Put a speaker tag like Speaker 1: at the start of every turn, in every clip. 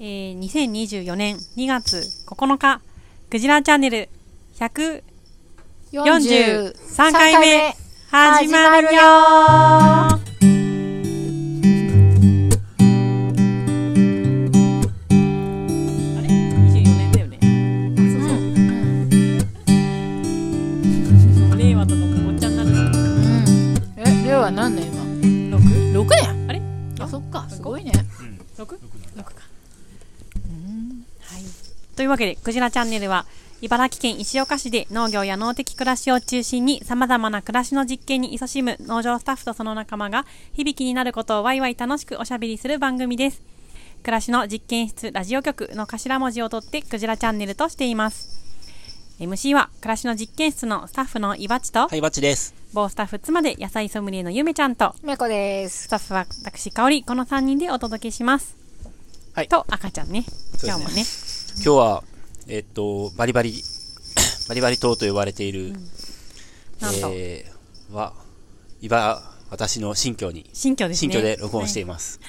Speaker 1: えー、2024年2月9日、グジラチャンネル143回目、始まるよあれ ?24 年だよね。
Speaker 2: う
Speaker 1: そうそうん令和とかもおっちゃんになるし。
Speaker 2: うんえ、令和何年今
Speaker 1: 6?6
Speaker 2: 六やん
Speaker 1: あれ
Speaker 2: あ、そっか、すごいね
Speaker 1: 六か。はい。というわけで、クジラチャンネルは、茨城県石岡市で農業や農的暮らしを中心に様々な暮らしの実験に勤しむ農場スタッフとその仲間が響きになることをワイワイ楽しくおしゃべりする番組です。暮らしの実験室ラジオ局の頭文字を取ってクジラチャンネルとしています。MC は暮らしの実験室のスタッフのいばちと、
Speaker 3: はい、バッチです。
Speaker 1: 某スタッフ妻で野菜ソムリエのゆめちゃんと、
Speaker 2: めこです
Speaker 1: スタッフは私、香り、この3人でお届けします。
Speaker 3: はい
Speaker 1: と、赤ちゃんね。
Speaker 3: そうですね
Speaker 1: 今日もね。
Speaker 3: 今日は、えっと、バリバリ、 バリバリ島と呼ばれている、
Speaker 1: なんと、
Speaker 3: えー、は、今、私の新居に、
Speaker 1: 新居ですね。
Speaker 3: 新居で録音してい
Speaker 1: ま
Speaker 3: ます。
Speaker 1: す。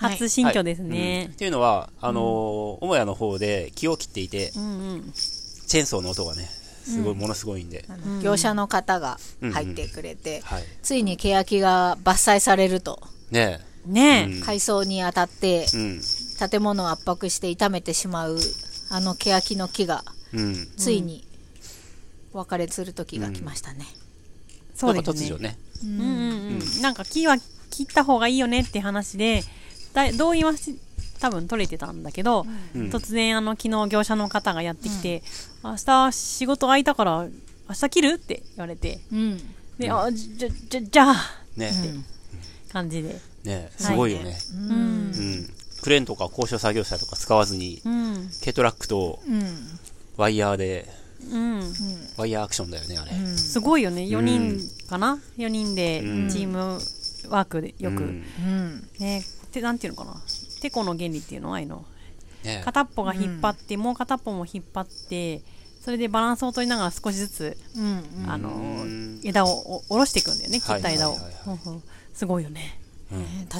Speaker 1: 初新居です
Speaker 3: うん
Speaker 1: ね
Speaker 3: っ。ていうのは、あのー、母屋の方で木を切っていて
Speaker 1: う、んうん。
Speaker 3: チェーンソーの音がね、すごい、ものすごいんで、
Speaker 2: あの業者の方が入ってくれて
Speaker 3: はい。
Speaker 2: ついに欅が伐採されると
Speaker 3: ね
Speaker 1: ね
Speaker 3: うん
Speaker 2: 海藻に当たって
Speaker 3: え、うん、
Speaker 2: 建物を圧迫して傷めてしまうあの欅の木が
Speaker 3: うん。
Speaker 2: ついにお別れする時が来ましたね
Speaker 1: え、そうで
Speaker 3: なんか
Speaker 1: す
Speaker 3: 突如
Speaker 1: ね。
Speaker 3: ね、
Speaker 1: うんうんうん。なんか木は切った方がいいよねって話で、だ同意はし多分取れてたんだけど、
Speaker 3: うん
Speaker 1: 突然あの昨日業者の方がやってきて、明日仕事空いたから明日切るって言われて、
Speaker 2: うん
Speaker 1: で、あ、じゃ、じゃ、じゃあ、
Speaker 3: ね
Speaker 1: 感じで。
Speaker 3: え、ねえ、すごいよね。
Speaker 1: うん
Speaker 3: う。ん。クレーンとか高所作業車とか使わずに
Speaker 1: う、ん。
Speaker 3: 軽トラックと
Speaker 2: うん
Speaker 3: ワイヤーで、
Speaker 1: うん。
Speaker 3: ワイヤーアクションだよね、あれ。
Speaker 1: すごいよね4人かな、4人で
Speaker 3: うん
Speaker 1: チームワークでよく、
Speaker 3: うん
Speaker 2: うん
Speaker 1: ねてなんていうのかなてこの原理っていうのああいうの
Speaker 3: ねえ
Speaker 1: 片っぽが引っ張って、もう片っぽも引っ張ってそれでバランスを取りながら少しずつ、
Speaker 2: うん
Speaker 1: あの
Speaker 3: うん
Speaker 1: 枝をお下ろしていくんだよね切った枝を、
Speaker 3: はいはいはい
Speaker 1: うんうんすごいよね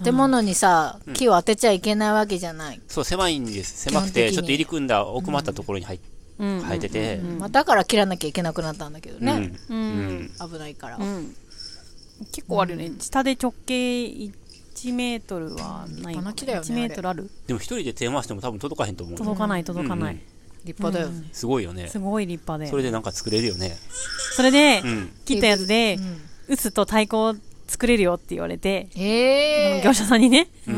Speaker 2: 建物にさ、木を当てちゃいけないわけじゃない、
Speaker 3: そう、狭いんです。
Speaker 2: 基本
Speaker 3: 狭く
Speaker 2: 的に
Speaker 3: て、ちょっと入り組んだ奥まったところに入っ
Speaker 1: うん
Speaker 3: 生えてて、
Speaker 2: まあ、だから切らなきゃいけなくなったんだけどね、
Speaker 3: う
Speaker 1: うんん、
Speaker 3: うん
Speaker 2: 危ないから、
Speaker 1: うん結構あるよね、下で直径1メートルはない
Speaker 2: 立派な木だよね
Speaker 1: 1メートルある
Speaker 3: でも一人で手回しても多分届かへんと思うよ。
Speaker 1: 届かない届かない、
Speaker 3: うん
Speaker 2: 立派だよね、
Speaker 3: すごいよね
Speaker 1: す。ごい立派で
Speaker 3: それでなんか作れるよね。
Speaker 1: それで、
Speaker 3: うん
Speaker 1: 切ったやつで、
Speaker 2: うん
Speaker 1: 打つと太鼓を作れるよって言われて、
Speaker 2: ええ
Speaker 1: 業者さんにね、
Speaker 3: うん。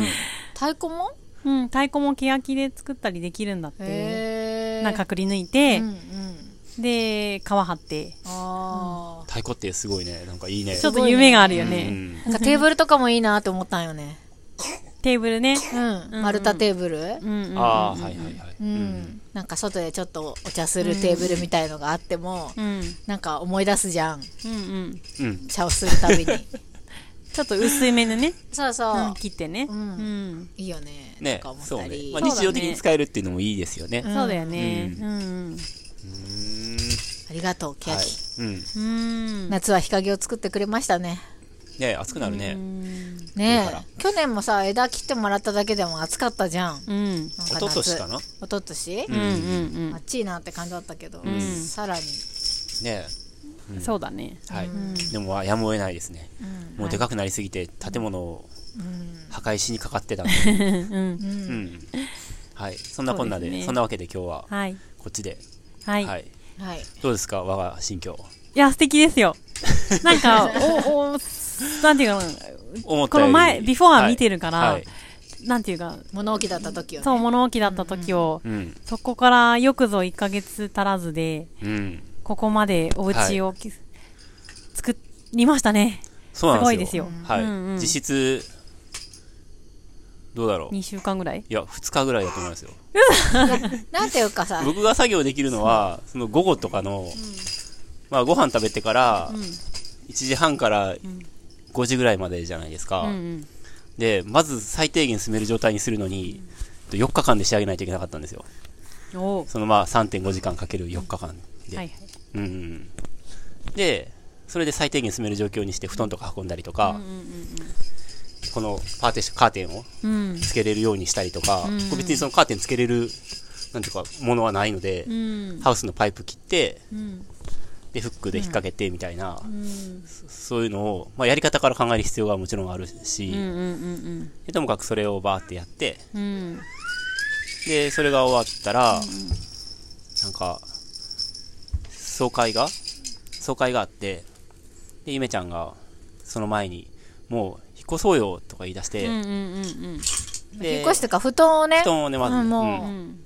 Speaker 2: 太鼓も
Speaker 1: うん、太鼓も欅で作ったりできるんだって、
Speaker 2: ええ
Speaker 1: なんかくり抜いて
Speaker 2: うん、うん
Speaker 1: で、皮張って、
Speaker 2: あ
Speaker 3: 太鼓ってすごいね。なんかいいね。
Speaker 1: ちょっと夢があるよね。
Speaker 3: うん
Speaker 2: あ、なんかテーブルとかもいいなって思ったんよね
Speaker 1: テーブルね。
Speaker 2: うん、丸太テーブルうん、
Speaker 1: うんうん、
Speaker 3: ああ、はいはいはい。
Speaker 2: なんか外でちょっとお茶するテーブルみたいのがあっても、
Speaker 1: うん、
Speaker 2: なんか思い出すじゃん
Speaker 1: うん、うん。
Speaker 3: うん。
Speaker 2: 茶をするた びに
Speaker 1: ちょっと薄めのね、
Speaker 2: そうそう、
Speaker 1: うん切ってね。
Speaker 2: うん
Speaker 1: うん
Speaker 2: いいよね
Speaker 3: ね
Speaker 2: とか思っ
Speaker 3: そう
Speaker 2: た
Speaker 3: ね
Speaker 2: り。
Speaker 3: まあ
Speaker 1: そうだね
Speaker 3: 日常的に使えるっていうのもいいですよね。
Speaker 1: そうだよね。う、
Speaker 3: うん
Speaker 1: うん。
Speaker 3: うん。
Speaker 2: ありがとうケヤ
Speaker 3: はい
Speaker 2: キ、。
Speaker 3: うん。
Speaker 1: うん。
Speaker 2: 夏は日陰を作ってくれましたね
Speaker 3: ね暑くなるね。
Speaker 2: ね
Speaker 3: だから
Speaker 2: え去年もさ枝切ってもらっただけでも暑かったじゃん
Speaker 1: うん、うん、
Speaker 2: 一
Speaker 3: 一昨年かな
Speaker 2: 一昨年、
Speaker 1: うん、うん
Speaker 2: 暑いなって感じだったけど、
Speaker 1: ん
Speaker 2: さらに、
Speaker 3: ね
Speaker 1: うん。そうだね。
Speaker 3: はい。でも、まあやむを得ないですね。もうでかくなりすぎて、建物を破壊しにかかっ てたんで。
Speaker 1: うん。
Speaker 3: うん。はい。そんなこんな
Speaker 1: そうで
Speaker 3: で、
Speaker 1: すね
Speaker 3: そんなわけで今日は、
Speaker 1: はい。
Speaker 3: こっちで。
Speaker 1: はい。、
Speaker 3: はいい。
Speaker 2: はい
Speaker 3: どうですか我が心境。
Speaker 1: や、素敵ですよ。なんか、お、お、なんていうか
Speaker 3: 思った
Speaker 1: こ
Speaker 3: よ
Speaker 1: の
Speaker 3: り
Speaker 1: 前、ビフォーは見てるから、
Speaker 3: はいはい
Speaker 1: なんていうか、
Speaker 2: 物置だった時よ、ね、
Speaker 1: そう、物置だった時を、
Speaker 3: うん。
Speaker 1: そこからよくぞ1ヶ月足らずで、
Speaker 3: うん。
Speaker 1: ここまでお家をき、作りましたね。
Speaker 3: そうなんですよ。
Speaker 1: すごいですよ
Speaker 3: はい。
Speaker 1: うんうん
Speaker 3: 実質、どうだろう。
Speaker 1: 2週間ぐらい
Speaker 3: いや、2日ぐらいだと思いますよ。
Speaker 2: なんていうかさ
Speaker 3: 僕が作業できるのは、その午後とかの、まあご飯食べてから、1時半から5時ぐらいまでじゃないですか。
Speaker 1: うんうん。
Speaker 3: で、まず最低限進める状態にするのに、4日間で仕上げないといけなかったんですよ。
Speaker 1: おー
Speaker 3: そのまあ3.5時間かける4日間で。
Speaker 1: はいはい。
Speaker 3: うんうんでそれで最低限進める状況にして布団とか運んだりとか、
Speaker 1: うんうんうん。
Speaker 3: このパーテーションカーテンを
Speaker 1: うん
Speaker 3: つけれるようにしたりとか、
Speaker 1: うん
Speaker 3: こう別にそのカーテンつけれるなんていうかものはないので、
Speaker 1: うん
Speaker 3: ハウスのパイプ切って
Speaker 1: うん
Speaker 3: でフックで引っ掛けてみたいな、
Speaker 1: うん
Speaker 3: そういうのを、まあ、やり方から考える必要がもちろんあるし、
Speaker 1: うんうん
Speaker 3: でともかくそれをバーってやって
Speaker 1: うんうん
Speaker 3: でそれが終わったら、なんか総会が総会があってでゆめちゃんがその前にもう引っ越そうよとか言い出して、
Speaker 1: うんうんうん
Speaker 3: で
Speaker 2: 引っ越してか布団をね
Speaker 3: 布団をねまず、
Speaker 2: うんもう
Speaker 3: うん
Speaker 1: うん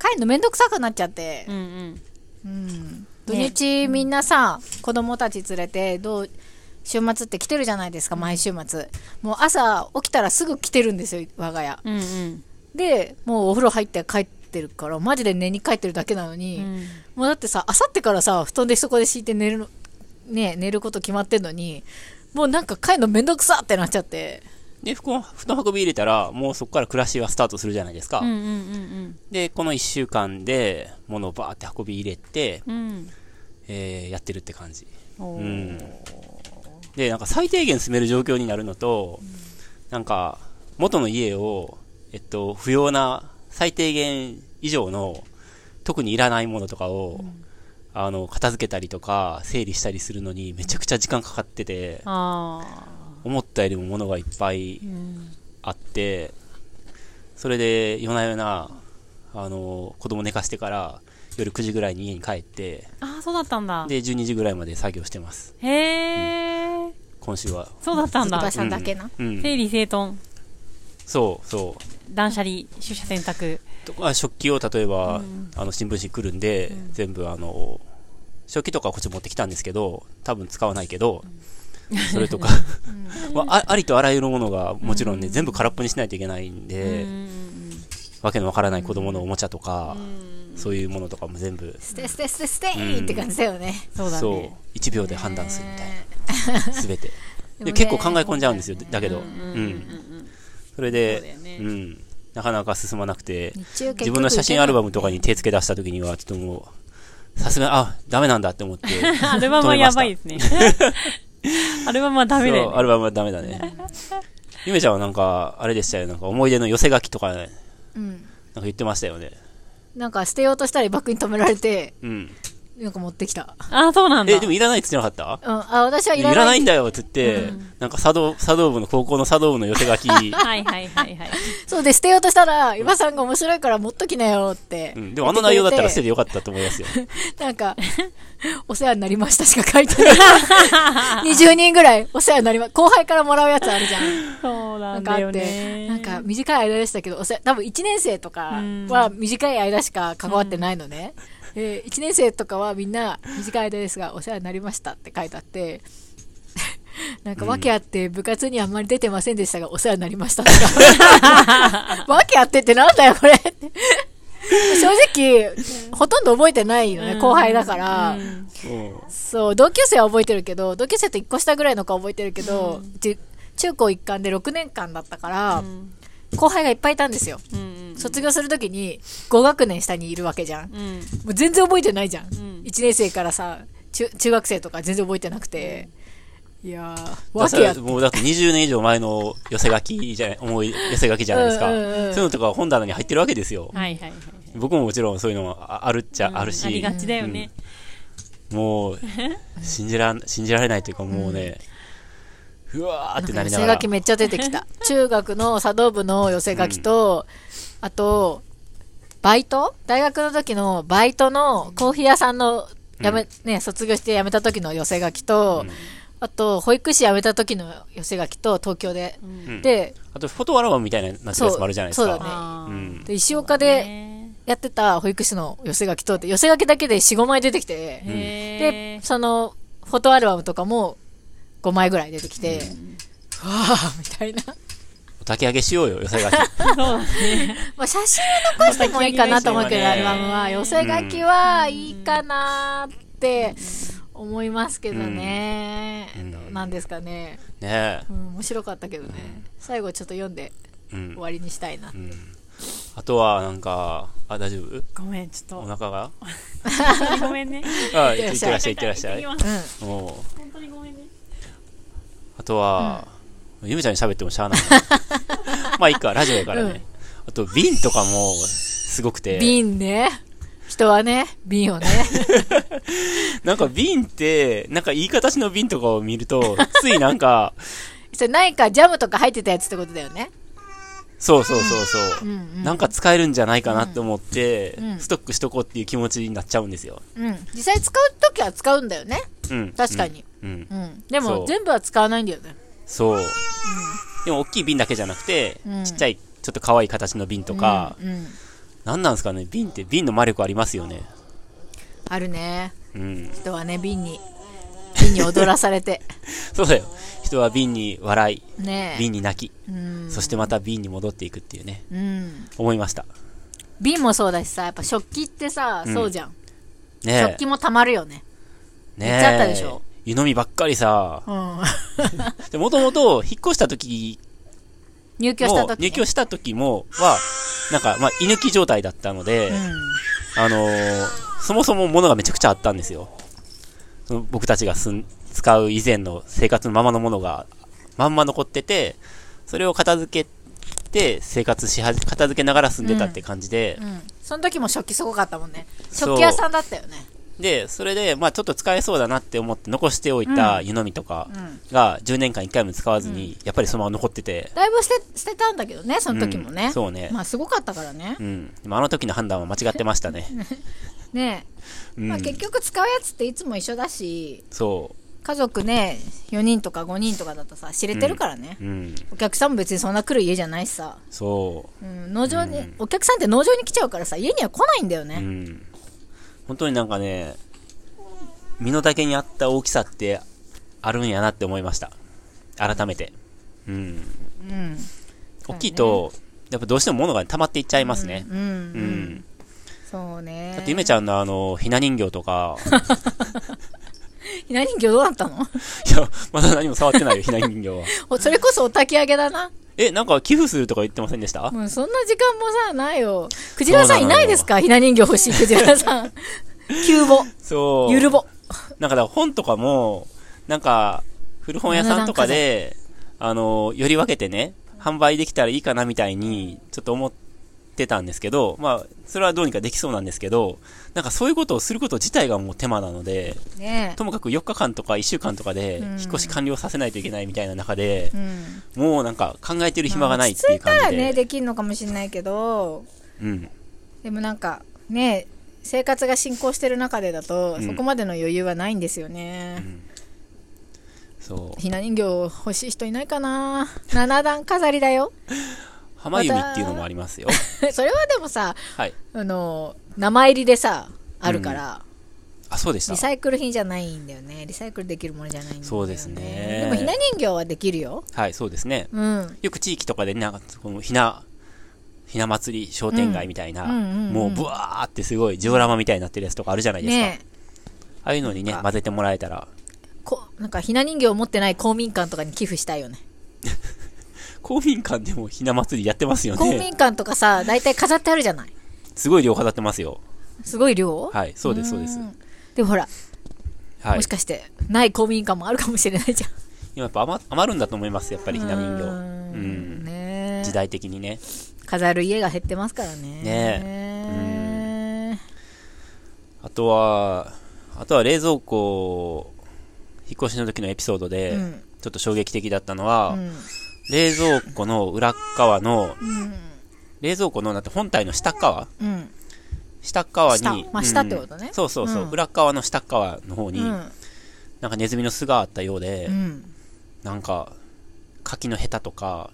Speaker 2: 帰るのめんどくさくなっちゃって
Speaker 1: う、ん
Speaker 2: うん土日みんなさ、子供たち連れてどう週末って来てるじゃないですか毎週末もう朝起きたらすぐ来てるんですよ我が家
Speaker 1: うんうん
Speaker 2: でもうお風呂入って帰ってるからマジで寝に帰ってるだけなのに、
Speaker 1: うん
Speaker 2: もうだってさあさってからさ布団でそこで敷いて寝るのね寝ること決まってんのにもうなんか帰るのめんどくさってなっちゃって
Speaker 3: で布団布団運び入れたらもうそこから暮らしはスタートするじゃないですか、
Speaker 1: うんうん
Speaker 3: でこの1週間で物をバーって運び入れて、
Speaker 1: うんうん
Speaker 3: えーやってるって感じ
Speaker 1: お
Speaker 3: う
Speaker 1: ー
Speaker 3: んでなんか最低限住める状況になるのと、なんか元の家をえっと不要な最低限以上の特にいらないものとかを、あの片付けたりとか整理したりするのにめちゃくちゃ時間かかってて
Speaker 1: あ
Speaker 3: 思ったよりも物がいっぱい
Speaker 1: ーうん
Speaker 3: あって、それで夜な夜な、あの、子供寝かしてから夜9時ぐらいに家に帰って、
Speaker 1: あーそうだったんだ
Speaker 3: で、12時ぐらいまで作業してます。
Speaker 1: へえ
Speaker 3: 今週は。
Speaker 1: そうだったんだ
Speaker 2: ずっとさんだけな、
Speaker 3: うん。
Speaker 1: 整理整頓
Speaker 3: そう、そう。
Speaker 1: 断捨離取捨選択
Speaker 3: とか食器を例えば、あの、新聞紙来るんで、全部あの、食器とかはこっち持ってきたんですけど、多分使わないけど、それとか、 まあ、あありとあらゆるものがもちろんね、全部空っぽにしないといけないん
Speaker 1: うんう
Speaker 3: で、
Speaker 1: ん
Speaker 3: わけのわからない子供のおもちゃとか、そういうものとかも全部
Speaker 2: 捨て捨て捨て捨てって感じだよね、
Speaker 1: そうだ
Speaker 3: そう
Speaker 1: ね
Speaker 3: 1秒で判断するみたい
Speaker 2: ね
Speaker 3: な全て
Speaker 2: もね
Speaker 3: で結構考え込んじゃうんですよだけど、うんそれで
Speaker 1: そうだよね
Speaker 3: うん、なかなか進まなくて
Speaker 2: 日中結局
Speaker 3: 自分の写真アルバムとかに手付け出した時にはちょっともうさすがにあダメなんだって思って
Speaker 1: アルバムはやばいですねアルバムはダメだよ
Speaker 3: そう
Speaker 1: ね
Speaker 3: アルバムはダメ だねゆめちゃんはなんかあれでしたよなんか思い出の寄せ書きとか,、なんか
Speaker 2: うん
Speaker 3: 言ってましたよね
Speaker 2: なんか捨てようとしたらバッグに止められて
Speaker 3: うん
Speaker 2: なんか持ってきた、
Speaker 1: あーそうなんだ
Speaker 3: えでもいらないって言ってなかった
Speaker 2: うん、あ私はい
Speaker 3: い
Speaker 2: らない
Speaker 3: らないんだよって言って、なんか茶道、茶道部の、高校の茶道部の寄せ書き、
Speaker 1: はいはいはいはい
Speaker 2: そうで捨てようとしたら岩さんが面白いから持っときなよって、
Speaker 3: うん、でもあの内容だったら捨て
Speaker 2: て
Speaker 3: てよかったと思いますよ。
Speaker 2: なんかお世話になりましたしか書いて ない20人ぐらいお世話になりま後輩からもらうやつあるじゃん
Speaker 1: そうな
Speaker 2: なん
Speaker 1: ん
Speaker 2: かあ
Speaker 1: だ
Speaker 2: っ
Speaker 1: よ
Speaker 2: て
Speaker 1: ね
Speaker 2: なんか短い間でしたけどおせ多分1年生とかは短い間しか関わってないのね、で1年生とかはみんな短い間ですがお世話になりましたって書いてあってなんか訳あって部活にあんまり出てませんでしたがお世話になりましたとか訳あってってなんだよこれって正直ほとんど覚えてないのね後輩だから、
Speaker 1: うん
Speaker 2: そう同級生は覚えてるけど同級生って1個下ぐらいの子は覚えてるけど、じ中高一貫で6年間だったから、
Speaker 1: ん
Speaker 2: 後輩がいっぱいいたんですよ
Speaker 1: うん
Speaker 2: 卒業するときに5学年下にいるわけじゃんも
Speaker 1: うん
Speaker 2: う全然覚えてないじゃん、
Speaker 1: ん
Speaker 2: 1年生からさ中中学生とか全然覚えてなくて、いやー
Speaker 3: だ
Speaker 2: わ
Speaker 3: か
Speaker 2: けや
Speaker 3: らもうだって20年以上前の寄せ書きじゃない、思い寄せ書きじゃないですか。
Speaker 2: うんうんうん
Speaker 3: そういうのとか本棚に入ってるわけですよ。
Speaker 1: はいはいはい
Speaker 3: 僕ももちろんそういうのもあるっちゃあるし、
Speaker 1: ありがちだよね
Speaker 3: うんもう信じらん 信じられないというかもうね、うわーってな
Speaker 2: 寄
Speaker 3: り
Speaker 2: せ
Speaker 3: ながら
Speaker 2: 書きめっちゃ出てき た中学の茶道部の寄せ書きと、あとバイト大学の時のバイトのコーヒー屋さんのやめ、ね、卒業して辞めた時の寄せ書きと、あと保育士辞めた時の寄せ書きと東京で、
Speaker 3: ん
Speaker 2: で
Speaker 3: あとフォトアルバムみたいなやつ
Speaker 2: そう
Speaker 3: もあるじゃないですか
Speaker 2: そうだね
Speaker 1: あー
Speaker 3: ん、
Speaker 2: で石岡で
Speaker 1: ね
Speaker 2: やってた保育士の寄せ書きとって寄せ書きだけで45枚出て
Speaker 1: へ
Speaker 2: きて、
Speaker 1: ー
Speaker 2: でそのフォトアルバムとかも5枚ぐらい出てきて、わあみたいな。
Speaker 3: 炊き上げしようよ寄せ書き
Speaker 1: そうだね
Speaker 2: まあ、写真を残してもいいかなと思うけど、
Speaker 3: まあ
Speaker 2: アル
Speaker 3: 先にね
Speaker 2: バムは。寄せ書きはいいかなって思いますけどね。
Speaker 3: うん
Speaker 2: なんですかね、
Speaker 3: ねえ
Speaker 2: うん。面白かったけどね。最後ちょっと読んで
Speaker 3: うん
Speaker 2: 終わりにしたいな。
Speaker 3: あとはなんかあ大丈夫
Speaker 1: ごめんち
Speaker 3: お
Speaker 1: ょっ
Speaker 3: 腹が
Speaker 1: とごめんね
Speaker 3: あ、い
Speaker 2: い
Speaker 3: っ
Speaker 2: ってて
Speaker 3: ら
Speaker 2: らっ
Speaker 3: っし
Speaker 1: ゃい
Speaker 2: し
Speaker 3: ゃい、いってらっしゃい。
Speaker 2: うん。
Speaker 3: もう、
Speaker 1: 本当にごめんね
Speaker 3: あとは、ゆめちゃんに喋ってもしゃあないなまあいいか、ラジオやからね。
Speaker 2: うん
Speaker 3: あと、瓶とかも、すごくて。
Speaker 2: 瓶ね。人はね、瓶 をね。
Speaker 3: なんか瓶って、なんかいい形の瓶とかを見ると、 ついなんか、
Speaker 2: それ何かジャムとか入ってたやつってことだよね。
Speaker 3: そうそうそうそう。
Speaker 2: うんうん。
Speaker 3: なんか使えるんじゃないかなって思って、
Speaker 2: うん
Speaker 3: ストックしとこうっていう気持ちになっちゃうんですよ。
Speaker 2: うん。実際使うときは使うんだよね。
Speaker 3: うん。
Speaker 2: 確かに。
Speaker 3: うん。うん。
Speaker 2: うん。で
Speaker 3: そ
Speaker 2: も
Speaker 3: う
Speaker 2: 全部は使わないんだよね。
Speaker 3: そう。でも大きい瓶だけじゃなくて、
Speaker 2: うん
Speaker 3: ちっちゃい、ちょっと可愛い形の瓶とか、
Speaker 2: うんうん。
Speaker 3: なんなんですかね、瓶って瓶の魔力ありますよね。
Speaker 2: あるね。
Speaker 3: うん。
Speaker 2: 人はね、瓶に。瓶に踊らされて。
Speaker 3: そうだよ。人は瓶に笑い、
Speaker 2: ねえ。
Speaker 3: 瓶に泣き、
Speaker 2: うん。
Speaker 3: そしてまた瓶に戻っていくっていうね、
Speaker 2: うん。
Speaker 3: 思いました。
Speaker 2: 瓶もそうだしさ、やっぱ食器ってさ、そうじゃん。食
Speaker 3: ね
Speaker 2: 器もたまるよね。
Speaker 3: え。ね
Speaker 2: めっちゃあったでしょ
Speaker 3: 湯飲みばっかりさ、
Speaker 2: うん。
Speaker 3: で、もともと、引っ越した時
Speaker 2: 入居した
Speaker 3: も
Speaker 2: と、き、ね。
Speaker 3: 入居した時も、は、なんか、まあ、居抜き状態だったので、あのーそもそも物がめちゃくちゃあったんですよ。その僕たちが住ん、使う以前の生活のままのものが、まんま残ってて、それを片付けて、生活しはじ、片付けながら住んでたって感じで、
Speaker 2: うん。うん。その時も食器すごかったもんね。
Speaker 3: そ
Speaker 2: 食
Speaker 3: う
Speaker 2: 器屋さんだったよね。
Speaker 3: で、それで、まあちょっと使えそうだなって思って残しておいた湯飲みとか
Speaker 2: うん。
Speaker 3: が、10年間1回も使わずに、やっぱりそのまま残ってて、
Speaker 2: だいぶ捨て、捨てたんだけどね、その時も
Speaker 3: う
Speaker 2: ね
Speaker 3: ん。そうね。
Speaker 2: まあすごかったからね
Speaker 3: う。ん。でもあの時の判断は間違ってました ね。
Speaker 2: ね
Speaker 3: う
Speaker 2: え。
Speaker 3: ん
Speaker 2: まあ。結局使うやつっていつも一緒だし、
Speaker 3: そ
Speaker 2: 家族ね、4人とか5人とかだとさ、知れてるからね。
Speaker 3: う。うん。
Speaker 2: お客さんも別にそんな来る家じゃないしさ。
Speaker 3: そ
Speaker 2: うん、農場に、お客さんって農場に来ちゃうからさ、家には来ないんだよ
Speaker 3: う。う
Speaker 2: ね。
Speaker 3: ん。本当になんかね、身の丈に合った大きさってあるんやなって思いました。改めて。うん。
Speaker 2: うん。
Speaker 3: 大きいと、やっぱどうしても物が溜まっていっちゃいますね。
Speaker 2: うん。う
Speaker 3: うん。
Speaker 2: ん。そうね。
Speaker 3: だってゆめちゃんのあの、ひな人形とか、
Speaker 2: ひな人形どうなったの
Speaker 3: いや、まだ何も触ってないよ、ひな人形は。
Speaker 2: おそれこそお焚き上げだな。
Speaker 3: え、なんか寄付するとか言ってませんでした
Speaker 2: うん、そんな時間もさ、ないよ。クジラさん
Speaker 3: そ
Speaker 2: いう
Speaker 3: なのよ
Speaker 2: ないですかひな人形欲しいクジラ さん。急募。
Speaker 3: そう。
Speaker 2: ゆるぼ。
Speaker 3: なんかだから本とかも、なんか、古本屋さんとかで、あの、より分けてね、販売できたらいいかなみたいに、ちょっと思ってたんですけど、まあ、それはどうにかできそうなんですけど、なんかそういうことをすること自体がもう手間なので、
Speaker 2: ね
Speaker 3: ともかく4日間とか1週間とかで、
Speaker 2: うん
Speaker 3: 引っ越し完了させないといけないみたいな中で
Speaker 2: え。う、ん。
Speaker 3: もうなんか考えてる暇がないっていう
Speaker 2: まあ
Speaker 3: 感
Speaker 2: 落ち着いたら
Speaker 3: じ
Speaker 2: ね、
Speaker 3: で。
Speaker 2: できんのかもしれないけど、
Speaker 3: うん。
Speaker 2: でもなんか、ねえ、生活が進行してる中でだと、
Speaker 3: うん
Speaker 2: そこまでの余裕はないんですよね。
Speaker 3: そう。
Speaker 2: ひな人形欲しい人いないかな七段飾りだよ。
Speaker 3: 浜指っていうのもありますよ。
Speaker 2: それはでもさ、
Speaker 3: はい。
Speaker 2: あの、名前入りでさ、あるから、
Speaker 3: あ、そうで
Speaker 2: リ
Speaker 3: した。
Speaker 2: サイクル品じゃないんだよね。リサイクルできるものじゃないんだよね。
Speaker 3: そうですね
Speaker 2: でもひな人形はできるよ。
Speaker 3: はい、そうですね。
Speaker 2: うん。
Speaker 3: よく地域とかでね、なんか、このひな、ひな祭り商店街みたいな、
Speaker 2: うんうんうんうん
Speaker 3: もうブワーってすごいジオラマみたいになってるやつとかあるじゃないですか。
Speaker 2: ねえ。
Speaker 3: ああいうのにね、
Speaker 2: なんか
Speaker 3: 混ぜてもらえたら、
Speaker 2: こなんかひな人形を持ってない公民館とかに寄付したいよね。
Speaker 3: 公民館でもひな祭りやってますよ
Speaker 2: 公
Speaker 3: ね。
Speaker 2: 民館とかさ、大体飾ってあるじゃない。
Speaker 3: すごい量飾ってますよ。
Speaker 2: すごい量
Speaker 3: はい、そうです、そうです。
Speaker 2: んでもほら、
Speaker 3: はい
Speaker 2: もし。かして、ない公民館もあるかもしれないじゃん。
Speaker 3: 今やっぱ余余るんだと思います、やっぱ りひな人形。
Speaker 2: う
Speaker 3: う
Speaker 2: ーん
Speaker 3: ん。
Speaker 2: ねえ
Speaker 3: 時代的にね。
Speaker 2: 飾る家が減ってますからね。
Speaker 3: ね
Speaker 2: ね
Speaker 3: あとは、あとは冷蔵庫、引っ越しの時のエピソードで、
Speaker 2: うん
Speaker 3: ちょっと衝撃的だったのは、
Speaker 2: うん。
Speaker 3: 冷蔵庫の裏っ側の、
Speaker 2: うん。
Speaker 3: 冷蔵庫の、だって本体の下っ側
Speaker 2: うん。
Speaker 3: 下っ側
Speaker 2: 下
Speaker 3: に。
Speaker 2: まあ
Speaker 3: うん
Speaker 2: 下ってことね
Speaker 3: そうそうそう。
Speaker 2: うん
Speaker 3: 裏っ側の下っ側の方に、
Speaker 2: うん
Speaker 3: なんかネズミの巣があったようで、
Speaker 2: うん。
Speaker 3: なんか、柿のヘタとか、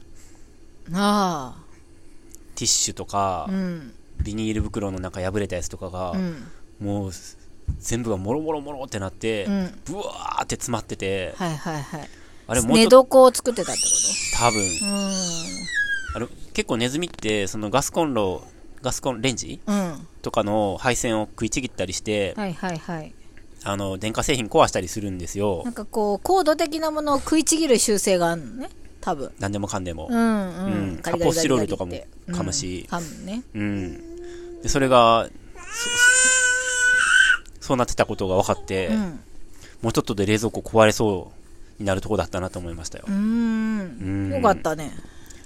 Speaker 2: あ
Speaker 3: ティッシュとか
Speaker 2: あ。う、ん。
Speaker 3: ビニール袋のなんか破れたやつとかが、
Speaker 2: うん。
Speaker 3: もう、全部がもろもろもろってなって、
Speaker 2: うん。
Speaker 3: ブワーって詰まってて、
Speaker 2: はいはいはい。
Speaker 3: あれもう
Speaker 2: 寝
Speaker 3: ちょっと
Speaker 2: 床を作ってたってこ
Speaker 3: 多分、
Speaker 2: と
Speaker 3: あれ結構ネズミって、そのガスコンロ、ガスコンレンジ
Speaker 2: うん。うん。
Speaker 3: とかの配線を食いちぎったりして、
Speaker 2: はいはいはい。
Speaker 3: あの、電化製品壊したりするんですよ
Speaker 2: な。んかこう、高度的なものを食いちぎる習性があるのね。多分。
Speaker 3: 何でもかんでも。
Speaker 2: うんう
Speaker 3: うん
Speaker 2: ん。
Speaker 3: 発泡スチロールとかも
Speaker 2: ガリガリガリガリって
Speaker 3: 噛むし
Speaker 2: うん噛むね。
Speaker 3: うん。で、それが、そそそうなってたことが分かって、
Speaker 2: うん。
Speaker 3: もうちょっとで冷蔵庫壊れそうになるとこだったなと思いましたよ。
Speaker 2: うーん。よかったね。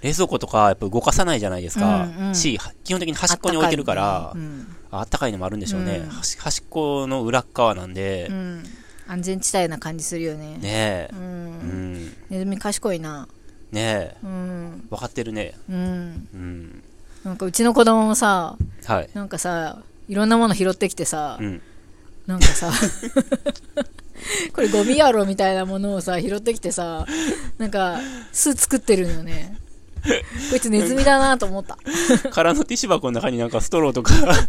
Speaker 3: 冷蔵庫とか、やっぱ動かさないじゃないですか。
Speaker 2: うんうん
Speaker 3: し、基本的に端っこに置いてるか
Speaker 2: あっ
Speaker 3: ら、
Speaker 2: たいね
Speaker 3: あったかいのもあるんでしょうね。
Speaker 2: うん
Speaker 3: 端端っこの裏っ側なんで、
Speaker 2: うん。うん安全地帯な感じするよね。
Speaker 3: ね
Speaker 2: う。
Speaker 3: え、うんん、
Speaker 2: ネズミ賢いな。
Speaker 3: ねえ、
Speaker 2: うん。
Speaker 3: 分かってるね。
Speaker 2: うん。
Speaker 3: うん。
Speaker 2: なんかうちの子供もさ、
Speaker 3: はい。
Speaker 2: なんかさ、いろんなもの拾ってきてさ、
Speaker 3: うん。
Speaker 2: なんかさ、 これゴミやろみたいなものをさ、拾ってきてさ、なんか、巣作ってるのよね。こいつネズミだなと思った。
Speaker 3: 空のティッシュ箱の中になんかストローと か、なんか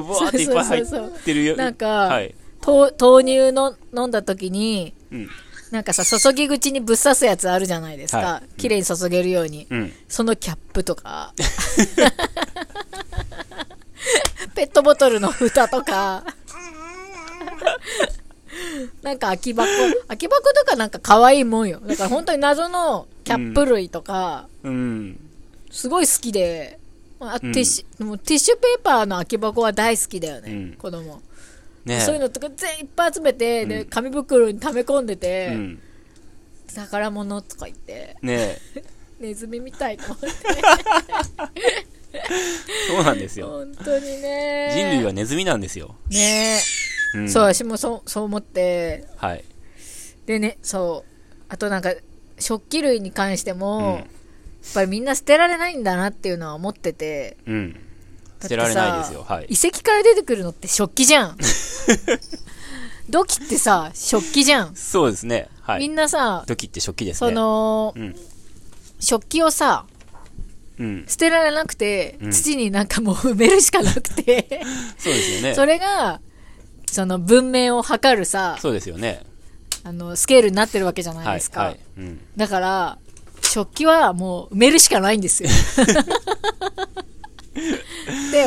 Speaker 3: ボワーっていっぱい入ってるよ。
Speaker 2: なんか、
Speaker 3: はい。
Speaker 2: と豆乳の飲んだ時に、
Speaker 3: うん。
Speaker 2: なんかさ、注ぎ口にぶっ刺すやつあるじゃないですか。
Speaker 3: は
Speaker 2: 綺麗に注げるように。
Speaker 3: うん。
Speaker 2: そのキャップとか。ペットボトルの蓋とか。なんか空き箱。空き箱とかなんか可愛いもんよ。だから本当に謎のキャップ類とか、
Speaker 3: うん。
Speaker 2: すごい好きで。あティ
Speaker 3: うん
Speaker 2: ッシュ、もうティッシュペーパーの空き箱は大好きだよね、
Speaker 3: うん
Speaker 2: 子供。
Speaker 3: ねえ。
Speaker 2: そういうのとか全員いっぱい集めて、で
Speaker 3: うん
Speaker 2: 紙袋に溜め込んでて、
Speaker 3: うん。
Speaker 2: 宝物とか言って
Speaker 3: ねえ。
Speaker 2: ネズミみたいと思って
Speaker 3: そうなんですよ。
Speaker 2: 本当にね
Speaker 3: 人類はネズミなんですよ。
Speaker 2: ね、
Speaker 3: うん、
Speaker 2: そう私もそうそう思って
Speaker 3: はい。
Speaker 2: でねそうあとなんか食器類に関しても、
Speaker 3: うん
Speaker 2: やっぱりみんな捨てられないんだなっていうのは思ってて
Speaker 3: うん。
Speaker 2: だってさ
Speaker 3: 捨てられないですよ。はい。
Speaker 2: 遺跡から出てくるのって食器じ ゃん土器ってさ食器じゃん、
Speaker 3: そうですね。は
Speaker 2: みん
Speaker 3: い。
Speaker 2: なさ
Speaker 3: 土器って食器ですね。
Speaker 2: その、
Speaker 3: うん。
Speaker 2: 食器をさ、
Speaker 3: うん。
Speaker 2: 捨てられなくて、
Speaker 3: うん
Speaker 2: 土になんかもう埋めるしかなく て、
Speaker 3: そうですよね。
Speaker 2: それが、その文明を図るさ、
Speaker 3: そうですよね。
Speaker 2: あの、スケールになってるわけじゃない
Speaker 3: は
Speaker 2: で
Speaker 3: い。
Speaker 2: すか。
Speaker 3: はい。うん。
Speaker 2: だから、食器はもう埋めるしかないん ですよ。って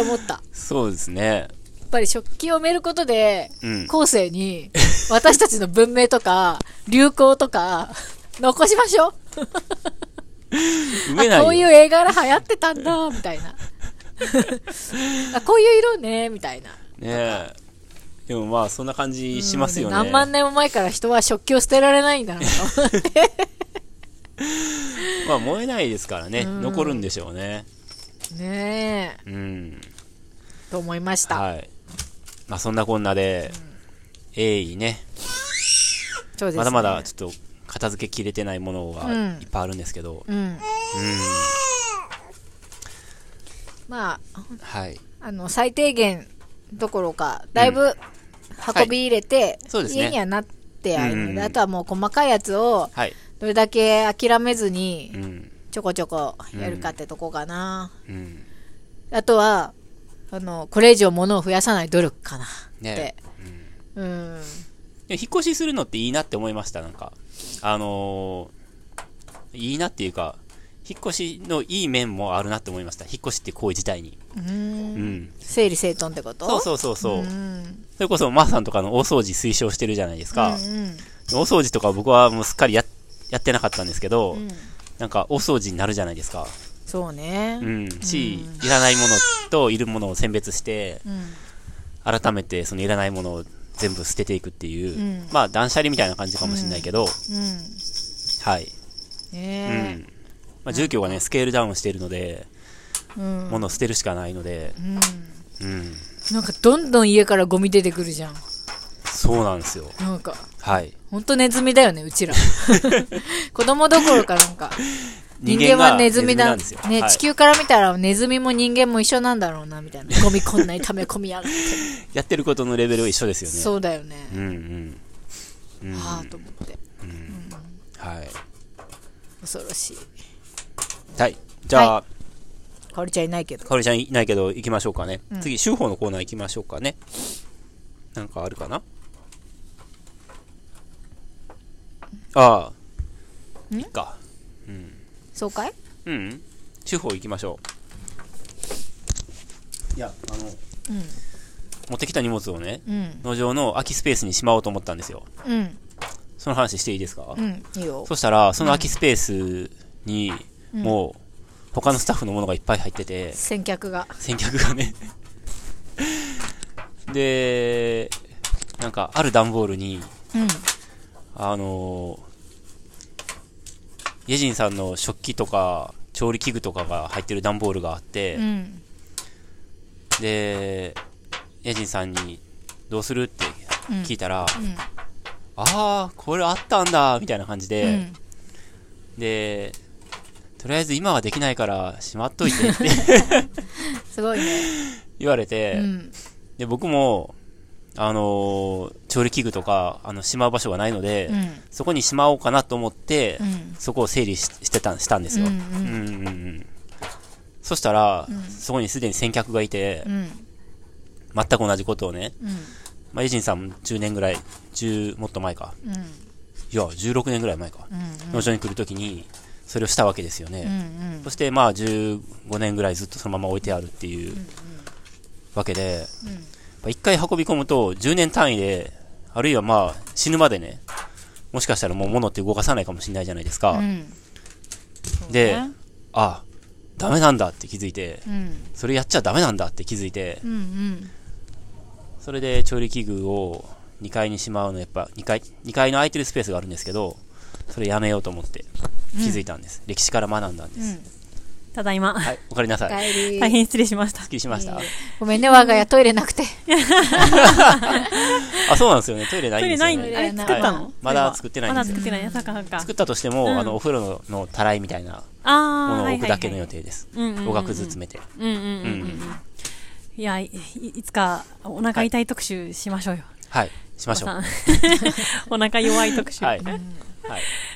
Speaker 2: 思った。や
Speaker 3: そうですね。
Speaker 2: っぱり食器を埋めることで、
Speaker 3: うん
Speaker 2: 後世に、私たちの文明とか、流行とか、残しましょう。
Speaker 3: 埋めない
Speaker 2: あ
Speaker 3: よ。
Speaker 2: こういう絵柄流行ってたんだ、みたいな。あこういう色ね、みたいな。
Speaker 3: ねえ。でもまあ、そんな感じしますよね。
Speaker 2: うん何万年も前から人は食器を捨てられないんだなと思って
Speaker 3: まあ、燃えないですからね。
Speaker 2: うん
Speaker 3: 残るんでしょうね。
Speaker 2: ねえ
Speaker 3: うん。
Speaker 2: と思いました、
Speaker 3: はい。まあ、そんなこんなで、鋭意ね、
Speaker 2: そうですね
Speaker 3: まだまだちょっと片付けきれてないものが
Speaker 2: うん
Speaker 3: いっぱいあるんですけど、
Speaker 2: うん
Speaker 3: うん。
Speaker 2: まあ
Speaker 3: はい。
Speaker 2: あの最低限どころかだいぶ運び入れて、
Speaker 3: そうですね
Speaker 2: 家にはなってはいるので、
Speaker 3: うん
Speaker 2: あとはもう細かいやつを
Speaker 3: はい。
Speaker 2: どれだけ諦めずに
Speaker 3: うん。
Speaker 2: ちょこちょこやるかってとこかな、
Speaker 3: うん。
Speaker 2: あとはあのこれ以上物を増やさない努力かなって、
Speaker 3: ね
Speaker 2: うん
Speaker 3: で引っ越しするのっていいなって思いました、なんか。あのーいいなっていうか、引っ越しのいい面もあるなって思いました。引っ越しって行為自体に。
Speaker 2: うん
Speaker 3: うん。
Speaker 2: 整理整頓ってこと
Speaker 3: そうそうそうそう。
Speaker 2: うん
Speaker 3: それこそ、まーさんとかの大掃除推奨してるじゃないですか。
Speaker 2: うんうん
Speaker 3: 大掃除とか僕はもうすっかりや、やってなかったんですけど、
Speaker 2: うん
Speaker 3: なんか、大掃除になるじゃないですか。
Speaker 2: そうね。
Speaker 3: うん。し、いらないものといるものを選別して、
Speaker 2: うん。
Speaker 3: 改めてそのいらないものを全部捨てていくっていう、
Speaker 2: うん
Speaker 3: まあ、断捨離みたいな感じかもしれないけ
Speaker 2: う
Speaker 3: ど、
Speaker 2: ん。
Speaker 3: はい。う
Speaker 2: ね
Speaker 3: ん。まあ、住居がね、スケールダウンしているので、
Speaker 2: え。うん。
Speaker 3: 物を捨てるしかないので、
Speaker 2: うん。
Speaker 3: うん。
Speaker 2: なんかどんどん家からゴミ出てくるじゃん。
Speaker 3: そうなんですよ。
Speaker 2: なんか、
Speaker 3: はい。
Speaker 2: ほんとネズミだよね、うち ら。子供どころかなんか。人間はネズミ
Speaker 3: な
Speaker 2: だ。
Speaker 3: んですよ。
Speaker 2: ね、
Speaker 3: はい
Speaker 2: 地球から見たらネズミも人間も一緒なんだろうな、みたい な。ゴミこんなに溜め込みやがって。
Speaker 3: やってることのレベルは一緒ですよね。
Speaker 2: そうだよね。
Speaker 3: うんうん。うん、
Speaker 2: はぁ、と思って。
Speaker 3: はい。
Speaker 2: 恐ろしい。
Speaker 3: はい。じゃあ、
Speaker 2: はかおりちゃんいないけど。
Speaker 3: かおりちゃんいないけど行きましょうかね。次、週報のコーナー行きましょうかね。なんかあるかなああ。いいか。
Speaker 2: そうかい
Speaker 3: うん。週報行きましょう。いや、あ
Speaker 2: う
Speaker 3: の、
Speaker 2: ん
Speaker 3: 持ってきた荷物をね、
Speaker 2: うん。
Speaker 3: 農場の空きスペースにしまおうと思ったんですよ。
Speaker 2: うん。
Speaker 3: その話していいですか、
Speaker 2: うん。いいよ。
Speaker 3: そしたら、その空きスペースに、もう、他のスタッフのものがいっぱい入ってて、
Speaker 2: 先客が。
Speaker 3: 先客がね。で、なんか、ある段ボールに、
Speaker 2: うん。
Speaker 3: ああのイェジンさんの食器とか、調理器具とかが入ってる段ボールがあって、
Speaker 2: うん
Speaker 3: で、エジンさんに、どうするって聞いたら、
Speaker 2: うん
Speaker 3: ああ、これあったんだ、みたいな感じ
Speaker 2: う
Speaker 3: で、
Speaker 2: ん
Speaker 3: で、とりあえず今はできないから、しまっといてって
Speaker 2: すごいね
Speaker 3: 言われ
Speaker 2: う
Speaker 3: て、
Speaker 2: ん
Speaker 3: で、僕も、あのー調理器具とか、あの、しまう場所がないので、
Speaker 2: うん
Speaker 3: そこにしまおうかなと思って、
Speaker 2: うん
Speaker 3: そこを整理ししてたん、したんです
Speaker 2: う
Speaker 3: よ。
Speaker 2: ん
Speaker 3: うんうんうんそしたら、そこにすでに先客がいて、
Speaker 2: うん
Speaker 3: 全く同じことをね、
Speaker 2: うん
Speaker 3: まあ、エジンさんも10年ぐらい、10、もっと前か。
Speaker 2: うん
Speaker 3: いや、16年ぐらい前か。農場に来るときに、それをしたわけですよ
Speaker 2: うんう
Speaker 3: ね。
Speaker 2: ん
Speaker 3: そして、まあ、15年ぐらいずっとそのまま置いてあるっていうわけで、
Speaker 2: うん
Speaker 3: まあ一回運び込むと、10年単位で、あるいはまあ、死ぬまでね、もしかしたらもう物って動かさないかもしれないじゃないですか。
Speaker 2: うん
Speaker 3: で、
Speaker 1: そうね
Speaker 3: あ、ダメなんだって気づいて、
Speaker 2: うん
Speaker 3: それやっちゃダメなんだって気づいて、
Speaker 2: うんうん
Speaker 3: それで調理器具を2階にしまうの、やっぱ2階、2階の空いてるスペースがあるんですけど、それやめようと思って気づいたんです。歴史から学んだんです。
Speaker 1: ただいま、
Speaker 3: はい、おかえりなさい。
Speaker 2: おかえり
Speaker 1: 大変失礼しました
Speaker 3: すっ。きりしました。
Speaker 2: ごめんね我が家トイレなくて
Speaker 3: あ、そうなんですよね。トイレない
Speaker 1: ト
Speaker 3: ん
Speaker 1: イレ
Speaker 3: ですよ
Speaker 1: な
Speaker 3: ね。
Speaker 1: いん
Speaker 2: トイレ
Speaker 1: あれ作ったの、
Speaker 2: はい
Speaker 3: まだ作ってないんですよ
Speaker 1: まだ作ってない。そっかそっか。
Speaker 3: 作ったとしても、
Speaker 1: うん
Speaker 3: あの、お風呂ののたらいみたいなも
Speaker 1: あ
Speaker 3: の
Speaker 1: あ、
Speaker 3: を置くだけの予
Speaker 1: 定。
Speaker 3: 定です。
Speaker 1: うんうんうん
Speaker 3: 5額ずつ詰めて。
Speaker 1: うんうんうんうんう
Speaker 3: うん
Speaker 1: ん。いや、いいいつかお腹痛い特集しましょうよ。
Speaker 3: はい、しましょう。
Speaker 1: お
Speaker 3: は
Speaker 1: ばさん お腹弱い特集。
Speaker 3: い。はい。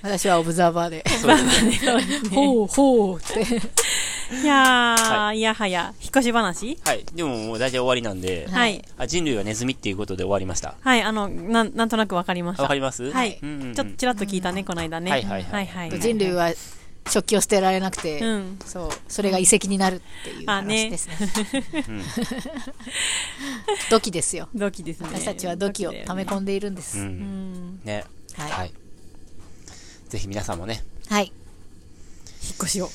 Speaker 2: 私はオブザーバーで
Speaker 3: そうですね。
Speaker 2: ほうほうって
Speaker 1: いやー、、
Speaker 3: はい
Speaker 1: やはや、引っ越し話
Speaker 3: はい。でももう大体終わりなんで、
Speaker 1: は
Speaker 2: はいい。
Speaker 3: あ人類はネズミっていうことで終わりました。
Speaker 1: はい、あの、なん、なんとなくわかりまし
Speaker 3: あ
Speaker 1: た。
Speaker 3: わかります
Speaker 1: はい
Speaker 3: うんうんうん
Speaker 1: ちょっとちらっと聞いたね、この間ね。
Speaker 3: はいはいはい
Speaker 1: はい
Speaker 2: と人類。は食器を捨てられなくて、
Speaker 1: うん
Speaker 2: そうそれが遺跡になるっていう
Speaker 1: あね
Speaker 2: 話ですね土器ですよ
Speaker 1: 土器ですね。
Speaker 2: 私たちは土器を溜め
Speaker 1: ん
Speaker 2: 込んでいるんです、
Speaker 3: う。
Speaker 1: うんん。
Speaker 3: ね。
Speaker 2: はい
Speaker 3: はい。ぜひ皆さんもね。
Speaker 2: はい
Speaker 1: 引っ越しを。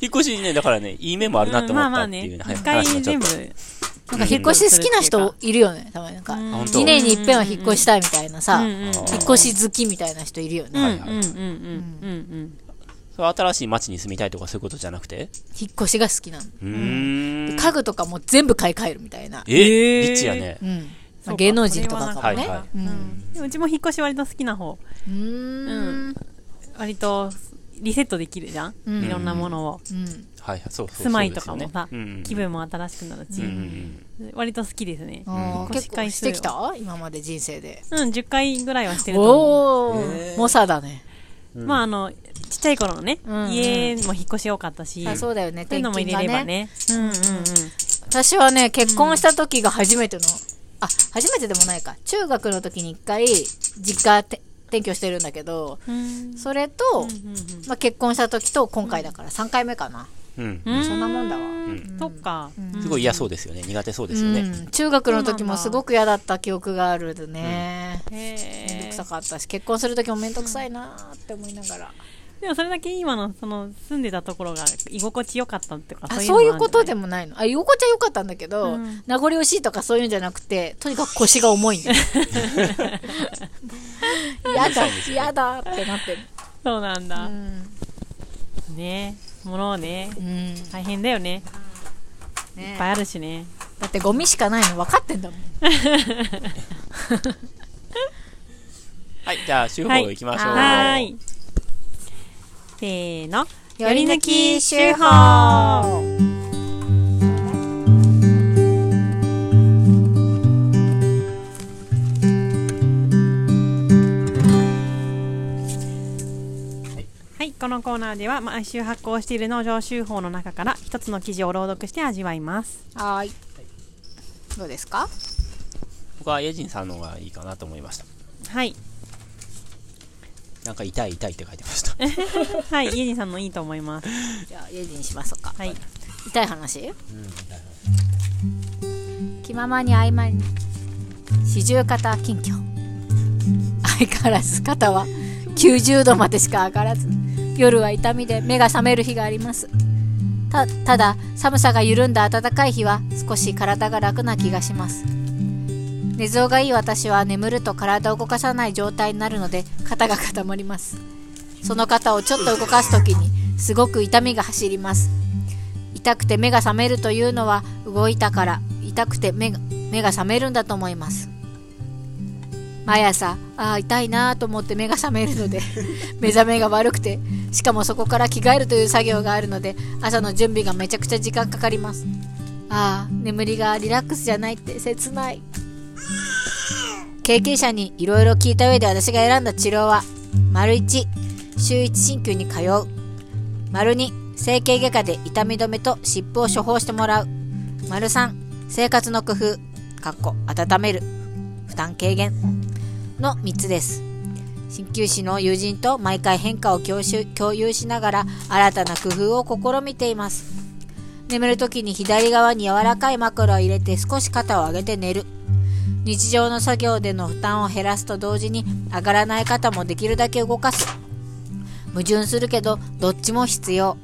Speaker 3: 引っ越しにね、だからね、いい面もあるなと思
Speaker 1: まあ
Speaker 3: っ
Speaker 1: ま
Speaker 3: た
Speaker 1: あ
Speaker 3: っていう
Speaker 1: ね
Speaker 3: ね、、はい
Speaker 1: 一回
Speaker 3: 話をちょ
Speaker 1: 全
Speaker 3: っ
Speaker 1: 部
Speaker 3: と。。
Speaker 2: なんか引っ越し好きな人いるよねたまになんか
Speaker 1: うん
Speaker 3: あ本当
Speaker 2: 2年に一遍は引っ越したいみたいなさ、
Speaker 1: うんうんうん
Speaker 3: あー
Speaker 2: 引っ越し好きみたいな人いるよね、
Speaker 1: うん
Speaker 3: はいはい
Speaker 1: うんうんうんうん
Speaker 3: それ新しい街に住みたいとかそういうことじゃなくて
Speaker 2: 引っ越しが好きなの
Speaker 3: うーん。
Speaker 2: 家具とかも全部買い替えるみたいな、
Speaker 3: え
Speaker 1: えー
Speaker 3: リッチやね
Speaker 2: う。んまあ
Speaker 1: うん。
Speaker 2: 芸能人とかかもね、
Speaker 3: はいは
Speaker 1: う
Speaker 2: うん
Speaker 1: ん。でもうちも引っ越し割と好きな方。
Speaker 2: うーん
Speaker 1: 割とリセットできるじゃん、
Speaker 2: うん
Speaker 1: いろんなものを。
Speaker 2: うん
Speaker 3: はいはい、そうそうそう
Speaker 1: 住まいとかもさ、
Speaker 3: ですよねうん
Speaker 1: 気分も新しくなるし、
Speaker 3: うんうん
Speaker 1: 割と好きですね。
Speaker 2: あー
Speaker 1: うん引っ越し
Speaker 2: 結構し
Speaker 1: 回数
Speaker 2: てきた今まで人生で
Speaker 1: うん、10回ぐらいはしてると思う。
Speaker 2: おお
Speaker 3: へー
Speaker 2: 猛者だね
Speaker 1: まあ、あの、ちっちゃい頃のね、
Speaker 2: うんうん
Speaker 1: 家も引っ越し多かったし、
Speaker 2: あ
Speaker 1: そ
Speaker 2: そうだよね
Speaker 1: ういうのも入れれば
Speaker 2: 転勤が
Speaker 1: ね。うんうんうん。
Speaker 2: 私はね結婚した時が初めての、あ初めてでもないか中学の時に一回実家て転居してるんだけど
Speaker 1: うん
Speaker 2: それと、まあ、結婚した時と今回だから3回目かな、
Speaker 3: うん。
Speaker 1: う
Speaker 2: そんなもんだわ
Speaker 3: ん
Speaker 1: そっか。うん
Speaker 3: すごい嫌そうですよね。苦手そうですよね。
Speaker 2: うん中学の時もすごく嫌だった記憶があるでね、
Speaker 1: へ
Speaker 2: めんどく
Speaker 1: え
Speaker 2: さ。かったし結婚する時もめんどくさいなーって思いながら、
Speaker 1: でもそれだけ今の、その、住んでたところが居心地よかったっていうか、
Speaker 2: あそういう
Speaker 1: のもあるんじゃな
Speaker 2: ことでもないのあ居心地は良かったんだけど、
Speaker 1: うん
Speaker 2: 名残惜しいとかそういうんじゃなくてとにかく腰が重い んだよ嫌だ嫌だってなってる
Speaker 1: そうなんだ
Speaker 2: う。ん、
Speaker 1: ねものをね、
Speaker 2: うん
Speaker 1: 大変だよね。いっぱい
Speaker 2: ね、
Speaker 1: あるしね。
Speaker 2: だってゴミしかないの分かってんだもん
Speaker 3: はい、じゃあ、週報行きましょう。
Speaker 1: はーい。せーの。
Speaker 2: より抜き手法
Speaker 1: はい、このコーナーでは毎週発行している農場手法の中から一つの記事を朗読して味わいます。
Speaker 2: はーいどうですか
Speaker 3: 僕はエジンさんの方がいいかなと思いました。
Speaker 1: はい。
Speaker 3: なんか痛い痛いって書いてました。
Speaker 1: はい、イエジンさんのいいと思います。
Speaker 2: じゃあ家事にしましょうか
Speaker 1: はい。
Speaker 2: 痛い話気ままに合間に四十肩近況相変わらず肩は90度までしか上がらず夜は痛みで目が覚める日がありますたただ寒さが緩んだ暖かい日は少し体が楽な気がします
Speaker 4: 寝相がいい私は眠ると体を動かさない状態になるので肩が固まりますその肩をちょっと動かす時にすごく痛みが走ります痛くて目が覚めるというのは動いたから痛くて目が目が覚めるんだと思います毎朝ああ痛いなあと思って目が覚めるので 目覚めが悪くてしかもそこから着替えるという作業があるので朝の準備がめちゃくちゃ時間かかりますああ眠りがリラックスじゃないって切ない経験者にいろいろ聞いた上で私が選んだ治療は丸1週1鍼灸に通う丸2整形外科で痛み止めと湿布を処方してもらう丸3生活の工夫かっこ温める負担軽減の3つです鍼灸師の友人と毎回変化を共習共有しながら新たな工夫を試みています眠る時に左側に柔らかい枕を入れて少し肩を上げて寝る日常の作業での負担を減らすと同時に上がらない肩もできるだけ動かす矛盾するけどどっちも必要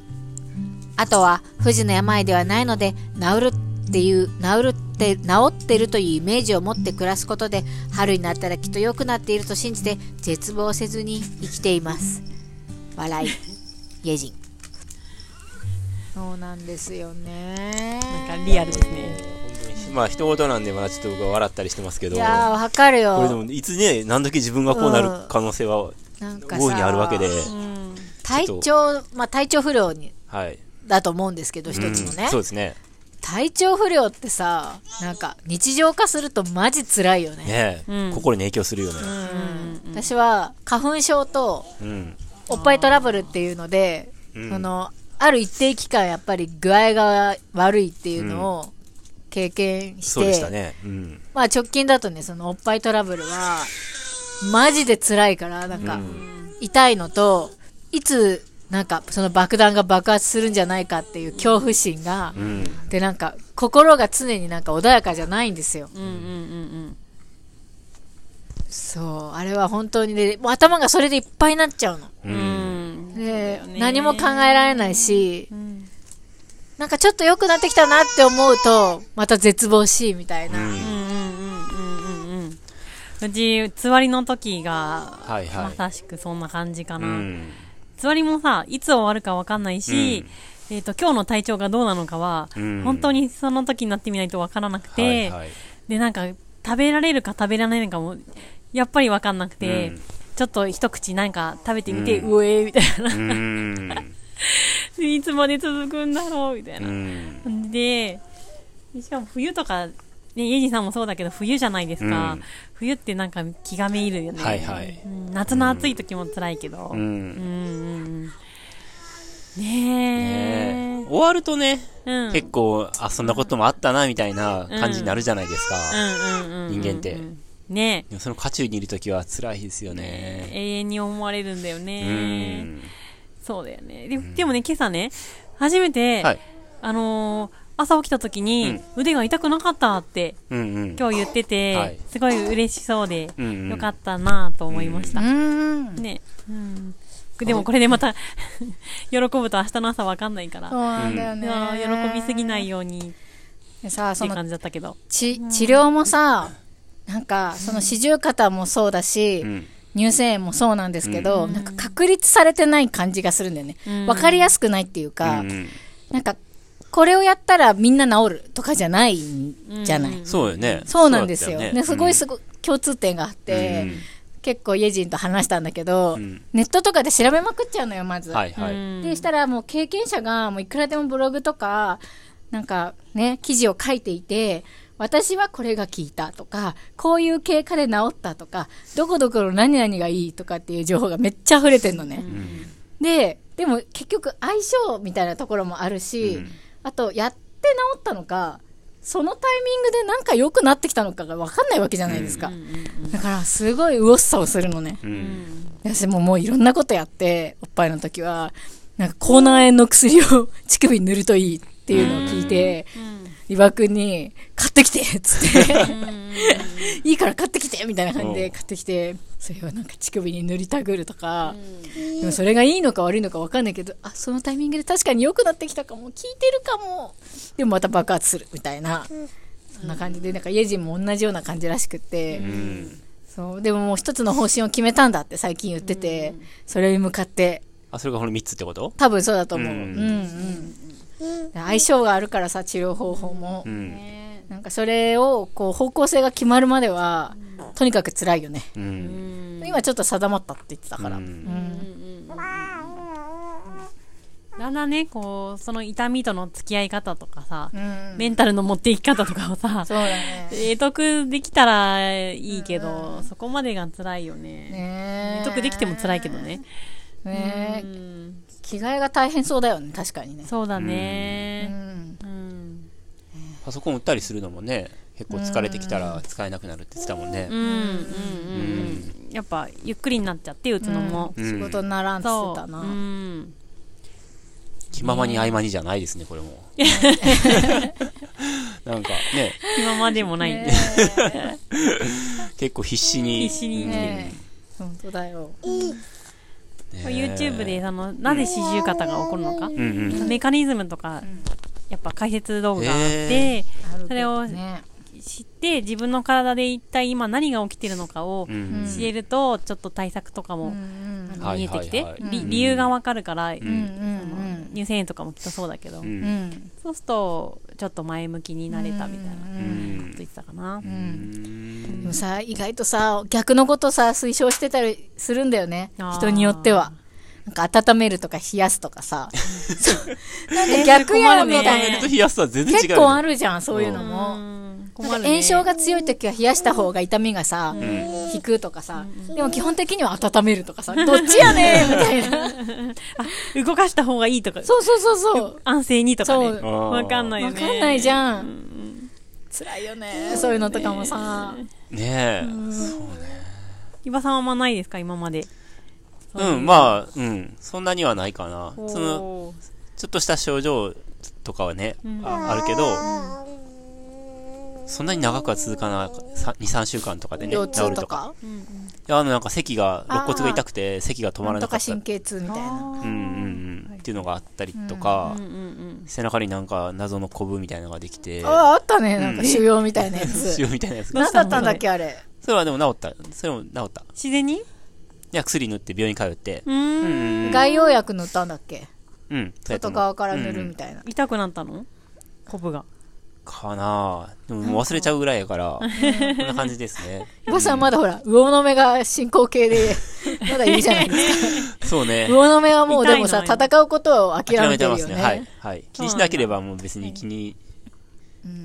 Speaker 4: あとは不治の病ではないので治るっていう治るって治ってるというイメージを持って暮らすことで春になったらきっと良くなっていると信じて絶望せずに生きています笑い家人そうなんですよね
Speaker 1: なんかリアルですね。
Speaker 3: まあ、一言なんで、まだちょっと僕は笑ったりしてますけど、
Speaker 4: いやーわかる
Speaker 3: これで
Speaker 4: よ
Speaker 3: も、いつね、何時自分がこうなる可能性は、
Speaker 4: なんかさ
Speaker 3: 大いにあるわけで、
Speaker 1: うん。
Speaker 4: 体調、まあ、体調不良に
Speaker 3: はい。
Speaker 4: だと思うんですけど一つのね、
Speaker 3: うんそうですね。
Speaker 4: 体調不良ってさなんか日常化するとマジ辛いよね
Speaker 3: ねえ、
Speaker 1: うん
Speaker 3: 心に影響するよね。
Speaker 4: 私は花粉症と
Speaker 3: うん。
Speaker 4: おっぱいトラブルっていうので、
Speaker 3: うん
Speaker 4: そのある一定期間やっぱり具合が悪いっていうのを経験して、
Speaker 3: そうでしたね。うん。
Speaker 4: まあ直近だとねそのおっぱいトラブルはマジで辛いからなんか、痛いのといつなんかその爆弾が爆発するんじゃないかっていう恐怖心が、
Speaker 3: うん。
Speaker 4: でなんか心が常になんか穏やかじゃないんですよ
Speaker 1: うんうんうん
Speaker 4: そうあれは本当にねもう頭がそれでいっぱいになっちゃうの
Speaker 3: う。
Speaker 1: うんん。
Speaker 4: で
Speaker 1: ね
Speaker 4: 何も考えられないし
Speaker 1: うん。
Speaker 4: なんかちょっと良くなってきたなって思うとまた絶望しいみたいな、
Speaker 1: うんうんうんうんうんうん。うち、つわりの時が、
Speaker 3: はいはい
Speaker 1: まさしくそんな感じか
Speaker 3: う
Speaker 1: な。
Speaker 3: ん。
Speaker 1: つわりもさ、いつ終わるかわかんないし、えっ、と、今日の体調がどうなのかは、
Speaker 3: うん
Speaker 1: 本当にその時になってみないとわからなくて、
Speaker 3: はいはい。
Speaker 1: で、なんか、食べられるか食べられないかも、やっぱりわかんなくて、
Speaker 3: うん
Speaker 1: ちょっと一口なんか食べてみて、
Speaker 3: う
Speaker 1: うんえーみたいな。
Speaker 3: うん。
Speaker 1: でいつまで続くんだろうみたいうな。
Speaker 3: ん。
Speaker 1: で、しかも冬とか、ね、イエジさんもそうだけど、冬じゃないですか。
Speaker 3: うん
Speaker 1: 冬ってなんか気がめいるよね。
Speaker 3: はいはい
Speaker 1: うん夏の暑い時も辛いけど。
Speaker 3: う
Speaker 1: うんう
Speaker 3: ん。
Speaker 1: んうん。
Speaker 3: ね
Speaker 1: ね
Speaker 3: え
Speaker 1: え。
Speaker 3: 終わるとね、
Speaker 1: うん
Speaker 3: 結構、あ、そんなこともあったな、みたいな感じになるじゃないです
Speaker 1: う
Speaker 3: か。
Speaker 1: んうんうんうんうん
Speaker 3: 人間って。
Speaker 1: ね
Speaker 3: でもその渦中にいるときは辛いですよ
Speaker 1: え。
Speaker 3: ね。
Speaker 1: 永遠に思われるんだよ
Speaker 3: う
Speaker 1: ね。
Speaker 3: ん。
Speaker 1: そうだよね。ででもね、今朝ね、初めて、
Speaker 3: はい。
Speaker 1: あのー朝起きた時に、腕が痛くなかったって
Speaker 3: うんうん。
Speaker 1: 今日言ってて、
Speaker 3: はい
Speaker 1: すごい嬉しそうで、
Speaker 3: うんうん
Speaker 1: よかったなぁと思いました。
Speaker 4: うん
Speaker 1: ね、うん。でもこれでまた、 喜ぶと明日の朝わかんないから、
Speaker 4: そうなんだよ
Speaker 1: い
Speaker 4: ね、
Speaker 1: やー喜びすぎないように
Speaker 4: でさ
Speaker 1: って
Speaker 4: そ
Speaker 1: いう
Speaker 4: の
Speaker 1: 感じだったけど。
Speaker 4: ち治療もさなんかその四十肩もそうだし、
Speaker 3: うん。
Speaker 4: 乳腺炎もそうなんですけど、なんか確立されてない感じがするんだよね、
Speaker 1: うん
Speaker 4: わかりやすくないっていうか、
Speaker 3: うんうん
Speaker 4: なんかこれをやったらみんな治るとかじゃないんじゃない、
Speaker 1: うん
Speaker 3: そうよ ね。
Speaker 4: そうなんですよ
Speaker 3: そうだった
Speaker 4: ねすごいす
Speaker 3: ご
Speaker 4: ごい共通点があって、結構家人と話したんだけど、
Speaker 3: うん
Speaker 4: ネットとかで調べまくっちゃうのよまず、
Speaker 3: はいはい。
Speaker 1: うん
Speaker 4: でしたらもう経験者がもういくらでもブログとかなんかね記事を書いていて私はこれが効いたとかこういう経過で治ったとかどこどこの何々がいいとかっていう情報がめっちゃ溢れてんのね、ででも結局相性みたいなところもあるし、
Speaker 3: うん
Speaker 4: あとやって治ったのかそのタイミングでなんか良くなってきたのかが分かんないわけじゃないですか、だからすごい右往左往するのね、
Speaker 3: うん。
Speaker 4: 私ももういろんなことやっておっぱいの時はなんか口内炎の薬を乳首に塗るといいっていうのを聞いて伊庭君に「買ってきて」っつって 「いいから買ってきて」みたいな感じ
Speaker 3: お
Speaker 4: で
Speaker 3: う
Speaker 4: 買ってきてそれをなんか乳首に塗りたぐるとか、 でもそれがいいのか悪いのか分かんないけどあそのタイミングで確かに良くなってきたかも聞いてるかもでもまた爆発するみたいな、そんな感じで、なんか家人も同じような感じらしくって、
Speaker 3: うん。
Speaker 4: そう、でももう一つの方針を決めたんだって最近言ってて、それに向かって、
Speaker 3: あ、それがこの3つってこと
Speaker 4: 多分そうだと思う。う
Speaker 3: うんん
Speaker 4: うん。相性があるからさ、治療方法も。
Speaker 3: うん。
Speaker 4: なんかそれを、こう、方向性が決まるまでは、とにかく辛いよね。
Speaker 3: う。
Speaker 1: うんん
Speaker 4: 今ちょっと定まったって言ってた
Speaker 3: う。
Speaker 4: から。うんん。
Speaker 1: だんだんねこうその痛みとの付き合い方とかさ、
Speaker 4: うん。
Speaker 1: メンタルの持っていき方とかをさ
Speaker 4: そうだ ね。
Speaker 1: 得得できたらいいけど、そこまでが辛いよね
Speaker 4: ねえ
Speaker 1: 得得できても辛いけど。ね
Speaker 4: ね
Speaker 1: う
Speaker 4: え
Speaker 1: ん
Speaker 4: 着替えが大変そうだよね、確かにね。
Speaker 1: そうだ
Speaker 4: う
Speaker 1: ね
Speaker 4: ん。
Speaker 1: うん
Speaker 3: パソコン売ったりするのもね、結構疲れてきたら使えなくなるって言ってたもんね
Speaker 1: うんう。んうんやっぱゆっくりになっちゃって打つのも、
Speaker 3: うん
Speaker 4: 仕事にならんって言っ
Speaker 1: そ
Speaker 4: てた
Speaker 1: う、
Speaker 4: な。
Speaker 1: うん、
Speaker 3: 気ままに合間にじゃないですね、こ れも。なんかね、
Speaker 1: 今までもない、
Speaker 4: ね
Speaker 3: 結構必死に。
Speaker 1: 必死に生き
Speaker 4: え
Speaker 1: てる
Speaker 4: ねえ本当だよ。
Speaker 3: ね
Speaker 1: これ YouTube であのなぜ四十肩が起こるのか、
Speaker 3: うんうん。
Speaker 1: メカニズムとか、やっぱ解説道具があって、
Speaker 3: へ
Speaker 4: あるけど
Speaker 1: それを
Speaker 4: ね。
Speaker 1: 知って自分の体で一体今何が起きてるのかを
Speaker 3: うん
Speaker 1: 知れるとちょっと対策とか
Speaker 4: う
Speaker 1: も
Speaker 4: ん
Speaker 1: あの
Speaker 3: はい
Speaker 1: 見え
Speaker 3: はい
Speaker 1: て
Speaker 3: は
Speaker 1: き
Speaker 3: い
Speaker 1: て、り
Speaker 3: うん
Speaker 1: 理由がわかるから、
Speaker 4: うん。うん
Speaker 1: 乳腺炎とかもきっとそうだけど、
Speaker 3: うん
Speaker 4: うん。うん。
Speaker 1: そうするとちょっと前向きになれたみたいなこと
Speaker 3: うん
Speaker 1: 言ってたかな、
Speaker 3: うん
Speaker 4: でもさ意外とさ逆のことさ推奨してたりするんだよね
Speaker 1: あー
Speaker 4: 人によってはなんか温めるとか冷やすとかさ そうなんか逆やんみた
Speaker 1: えーそれ困
Speaker 4: い
Speaker 1: るね
Speaker 4: な
Speaker 3: と冷やすとは全然違う
Speaker 4: 結
Speaker 3: よね。
Speaker 4: 構あるじゃんそういうの
Speaker 1: う
Speaker 4: も
Speaker 1: ん
Speaker 4: なん
Speaker 1: 困
Speaker 4: か
Speaker 1: るね
Speaker 4: 炎症が強い時は冷やした方が痛みがさ引くとかさでも基本的には温めるとかさどっちやねんみたいな
Speaker 1: 動かした方がいいとか
Speaker 4: そうそうそう そう
Speaker 1: 安静にとかね
Speaker 4: そう
Speaker 1: わかんないよ
Speaker 4: わ
Speaker 1: ね
Speaker 4: かんないじゃん辛いよねそういうのとかもさ
Speaker 3: ねえ。
Speaker 1: 伊庭さんはあんまないですか今まで
Speaker 3: うん、まあ、うん。そんなにはないかな。
Speaker 1: おー
Speaker 3: その、ちょっとした症状とかはね、ああるけど、そんなに長くは続かない、2、3週間とかでね、
Speaker 4: 腰
Speaker 3: 治
Speaker 4: 痛
Speaker 3: ると
Speaker 4: と
Speaker 3: か。
Speaker 4: か
Speaker 3: いや、あの、なんか咳が、肋骨が痛くて、咳が止ま
Speaker 4: な
Speaker 3: ら
Speaker 4: ん
Speaker 3: な
Speaker 4: と
Speaker 3: か
Speaker 4: か
Speaker 3: った。う
Speaker 4: 神
Speaker 3: ん
Speaker 4: 経痛みたいな
Speaker 3: うんうん。っていうのがあったりとか
Speaker 1: うん、うん
Speaker 3: 背中になんか謎のコブみたいなのができて、
Speaker 4: あああったねなんか腫瘍みたいな やつ
Speaker 3: 塩みたいなやつが。
Speaker 4: 何だったんだっけあれ
Speaker 3: それはでも治った。それも治った。い
Speaker 1: 自然に
Speaker 3: や、薬塗って病院通って。
Speaker 1: うーん
Speaker 3: うんうん
Speaker 4: 外用薬塗ったんだっけ
Speaker 3: うん。うん。そうやと思
Speaker 4: 外
Speaker 3: う
Speaker 4: 側から塗るみたいな
Speaker 1: 痛くなったのコブが
Speaker 3: かなぁ。でももう忘れちゃうぐらいやから、こんな感じですね。
Speaker 4: バさんまだほら魚の目が進行形でまだいいじゃないですか
Speaker 3: そうね。
Speaker 4: 魚の目はもうでもさ
Speaker 1: 痛いのよ
Speaker 4: 戦うことを諦
Speaker 3: 諦
Speaker 4: め
Speaker 3: め
Speaker 4: て
Speaker 3: て
Speaker 4: る
Speaker 3: ま
Speaker 4: よ
Speaker 3: すね。はい
Speaker 4: ね。
Speaker 3: はい。気にしなければもう別に気に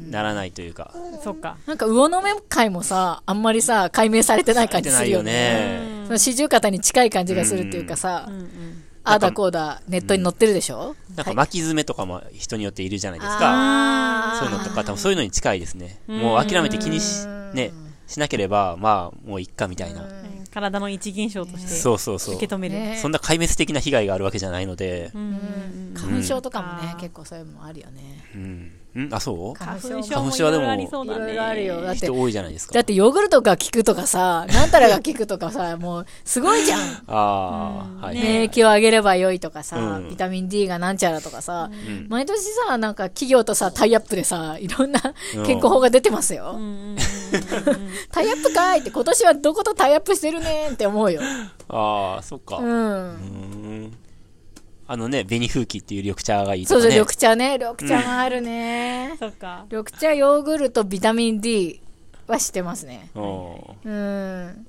Speaker 3: ならないというか。
Speaker 1: そっか
Speaker 4: なんか魚の目界もさあんまりさ解明されてない感
Speaker 3: て
Speaker 4: じ
Speaker 3: な
Speaker 4: す
Speaker 3: い
Speaker 4: る
Speaker 3: よ
Speaker 4: よね
Speaker 3: ね。
Speaker 4: その四十肩に近い感じがするっていうかさ
Speaker 1: うんうん
Speaker 4: あーだこうだネットに載ってるでしょ
Speaker 3: なん
Speaker 4: は
Speaker 3: か
Speaker 4: い
Speaker 3: 巻き爪とかも人によっているじゃないですか。
Speaker 1: あ
Speaker 3: そういうのとか、多分そういうのに近いですね。もう諦めて気にし、ね、しなければ、まあ、もういっかみたいな。
Speaker 1: ー体の一現象として
Speaker 3: そうそうそう
Speaker 1: 受。け止める
Speaker 4: ね
Speaker 3: そんな壊滅的な被害があるわけじゃないので。
Speaker 1: うんうん
Speaker 4: 花粉症とかも
Speaker 1: あ
Speaker 4: ね
Speaker 1: ー
Speaker 4: 結構そういうのもあるよね
Speaker 3: うん。うんあ、そう
Speaker 1: 花
Speaker 4: 花
Speaker 1: 粉
Speaker 4: 粉
Speaker 1: 症
Speaker 4: 症
Speaker 1: もいろいろあ
Speaker 3: もいろいろあ
Speaker 1: り
Speaker 3: り
Speaker 1: そ
Speaker 3: そうう
Speaker 1: だね
Speaker 4: だねいろいろあるよだって
Speaker 3: 人多いじゃないですか
Speaker 4: だっ。てヨーグルトが効くとかさ、なんたらが効くとかさ、もうすごいじゃん。
Speaker 3: ああ、はい。
Speaker 4: 免疫を上げれば良いとかさ、
Speaker 3: うん
Speaker 4: ビタミン D がなんちゃらとかさ、
Speaker 3: ん
Speaker 4: 毎年さ、なんか企業とさ、タイアップでさ、いろんな健康法が出てますよ。タイアップかいって今年はどことタイアップしてるねーって思うよ。
Speaker 3: ああ、そっか。
Speaker 4: う。
Speaker 3: うんーんあのね、紅風紀っていう緑茶がいいと
Speaker 4: そう
Speaker 3: か
Speaker 4: そう、
Speaker 3: ね。
Speaker 4: 緑茶ね。緑茶もあるね。
Speaker 1: そっか
Speaker 4: 緑茶、ヨーグルト、ビタミン D はしてますね。
Speaker 3: うん。
Speaker 4: うん。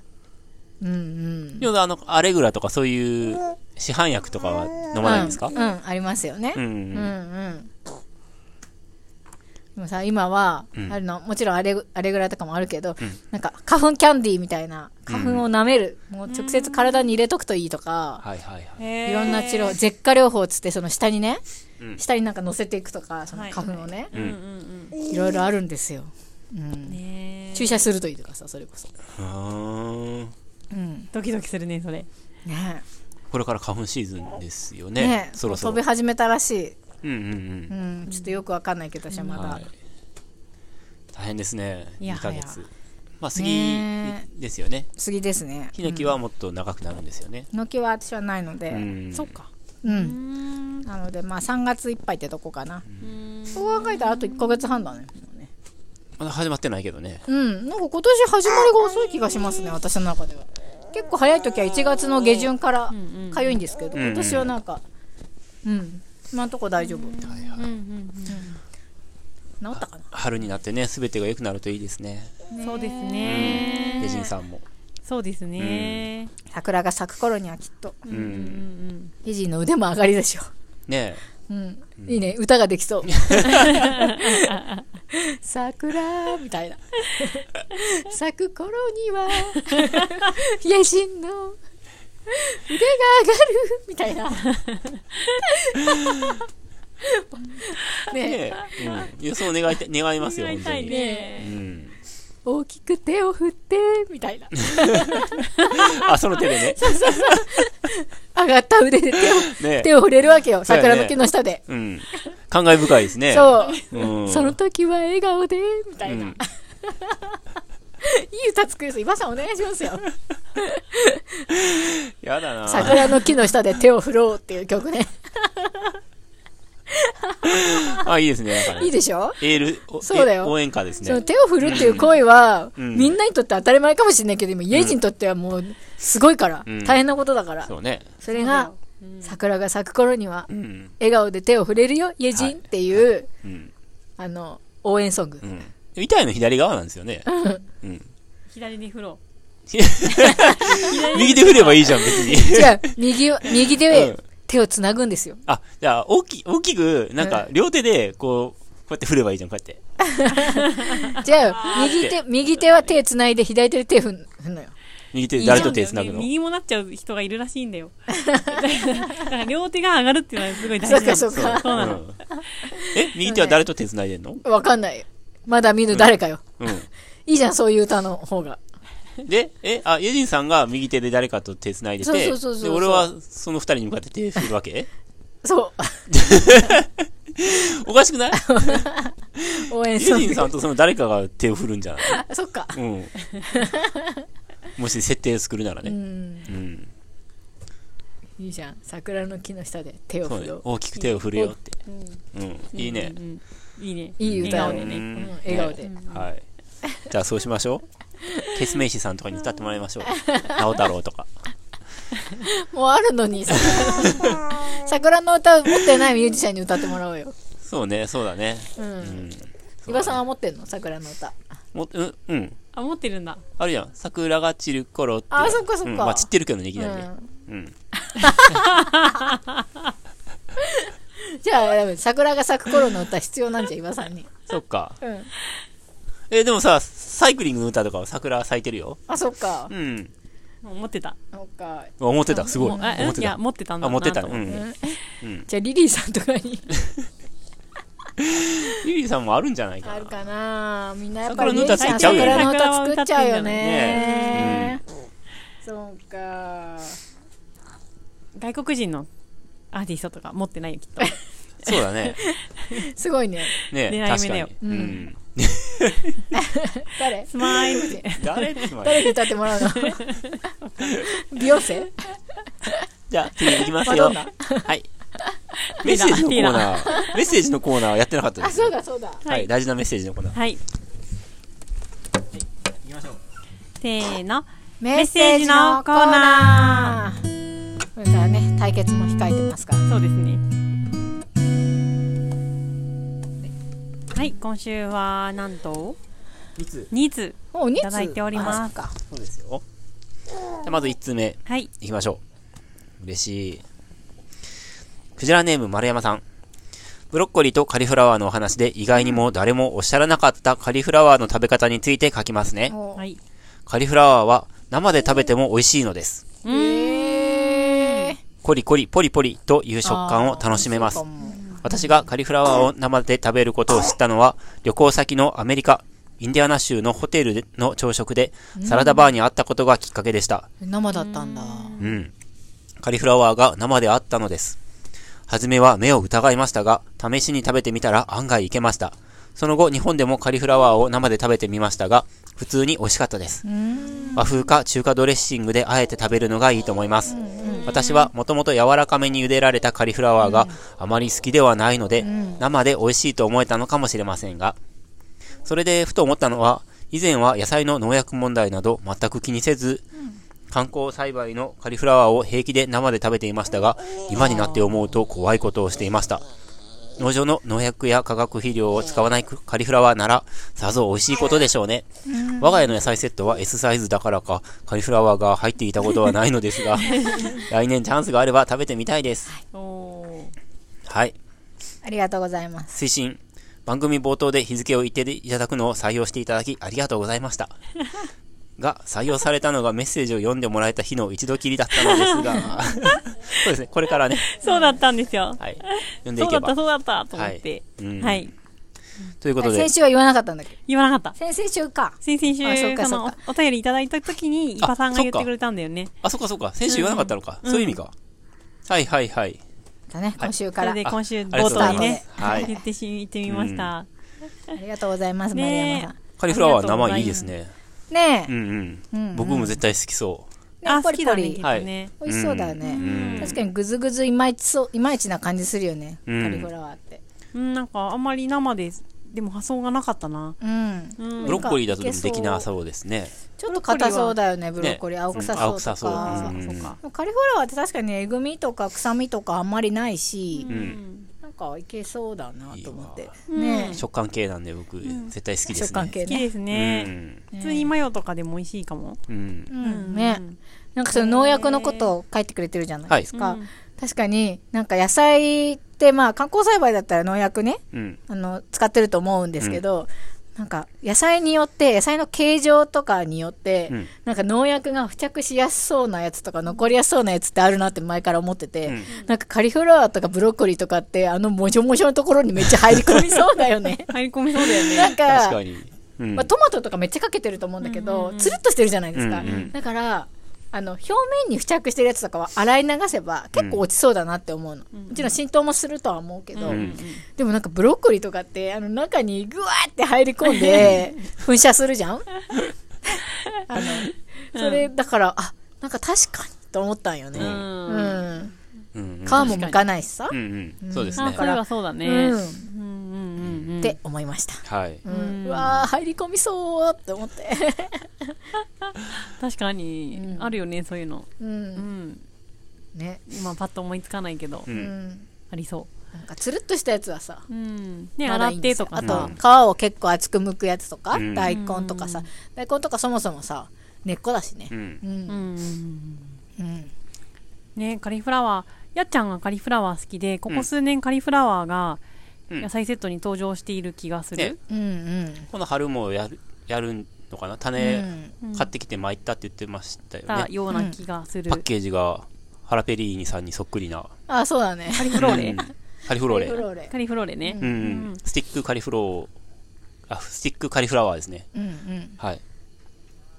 Speaker 4: うんうん。
Speaker 3: でもあの、アレグラとかそういう市販薬とかは飲まないんですか
Speaker 4: うん、うんありますよね。
Speaker 3: うん。
Speaker 4: うんうん。でもさ、今は、
Speaker 3: うん
Speaker 4: あるの、もちろんあれ、あれぐらいとかもあるけど、
Speaker 3: ん
Speaker 4: なんか、花粉キャンディーみたいな、花粉を舐める、もう直接体に入れとくといいとか、
Speaker 3: はいはいはい。
Speaker 1: い
Speaker 4: いろんな治療、舌下療法つって、その下にね、
Speaker 3: うん
Speaker 4: 下になんか乗せていくとか、その花粉をね、
Speaker 3: う。
Speaker 1: うんうんん
Speaker 4: いろいろあるんですよ。う。
Speaker 1: うんんねえ
Speaker 4: 注射するといいとかさ、それこそ。
Speaker 3: うーん
Speaker 4: うん。
Speaker 1: ドキドキするねそれ
Speaker 4: ね
Speaker 3: これから花粉シーズンですよ
Speaker 4: え。
Speaker 3: ね。
Speaker 4: ねえ。
Speaker 3: そろそ
Speaker 4: 飛び
Speaker 3: ろ。
Speaker 4: 始めたらしい。
Speaker 3: うんうん
Speaker 4: う
Speaker 3: うん。
Speaker 4: ん。ちょっとよくわかんないけど、私はまだ
Speaker 3: はい。。大変ですね。
Speaker 1: いや
Speaker 3: 2ヶ月
Speaker 1: はや。
Speaker 3: まあ、
Speaker 4: ね
Speaker 3: 杉ですよね。
Speaker 4: 次ですね。
Speaker 3: ヒノキはもっと長くなるんですよね。
Speaker 4: のきは私はないので。
Speaker 3: うん。
Speaker 1: そっか
Speaker 4: うん
Speaker 1: う。ん
Speaker 4: なのでまあ3月いっぱいってとこかな。そう考えたらあと1ヶ月半だね。もうね
Speaker 3: まだ始まってないけどね。
Speaker 4: うん、なんか今年始まりが遅い気がしますね、私の中では。結構早い時は1月の下旬から
Speaker 1: んうん
Speaker 4: かゆいんですけど、
Speaker 3: うんうん
Speaker 4: 今年はなんか、うん、今のとこ大丈夫。
Speaker 3: はいはい
Speaker 1: うんうん
Speaker 4: 治ったかな、
Speaker 3: 春になってね、すべてが良くなるといいですね。
Speaker 1: うん、そうですね。
Speaker 3: レジンさんも。
Speaker 1: そうですね。
Speaker 4: 桜が咲く頃にはきっと、
Speaker 3: う。
Speaker 1: うんん
Speaker 4: イジーの腕も上がりでしょ
Speaker 3: ね
Speaker 4: う。うん、いいね、歌ができそう。 桜みたいな。咲く頃には、野心の腕が上がるみたいな。
Speaker 3: え。
Speaker 4: ねえ
Speaker 3: ねえ。うん。いや、そう願いた、願いますよ、
Speaker 1: 願い
Speaker 3: 本当
Speaker 1: たい
Speaker 3: に。う
Speaker 1: ね。
Speaker 3: ん。
Speaker 4: 大きく手を振ってみたいな
Speaker 3: あ、その手でね。
Speaker 4: 上がった腕で手を
Speaker 3: ね
Speaker 4: 手を振れるわけよ
Speaker 3: そうやね
Speaker 4: 桜の木の下で
Speaker 3: うん。感慨深いですね。
Speaker 4: そう,、
Speaker 3: うん。
Speaker 4: その時は笑顔でみた
Speaker 3: う
Speaker 4: いな、い
Speaker 3: ん。
Speaker 4: い歌作る人今さんお願いしますよ
Speaker 3: やだな
Speaker 4: 桜の木の下で手を振ろうっていう曲ね
Speaker 3: あ、いいですね。なんかね
Speaker 4: いいでしょ
Speaker 3: エール、お
Speaker 4: そうだよ
Speaker 3: え応援歌です
Speaker 4: その
Speaker 3: ね。
Speaker 4: 手を振るっていう行為は、
Speaker 3: うん
Speaker 4: みんなにとって当たり前かもしれないけど今家人にとってはもうすごいから、
Speaker 3: うん
Speaker 4: 大変なことだから
Speaker 3: そうね。
Speaker 4: それが桜が咲く頃には
Speaker 3: うん。
Speaker 4: 笑顔で手を振れるよ家人っていう、
Speaker 3: うん。
Speaker 4: あの応 援ソング、
Speaker 3: うん。みたいの左側なんですよね。うん。
Speaker 1: 左に振ろう。
Speaker 3: 右で振ればいいじゃん、別に。
Speaker 4: じゃあ、右を、右
Speaker 3: う
Speaker 4: で
Speaker 3: ん
Speaker 4: 手をつなぐんですよ。
Speaker 3: あ、じゃあ、大き、大きく、なんか、両手で、こう、こうやって振ればいいじゃん、こうやって。
Speaker 4: じゃあ、右手、右手は手つないで、左手で手振ん振んのよ。
Speaker 3: 右手で誰と手繋ぐの。
Speaker 1: 右もなっちゃう人がいるらしいんだよ。だから両手が上がるっていうのはすごい大事
Speaker 4: そ
Speaker 1: な
Speaker 4: う
Speaker 1: の
Speaker 4: か、そうか。
Speaker 1: そうなの。
Speaker 3: ん。え、右手は誰と手繋いでんの
Speaker 4: わかんないよ。まだ見ぬ誰かよ。
Speaker 3: う
Speaker 4: いいじゃん、そういう歌の方が。
Speaker 3: ん。で、え、あ、ユジンさんが右手で誰かと手繋いでて、
Speaker 4: そうそうそうそう
Speaker 3: で、俺はその二人に向かって手振るわけ
Speaker 4: そ。
Speaker 3: おかしくないう
Speaker 4: 応援
Speaker 3: ユ
Speaker 4: ソン
Speaker 3: ジン
Speaker 4: グ。
Speaker 3: さんとその誰かが手を振るんじゃない
Speaker 4: そっか。
Speaker 3: うん。もし設定作るなら
Speaker 4: う
Speaker 3: ね。
Speaker 4: ん。
Speaker 3: うん。
Speaker 4: いいじゃん。桜の木の下で手を
Speaker 3: そう
Speaker 4: 振
Speaker 3: ね
Speaker 4: ろ。う。
Speaker 3: 大きく手を振るよって。うん。いいね
Speaker 1: う。んうんいいね。
Speaker 4: いい歌
Speaker 1: 笑顔で
Speaker 4: だよ
Speaker 1: ね
Speaker 4: ね。
Speaker 3: う
Speaker 4: う。
Speaker 3: ん
Speaker 4: ん笑顔で。
Speaker 3: はい。じゃあそうしましょう。ケスメイシさんとかに歌ってもらい ましょう。直太郎とか。
Speaker 4: もうあるの に、桜の歌を持ってないミュージシャンに歌ってもらおうよ。
Speaker 3: そうね、そうだね。
Speaker 4: う。
Speaker 3: うんん。
Speaker 4: 伊庭さんは持ってんの桜の歌。
Speaker 3: もうん、うん。
Speaker 1: あ、持ってるんだ。
Speaker 3: あるやん。桜が散る頃って。
Speaker 4: あそっかそっか
Speaker 3: うんまあ散ってるけどね、いき
Speaker 4: う
Speaker 3: なりね。
Speaker 4: ん。
Speaker 3: うん。
Speaker 4: じゃあ、桜が咲く頃の歌必要なんじゃ、伊庭さんに。
Speaker 3: そっか。
Speaker 4: うん。
Speaker 3: え、でもさ、サイクリングの歌とかは桜咲いてるよ。
Speaker 4: あ、そっか。
Speaker 3: うん。
Speaker 1: 持ってた。
Speaker 4: そっか。
Speaker 3: 思ってた、すごい。
Speaker 1: もうあ
Speaker 3: 思って
Speaker 1: いや、
Speaker 3: た。
Speaker 1: 持ってたんだ
Speaker 3: あ、
Speaker 1: な
Speaker 3: 持ってた
Speaker 1: と
Speaker 3: ね。
Speaker 1: 思
Speaker 3: う
Speaker 1: っ
Speaker 3: ん。
Speaker 4: じゃあ、リリーさんとかに。
Speaker 3: リリーさんもあるんじゃないかな。
Speaker 4: あるかなみんなやっぱ
Speaker 3: 桜
Speaker 4: り
Speaker 3: の
Speaker 4: リリー
Speaker 3: 歌
Speaker 4: さん
Speaker 3: 作っちゃうよね
Speaker 4: 桜の歌作っちゃうよね
Speaker 3: ね。
Speaker 4: そうか。
Speaker 1: 外国人のアーティストとか持ってないよ、きっと。
Speaker 3: そうだね。
Speaker 4: すごいね。
Speaker 1: 狙い
Speaker 3: ね
Speaker 1: 目
Speaker 3: 確か
Speaker 1: だ
Speaker 3: に
Speaker 1: よ。
Speaker 3: う
Speaker 4: うん
Speaker 3: ん。
Speaker 4: 誰
Speaker 1: スマイルって。
Speaker 3: 誰って言われ
Speaker 4: 誰
Speaker 3: る
Speaker 4: に歌ってもらうの ビヨンセ
Speaker 3: じゃあ、次行きます
Speaker 4: マド
Speaker 3: よ。
Speaker 4: ンナ
Speaker 3: はい。メッセージのコーナー。メッセージのコーナーはやってなかったで
Speaker 4: あ、
Speaker 3: す。
Speaker 4: そうだそうだ。
Speaker 1: は
Speaker 3: はいい、大事なメッセージのコーナー。
Speaker 1: はい。
Speaker 3: 行きましょう。
Speaker 1: せーの。
Speaker 4: メ
Speaker 1: ッセージのコーナ
Speaker 4: ー。これからね、対決も控えてますから。
Speaker 1: そうですね。はい、今週は、なんと、
Speaker 3: いつ
Speaker 1: 2通。
Speaker 4: お、2つ。
Speaker 1: いただいております
Speaker 4: あそっか。
Speaker 3: そうですよ。じゃあまず1通目。
Speaker 1: はい。
Speaker 3: 行きましょう。嬉しい。クジラネーム丸山さん。ブロッコリーとカリフラワーのお話で意外にも誰もおっしゃらなかったカリフラワーの食べ方について書きますね。
Speaker 4: お
Speaker 1: はい。
Speaker 3: カリフラワーは生で食べても美味しいのです。
Speaker 1: うーん。
Speaker 4: えー
Speaker 3: コリコリポリポリという食感を楽しめます
Speaker 4: あーそう。かも
Speaker 3: 私がカリフラワーを生で食べることを知ったのは、旅行先のアメリカ、インディアナ州のホテルの朝食で、サラダバーにあったことがきっかけでした。
Speaker 4: 生だったんだ。
Speaker 3: うん。カリフラワーが生であったのです。はじめは目を疑いましたが、試しに食べてみたら案外いけました。その後、日本でもカリフラワーを生で食べてみましたが、普通に美味しかったです。和風か中華ドレッシングであえて食べるのがいいと思います。私はもともと柔らかめに茹でられたカリフラワーがあまり好きではないので、生で美味しいと思えたのかもしれませんが、それでふと思ったのは、以前は野菜の農薬問題など全く気にせず、観光栽培のカリフラワーを平気で生で食べていましたが、今になって思うと怖いことをしていました。農場の農薬や化学肥料を使わないカリフラワーなら、さぞ美味しいことでしょうね。我が家の野菜セットは S サイズだからか、カリフラワーが入っていたことはないのですが、来年チャンスがあれば食べてみたいです。
Speaker 1: お
Speaker 3: はい。
Speaker 4: ありがとうございます。
Speaker 3: 推進。番組冒頭で日付を言っていただくのを採用していただきありがとうございました。 が、採用されたのがメッセージを読んでもらえた日の一度きりだったのですが、 そうですね、これからね、
Speaker 1: そうだったんですよ。
Speaker 3: はい、読んで
Speaker 1: そ
Speaker 3: い
Speaker 1: だ
Speaker 3: うけ
Speaker 1: った、
Speaker 3: ば。
Speaker 1: そうだった、と思って。
Speaker 3: はいうん
Speaker 1: はい。
Speaker 3: ということで
Speaker 4: 先、週は言わなかったんだけど。
Speaker 1: 言わなかった。
Speaker 4: 先々週か。
Speaker 1: 先々
Speaker 4: あそっ
Speaker 1: 週、
Speaker 4: か
Speaker 1: その
Speaker 4: そっ、
Speaker 1: おお便りいただいたときに、イパさんが言ってくれたんだよね。
Speaker 3: あ、そっかそっか、先週言わなかったのか、
Speaker 1: うん
Speaker 3: そういう意味か。はいはいはい。
Speaker 4: だね、今週
Speaker 1: そ
Speaker 4: から。
Speaker 1: れ
Speaker 4: あ
Speaker 1: で
Speaker 4: り
Speaker 1: 今週、
Speaker 3: ありが
Speaker 1: 冒
Speaker 3: とうござ
Speaker 1: 頭
Speaker 3: い
Speaker 1: に
Speaker 3: ま
Speaker 1: ね
Speaker 3: す。、はい。
Speaker 1: 言ってし、言ってみました。
Speaker 4: がとうございます、丸
Speaker 1: ねえ
Speaker 4: 山さ
Speaker 3: カリフラワー生いいですね。
Speaker 4: ん。ね
Speaker 3: うんう
Speaker 4: え
Speaker 3: ん。
Speaker 4: うんうん
Speaker 3: 僕も絶対好きそう。
Speaker 1: あ、
Speaker 4: ね。ポ
Speaker 1: 好
Speaker 4: リ
Speaker 1: き
Speaker 4: ポ
Speaker 1: だね、
Speaker 4: リ
Speaker 1: きっ。
Speaker 3: は
Speaker 1: と
Speaker 3: い
Speaker 1: ね。
Speaker 4: 美味しそうだよね。
Speaker 3: うん
Speaker 4: 確かにグズグズいまいちそう、いまいちな感じするよね。カ
Speaker 3: うん
Speaker 4: リフラワーって。
Speaker 1: うん、なんか、あんまり生で、でも発想がなかったな。
Speaker 4: うん。
Speaker 1: うん
Speaker 3: ブロッコリーだとでもできな
Speaker 4: そう
Speaker 3: そうですね。
Speaker 4: ちょっと硬そうだよね、ブロッコリー。青
Speaker 3: うん青
Speaker 4: 臭そ
Speaker 3: 臭
Speaker 4: う
Speaker 3: そう。
Speaker 4: とか。
Speaker 3: うんうん
Speaker 1: そうか。
Speaker 4: カリフラワーって確かにえぐみとか臭みとかあんまりないし
Speaker 1: う、
Speaker 3: ん
Speaker 1: ん。
Speaker 4: なんかいけそうだなと思って。
Speaker 1: うん
Speaker 4: ねえ
Speaker 3: 食感系なんで僕、絶対好きですね。
Speaker 4: 食感系
Speaker 1: 好き
Speaker 4: ね。
Speaker 1: です
Speaker 3: う
Speaker 1: ね。
Speaker 3: ん。
Speaker 1: 普通にマヨとかでも美味しいかも。
Speaker 3: うん
Speaker 4: う、
Speaker 1: うん
Speaker 4: ね。なんかその農薬のことを書いてくれてるじゃないですか。
Speaker 1: はいうん。
Speaker 4: 確かになんか野菜ってまあ観光栽培だったら農薬ね、
Speaker 3: うん。
Speaker 4: あの、使ってると思うんですけど、なんか野菜によって、野菜の形状とかによって、
Speaker 3: うん
Speaker 4: なんか農薬が付着しやすそうなやつとか残りやすそうなやつってあるなって前から思ってて、
Speaker 3: うん
Speaker 4: なんかカリフラワーとかブロッコリーとかってあのもじょもじょのところにめっちゃ入り込みそうだよね
Speaker 1: 入り込みそうだよね。
Speaker 4: なん
Speaker 3: 確かに。うん
Speaker 4: まあ、トマトとかめっちゃかけてると思うんだけど、つるっとしてるじゃないですか、
Speaker 3: うんうん
Speaker 4: だからあの表面に付着してるやつとかは洗い流せば結構落ちそうだなって思うの、もちろん浸透もするとは思うけど、
Speaker 3: ん
Speaker 4: でもなんかブロッコリーとかってあの中にグワーって入り込んで噴射するじゃんあのそれだからあなんか確かにと思ったんよね、
Speaker 1: う
Speaker 4: うん
Speaker 1: ん。
Speaker 3: うんうん
Speaker 4: 皮も剥かないしさ、
Speaker 3: うんうん。そうです
Speaker 1: あ、
Speaker 3: ね
Speaker 1: そ。れはそうだね。
Speaker 4: うん
Speaker 1: うんうんうん。
Speaker 4: って、思いました、
Speaker 3: はい。
Speaker 4: うんうわー入り込みそうって思って、
Speaker 1: 確かに
Speaker 4: う、ん
Speaker 1: あるよね、そういうの。
Speaker 4: う、
Speaker 1: うんん。
Speaker 4: ね
Speaker 1: 今、パッと思いつかないけど
Speaker 3: う、。
Speaker 4: うんん
Speaker 1: ありそ
Speaker 4: なんかつるっとしたやつはさ、
Speaker 1: う。うん。ね、
Speaker 4: ま
Speaker 1: 洗
Speaker 4: だい
Speaker 1: っ
Speaker 4: いんで
Speaker 1: て
Speaker 4: すよ
Speaker 1: とか
Speaker 4: あ
Speaker 1: さ。
Speaker 4: と皮を結構厚く剥くやつとか、
Speaker 3: うん
Speaker 4: 大根とかさ、大根とかそもそもさ根っこだしね
Speaker 3: う。
Speaker 4: うん
Speaker 1: うん
Speaker 4: ん
Speaker 1: うんうん。
Speaker 4: うん
Speaker 1: ね、カリフラワー、やっちゃんがカリフラワー好きで、ここ数年カリフラワーが
Speaker 3: うん
Speaker 1: 野菜セットに登場している気がす
Speaker 3: ね
Speaker 1: る。、
Speaker 4: うんうん
Speaker 3: この春もやる、やるのかな種買ってきて巻いたって言ってましたよ
Speaker 1: た
Speaker 3: ね。
Speaker 1: ような気がする
Speaker 3: パ。ッケージが、ハラペリーニさんにそっくりな。
Speaker 4: あそうだね
Speaker 1: カリフローレ
Speaker 3: うん。カリフローレ。
Speaker 4: フロー
Speaker 3: う
Speaker 4: レ
Speaker 1: カリフローレね。
Speaker 3: んう
Speaker 1: うんん。
Speaker 3: スティックカリフロー、あ、スティックカリフラワーですね。
Speaker 4: うんうん
Speaker 3: はい。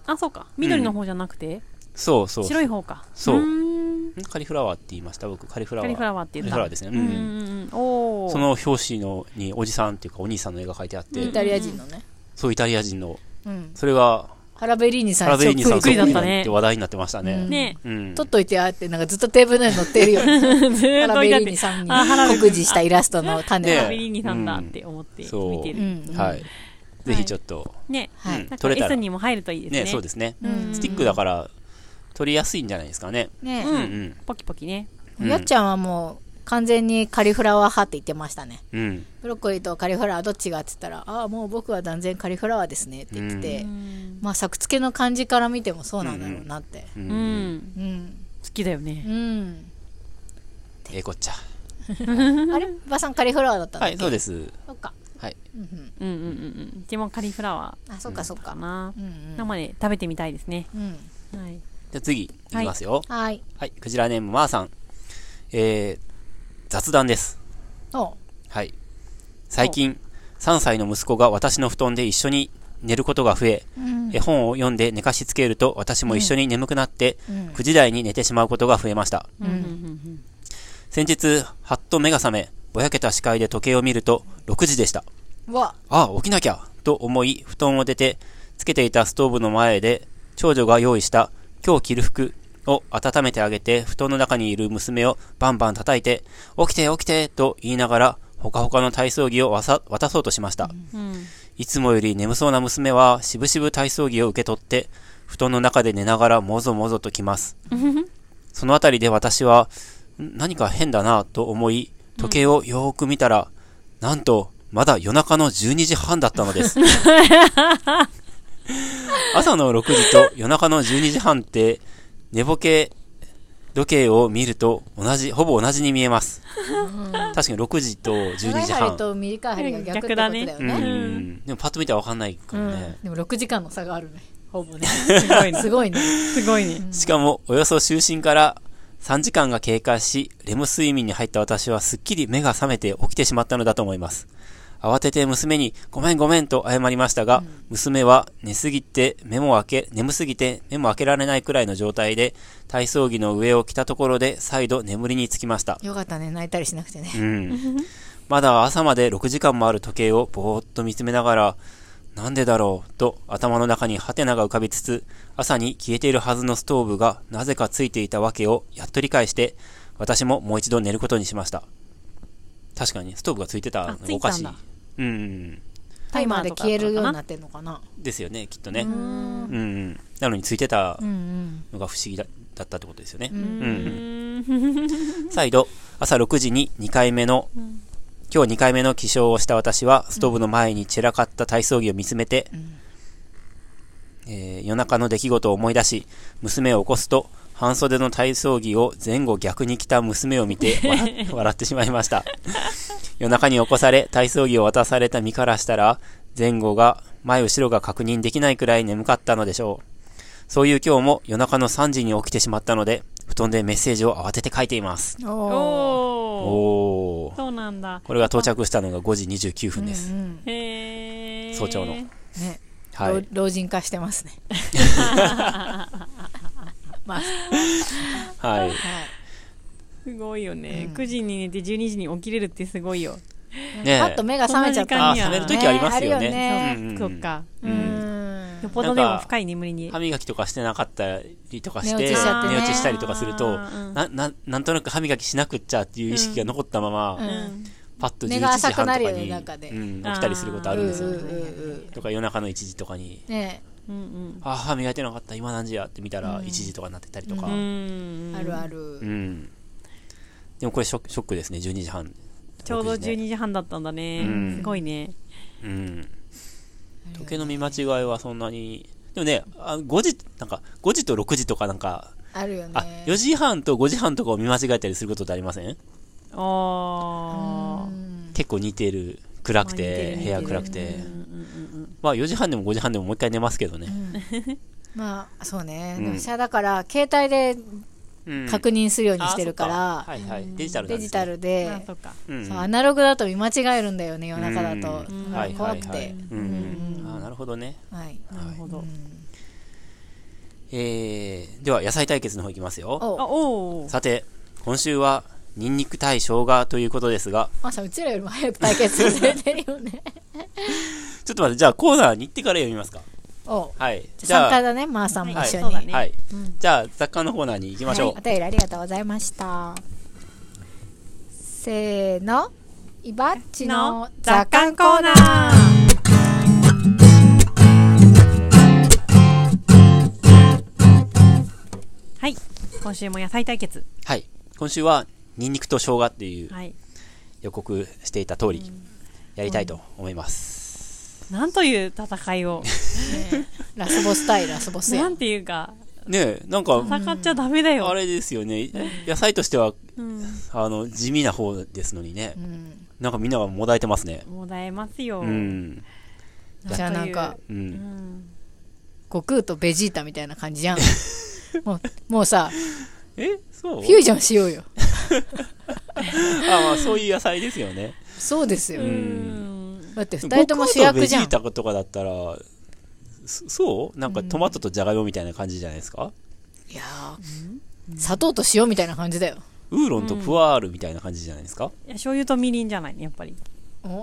Speaker 1: あ、そうか。緑の方じゃなくて、
Speaker 3: そうそう。
Speaker 1: 白い方か。
Speaker 3: そう
Speaker 1: ーん
Speaker 3: んカリフラワーって言いました僕、カリフラワ
Speaker 1: カ
Speaker 3: ー。
Speaker 1: リフラワーって言
Speaker 3: カリ
Speaker 1: っ
Speaker 3: フ
Speaker 1: た。
Speaker 3: ラワーですね。う
Speaker 1: うんんうんうん。おー
Speaker 3: その表紙のにおじさんっていうかお兄さんの絵が描いてあって、
Speaker 4: イタリア人のね
Speaker 3: そうイタリア人の、
Speaker 4: うん
Speaker 3: それが
Speaker 4: ハラベリーニ
Speaker 3: ハ
Speaker 4: さ
Speaker 3: ラ
Speaker 4: ん
Speaker 3: ベリーニさん
Speaker 1: そっくりだったね
Speaker 3: って話題になってましたね。
Speaker 1: ね
Speaker 3: うん。
Speaker 4: 取っといてあってなんかずっとテーブルの上に載って るよハ
Speaker 1: ずーっ
Speaker 4: ラ
Speaker 1: と
Speaker 4: ベ
Speaker 1: い
Speaker 4: リ
Speaker 1: たっ
Speaker 4: ー
Speaker 1: て
Speaker 4: ニさんに
Speaker 1: あハラベリー
Speaker 4: 酷似したイラストの種
Speaker 1: ハ
Speaker 3: ね
Speaker 4: が
Speaker 1: ラベリーニさんだって思って
Speaker 3: そう
Speaker 1: 見て
Speaker 4: う
Speaker 1: る。
Speaker 4: んうん
Speaker 3: はい。ぜひちょっと、
Speaker 1: ね。
Speaker 4: はい
Speaker 3: うん
Speaker 1: なんか
Speaker 3: 取れたら
Speaker 1: S にも入るといいですね。
Speaker 3: ねそうですね、
Speaker 4: うん
Speaker 3: スティックだから取りやすいんじゃないですかね。
Speaker 4: ね
Speaker 1: う。
Speaker 3: うんん
Speaker 1: ポキポキね。
Speaker 3: うん
Speaker 4: やっちゃんはもう完全にカリフラワー派って言ってましたね
Speaker 3: うん。うん。
Speaker 4: ブロッコリーとカリフラワーどっちがって言ったら「ああもう僕は断然カリフラワーですね」って言ってて、
Speaker 1: うん。
Speaker 4: まあ作付けの感じから見てもそうなんだろうなって
Speaker 3: う。
Speaker 1: うんん
Speaker 4: うん
Speaker 1: 好きだよね。
Speaker 4: うん、
Speaker 3: ええこっちゃ。
Speaker 4: あれ馬さんカリフラワーだったの、
Speaker 3: はい、そうです。
Speaker 4: そっか
Speaker 3: はい。
Speaker 4: うんうん
Speaker 1: うんうんうんうん。うちもカリフラワ
Speaker 4: あそっかそっ
Speaker 1: ーか
Speaker 4: か
Speaker 1: な
Speaker 4: う。ん
Speaker 1: 生で食べてみたいですね。
Speaker 4: うんうん
Speaker 1: はい。
Speaker 3: じゃあ次、いきますよ。はい、
Speaker 4: はい
Speaker 3: クジラネーム、まーさん。えー、雑談です。
Speaker 4: お
Speaker 3: はい。最近、3歳の息子が私の布団で一緒に寝ることが増え、
Speaker 4: うん
Speaker 3: 絵本を読んで寝かしつけると私も一緒に眠くなって、
Speaker 4: うん
Speaker 3: 9時台に寝てしまうことが増えました。
Speaker 1: うんうんうん
Speaker 3: 先日、はっと目が覚め、ぼやけた視界で時計を見ると6時でした。
Speaker 4: うわ
Speaker 3: ああ、起きなきゃと思い、布団を出て、つけていたストーブの前で、長女が用意した、今日着る服を温めてあげて、布団の中にいる娘をバンバン叩いて、起きて起きてと言いながら、ほかほかの体操着をわさ渡そうとしました。
Speaker 1: うん。うん
Speaker 3: いつもより眠そうな娘は、しぶしぶ体操着を受け取って、布団の中で寝ながらもぞもぞと来ます。そのあたりで私は、ん何か変だなと思い、時計をよーく見たら、なんと、まだ夜中の12時半だったのです。朝の6時と夜中の12時半って、寝ぼけ時計を見ると同じ、ほぼ同じに見えます。確かに6時と12
Speaker 4: 長い
Speaker 3: 時
Speaker 4: 針
Speaker 3: 半。
Speaker 4: と短い針が逆ってことだよね
Speaker 1: 逆
Speaker 3: う
Speaker 1: ね
Speaker 3: ん。でもパッと見たらわかんないからね。
Speaker 4: でも6時間の差があるねほぼね
Speaker 1: すごいね
Speaker 4: すごいね
Speaker 1: すごいね。
Speaker 3: しかも、およそ就寝から3時間が経過し、レム睡眠に入った私はすっきり目が覚めて起きてしまったのだと思います。慌てて娘に、ごめんごめんと謝りましたが、娘は寝すぎて目も開け、眠すぎて目も開けられないくらいの状態で、体操着の上を着たところで再度眠りにつきました。
Speaker 4: よかったね泣いたりしなくてね
Speaker 3: うん。まだ朝まで6時間もある時計をぼーっと見つめながら、なんでだろうと頭の中にハテナが浮かびつつ、朝に消えているはずのストーブがなぜかついていたわけをやっと理解して、私ももう一度寝ることにしました。確かに、ストーブがついてたの
Speaker 1: あつい
Speaker 3: が
Speaker 1: たんだ
Speaker 3: おかしい。うん。
Speaker 4: タイマーで消えるようにな
Speaker 1: っ
Speaker 4: ってんのかな
Speaker 3: ですよね、きっとね。
Speaker 4: う
Speaker 3: うんん、うん。なのについてた
Speaker 4: うん
Speaker 3: のが不思議だだったってことですよね。
Speaker 4: うんうん
Speaker 3: 再度、朝6時に2回目の、今日2回目の起床をした私は、ストーブの前に散らかった体操着を見つめて、えー夜中の出来事を思い出し、娘を起こすと、半袖の体操着を前後逆に着た娘を見 て笑笑ってしまいました。夜中に起こされ、体操着を渡された身からしたら、前後が、前後ろが確認できないくらい眠かったのでしょう。そういう今日も夜中の3時に起きてしまったので、布団でメッセージを慌てて書いています。
Speaker 4: うん
Speaker 1: おお
Speaker 4: お
Speaker 1: ー
Speaker 3: おー。
Speaker 1: そうなんだ。
Speaker 3: これが到着したのが5時29分です。
Speaker 4: ーうん
Speaker 1: へー
Speaker 3: 早朝の
Speaker 4: ね
Speaker 3: はい。
Speaker 4: 老老人化してますねまあ
Speaker 3: はい。
Speaker 1: すごいよね
Speaker 4: う。ん
Speaker 1: 9時に寝て12時に起きれるってすごいよ。
Speaker 3: ねえ
Speaker 4: パッと目が覚めちゃっ
Speaker 1: そんな
Speaker 4: た
Speaker 1: 時間
Speaker 3: あ、
Speaker 1: には
Speaker 3: 冷める時ありますよね。
Speaker 4: ね
Speaker 3: うんうん
Speaker 1: そっか。
Speaker 4: う
Speaker 1: うん。
Speaker 4: ん
Speaker 1: よっぽどでも深い眠りに。
Speaker 3: 歯磨きとかしてなかったりとかして、
Speaker 4: 寝落ちしちゃってね
Speaker 3: 寝落ちしたりとかすると、
Speaker 1: うん
Speaker 3: な、な、なんとなく歯磨きしなくっちゃっていう意識が残ったまま、
Speaker 4: うん
Speaker 3: パッと11
Speaker 4: 目
Speaker 3: 時
Speaker 4: が
Speaker 3: 半
Speaker 4: 浅
Speaker 3: と
Speaker 4: くな
Speaker 3: か
Speaker 4: るよ
Speaker 3: に、
Speaker 4: 中で
Speaker 3: うん、起きたりすることあるんですよ、
Speaker 4: うんう
Speaker 3: ね。
Speaker 4: んうんうん
Speaker 3: とか夜中の1時とかに、
Speaker 4: ね
Speaker 1: うん
Speaker 3: あ、歯磨いてなかった、今何時やって見たら1時とかになってたりとか。
Speaker 1: うん。うん
Speaker 4: あるあ
Speaker 3: う
Speaker 4: る
Speaker 3: ん。でもこれショックショックですね、12時半。
Speaker 1: ちょうど
Speaker 3: 6時ね
Speaker 1: 12時半だったんだね。
Speaker 3: うん
Speaker 1: すごいね。
Speaker 3: うん。時計の見間違いはそんなに。でもね、あ5時、なんか、5時と6時とかなんか、
Speaker 4: あるよ
Speaker 3: あ、
Speaker 4: ね
Speaker 3: 4時半と5時半とかを見間違えたりすることってありません
Speaker 1: おー。
Speaker 3: 結構似てる。暗く
Speaker 1: まあ似て
Speaker 3: て
Speaker 1: る、
Speaker 3: 部屋暗くて。
Speaker 1: うんうん
Speaker 3: まあ4時半でも5時半でももう一回寝ますけどね。
Speaker 4: まあそうね、
Speaker 3: うん
Speaker 4: でも私はだから携帯で
Speaker 3: うん
Speaker 4: 確認するようにしてるから、
Speaker 3: あそっはいはい。デジタルなん
Speaker 4: デ
Speaker 3: です、ね
Speaker 4: ジ、タル
Speaker 1: うん。
Speaker 4: で
Speaker 1: あ、、そっか。
Speaker 3: うんうん。
Speaker 4: そうアナログだと見間違えるんだよね夜中だと、
Speaker 1: うん
Speaker 4: だから怖くて、
Speaker 3: はいはいはいうんうん。あ、なるほどね。
Speaker 4: はい
Speaker 1: なるほど。
Speaker 3: えー、では野菜対決の方いきますよ。
Speaker 1: あ、
Speaker 4: お
Speaker 1: おー。
Speaker 3: さて、今週は、ニンニク対生姜ということですが、
Speaker 4: まさんうちらよりも早く対決されてるよね
Speaker 3: ちょっと待って、じゃあコーナーに行ってから読みますか。
Speaker 4: お
Speaker 3: はい。
Speaker 4: じゃあ参加だねまー、さんも
Speaker 1: はい
Speaker 4: 一緒に、
Speaker 1: そうだね
Speaker 3: はい。じゃあ、雑貨のコーナーに行きましょう。
Speaker 4: はい、お便りありがとうございましたせーのイバッチの雑感コーナー
Speaker 1: はい。今週も野菜対決。
Speaker 3: はい。今週は、ニンニクと生姜っていう
Speaker 1: はい。
Speaker 3: 予告していた通り、やりたいと思います。
Speaker 1: なんという戦いを。
Speaker 4: ラスボス対ラスボスや
Speaker 1: なんていうか、
Speaker 3: ねえ、なんか、
Speaker 1: 戦っちゃダメだよ。
Speaker 3: あれですよね。野菜としては、
Speaker 1: うん。
Speaker 3: あの、地味な方ですのにね
Speaker 4: う。ん
Speaker 3: なんかみんながもだえてますね。
Speaker 1: もだえますよ。
Speaker 3: うん。
Speaker 4: じゃあなんか
Speaker 3: う。
Speaker 1: うんん。
Speaker 4: 悟空とベジータみたいな感じ じゃんもうもうさ
Speaker 3: えそう
Speaker 4: フュージョンしようよ
Speaker 3: あ、まあ、そういう野菜ですよね。
Speaker 4: そうですよ、
Speaker 1: うん。
Speaker 4: だって二人とも主役じゃん
Speaker 3: 僕とベジータとかだったら、そそうなんかトマトとジャガイモみたいな感じじゃないですか、
Speaker 4: いやー砂糖と塩みたいな感じだよ
Speaker 3: ウーロンとプワールみたいな感じじゃないですか、
Speaker 1: いや醤油とみりんじゃないね、やっぱり。
Speaker 4: おー、い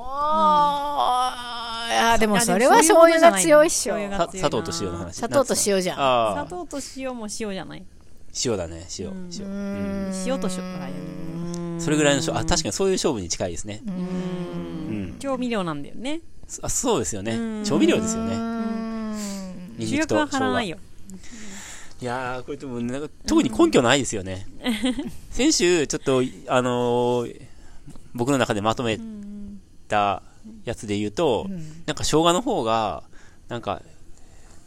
Speaker 4: やーでもそれは醤油が強いっしょ
Speaker 1: 醤油が
Speaker 3: さ
Speaker 1: 強いな
Speaker 3: 砂糖と塩の話。
Speaker 4: 砂糖と塩じゃん
Speaker 1: 砂
Speaker 3: ああ。
Speaker 1: 糖と塩も塩じゃない。
Speaker 3: 塩だね、塩。塩。うん
Speaker 1: 塩と塩ぐらいよね。
Speaker 3: それぐらいの勝負。あ、確かにそういう勝負に近いですね。うん。
Speaker 1: 調味料なんだよね。
Speaker 3: あそうですよ
Speaker 1: う
Speaker 3: ね
Speaker 1: ん
Speaker 3: 調味料ですよね
Speaker 4: うん
Speaker 3: ニン
Speaker 1: 主
Speaker 3: ニク
Speaker 1: 役
Speaker 3: と
Speaker 1: は
Speaker 3: 生
Speaker 1: 張ら
Speaker 3: 姜
Speaker 1: ない
Speaker 3: い
Speaker 1: よ。
Speaker 3: やーこれでもなんか特に根拠ないですよね先週ちょっとあのー僕の中でまとめ
Speaker 1: うん
Speaker 3: たやつで言うと、
Speaker 4: うん
Speaker 3: なんか生姜の方がなんか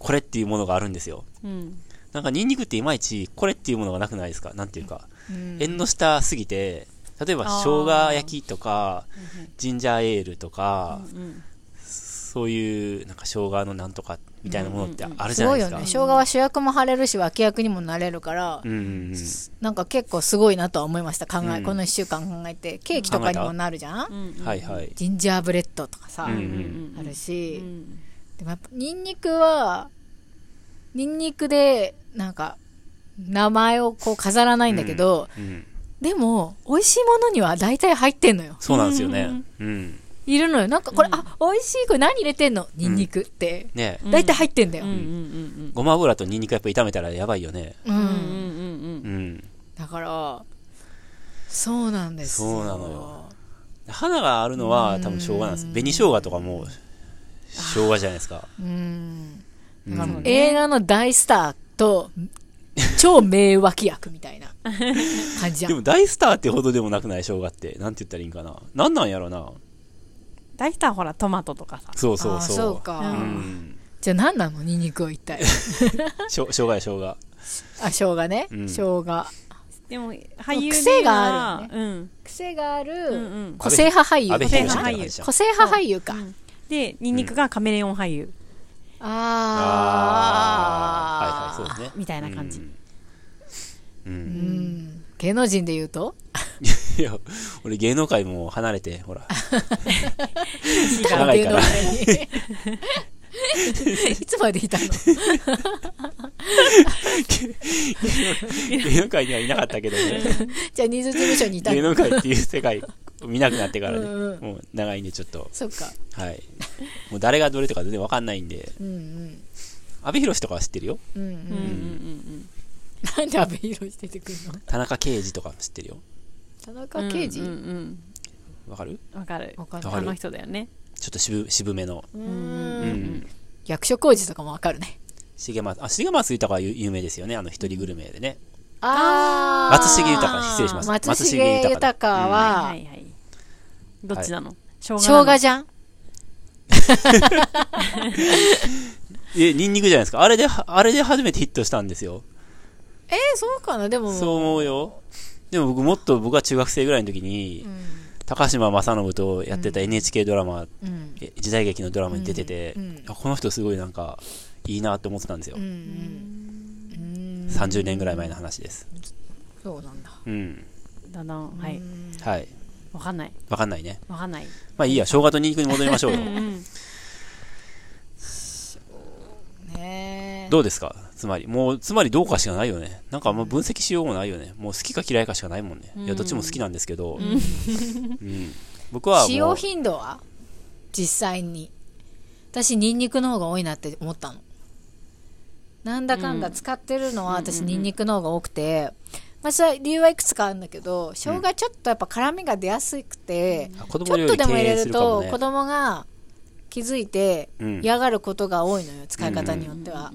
Speaker 3: これっていうものがあるんですよ
Speaker 1: うん。
Speaker 3: なんかニンニクっていまいちこれっていうものがなくないですかなんていうか
Speaker 4: うん
Speaker 3: 縁の下すぎて例えば
Speaker 1: あー
Speaker 3: 生姜焼きとかジンジャーエールとか
Speaker 1: うん
Speaker 3: そういうなんか生姜のなんとかみたいなものってあるじ
Speaker 4: す
Speaker 3: ゃな
Speaker 4: ご
Speaker 3: いで
Speaker 4: いよ
Speaker 3: すか
Speaker 4: ね生姜は主役も張れるし脇役にもなれるから、
Speaker 3: うんうんうん
Speaker 4: なんか結構すごいなとは思いました考え、
Speaker 3: うん
Speaker 4: この1週間考えてケーキとかにもなるじゃん、
Speaker 1: うん。
Speaker 3: はいはい
Speaker 4: ジンジャーブレッドとかさ、
Speaker 3: うんうん
Speaker 4: ある
Speaker 1: う
Speaker 4: し、
Speaker 1: ん
Speaker 4: でもやっぱニンニクはニンニクでなんか名前をこう飾らないんだけど、
Speaker 3: うん
Speaker 4: でも美味しいものには大体入ってんのよ
Speaker 3: そうなんですよねうん
Speaker 4: いるのよなんかこれ、あ美味しいこれ何入れてんのニンニクって、
Speaker 3: ね
Speaker 1: うん
Speaker 4: 大体入ってんだよ
Speaker 1: うんうんうん
Speaker 3: ごま油とニンニクやっぱ炒めたらやばいよね
Speaker 4: うん、
Speaker 1: うん。うんうんうんう
Speaker 3: う
Speaker 1: ん。
Speaker 3: ん
Speaker 4: だからそうなんですよ
Speaker 3: そうなのよ花があるのは多分生姜なんです
Speaker 4: うん
Speaker 3: 紅生姜とかも生姜じゃないですか
Speaker 4: うん
Speaker 3: うん
Speaker 4: あの
Speaker 1: そうね
Speaker 4: 映画の大スターと超名脇役みたいな感じじゃ
Speaker 3: で
Speaker 4: ん
Speaker 3: も大スターってほどでもなくない生姜ってなんて言ったらいいんかななんなんやろな
Speaker 1: 大体ほらトマトとかさ。
Speaker 3: そうそうそう
Speaker 4: あそうか、
Speaker 3: うん
Speaker 4: じゃあ何なのニンニクを一 体
Speaker 3: しょ生姜や生姜
Speaker 4: あ生姜ね、
Speaker 3: うん
Speaker 4: 生姜
Speaker 1: でも俳優
Speaker 4: 癖がある
Speaker 1: ではうん
Speaker 4: 癖がある、
Speaker 1: うんうん。
Speaker 4: 個性派俳優
Speaker 3: 安倍博士みたい
Speaker 1: 個性派俳
Speaker 3: な感
Speaker 1: 優
Speaker 3: じじゃん
Speaker 4: 個性派俳優か、
Speaker 1: うんでニンニクがカメレオン俳優
Speaker 4: あ
Speaker 3: あーはいはいそうですね
Speaker 1: みたいな感じ。
Speaker 3: うん、う
Speaker 4: ー
Speaker 3: ん
Speaker 4: うん芸能人で言うと
Speaker 3: いや俺芸能界も離れてほら長い
Speaker 4: 芸
Speaker 3: か
Speaker 4: 能
Speaker 3: ら
Speaker 4: 界に いつまでいたの
Speaker 3: 芸能界にはいなかったけどね
Speaker 4: じゃあニーズ事務所にいた
Speaker 3: 芸
Speaker 4: の
Speaker 3: 能界っていう世界を見なくなってからね
Speaker 4: うんうん
Speaker 3: もう長いんでちょっと
Speaker 4: そっか
Speaker 3: はいもう誰がどれとか全然わかんないんで
Speaker 4: うんうん
Speaker 3: 阿部寛とかは知ってるよ
Speaker 4: うんう
Speaker 1: うんうん
Speaker 4: ん
Speaker 1: うん
Speaker 4: なんで阿部寛出てくるの
Speaker 3: 田中圭司とかも知ってるよ
Speaker 4: 田
Speaker 1: うん。
Speaker 4: 中刑事
Speaker 1: うんうん
Speaker 3: わ
Speaker 4: わ
Speaker 3: かる
Speaker 1: うん。わかる。
Speaker 4: か
Speaker 3: わ
Speaker 4: んない
Speaker 3: か
Speaker 1: あ
Speaker 3: る
Speaker 1: の人だよね。
Speaker 3: ちょっと渋渋めの
Speaker 4: う
Speaker 3: うんん
Speaker 4: 役所広司とかもわかるね
Speaker 3: 重松あ重松豊は有有名ですよねあの一人グルメでね
Speaker 4: あ
Speaker 3: 松重豊失礼しました
Speaker 4: 松重豊
Speaker 3: だ
Speaker 1: は
Speaker 4: はい
Speaker 1: はい。どっちなの生姜な
Speaker 4: 生
Speaker 1: の
Speaker 4: 姜じゃん
Speaker 3: え、ニンニクじゃないですか。あれで、あれで初めてヒットしたんですよ。
Speaker 4: えー、そうかなでも
Speaker 3: そう思うよ。でも僕もっと僕が中学生ぐらいの時に、
Speaker 4: う
Speaker 3: 高島正信とやってた NHK ドラマ、
Speaker 4: んうん
Speaker 3: え時代劇のドラマに出てて、
Speaker 4: うん
Speaker 3: あこの人すごいなんか、いいなって思ってたんですよ。
Speaker 4: うんうん
Speaker 3: 30年ぐらい前の話です。
Speaker 4: そうなんだ
Speaker 3: うん。
Speaker 1: だな。はい。
Speaker 3: はい。
Speaker 1: わかんない。
Speaker 3: わかんないね。
Speaker 1: わかんない。
Speaker 3: まあいいや、生姜とニンニクに戻りましょうよ。
Speaker 1: うん。
Speaker 4: ねえ
Speaker 3: どうですかつまり、もう、つまりどうかしかないよね。なんかあんま分析しようもないよね。もう好きか嫌いかしかないもんね。いや、どっちも好きなんですけど、うん。僕はもう、
Speaker 4: 使用頻度は実際に私ニンニクの方が多いなって思ったのなんだかんだ使ってるのは私ニンニクの方が多くて、まあ、それは理由はいくつかあるんだけど生姜ちょっとやっぱ辛みが出やすくて、
Speaker 3: あ子
Speaker 4: ちょ
Speaker 3: 供
Speaker 4: っ
Speaker 3: 料
Speaker 4: と
Speaker 3: 理
Speaker 4: で
Speaker 3: 経
Speaker 4: も入
Speaker 3: 営
Speaker 4: れ
Speaker 3: する
Speaker 4: る
Speaker 3: かも
Speaker 4: と
Speaker 3: ね
Speaker 4: 子。供が気づいて
Speaker 3: うん
Speaker 4: 嫌がることが多いのよ、使い方によっては、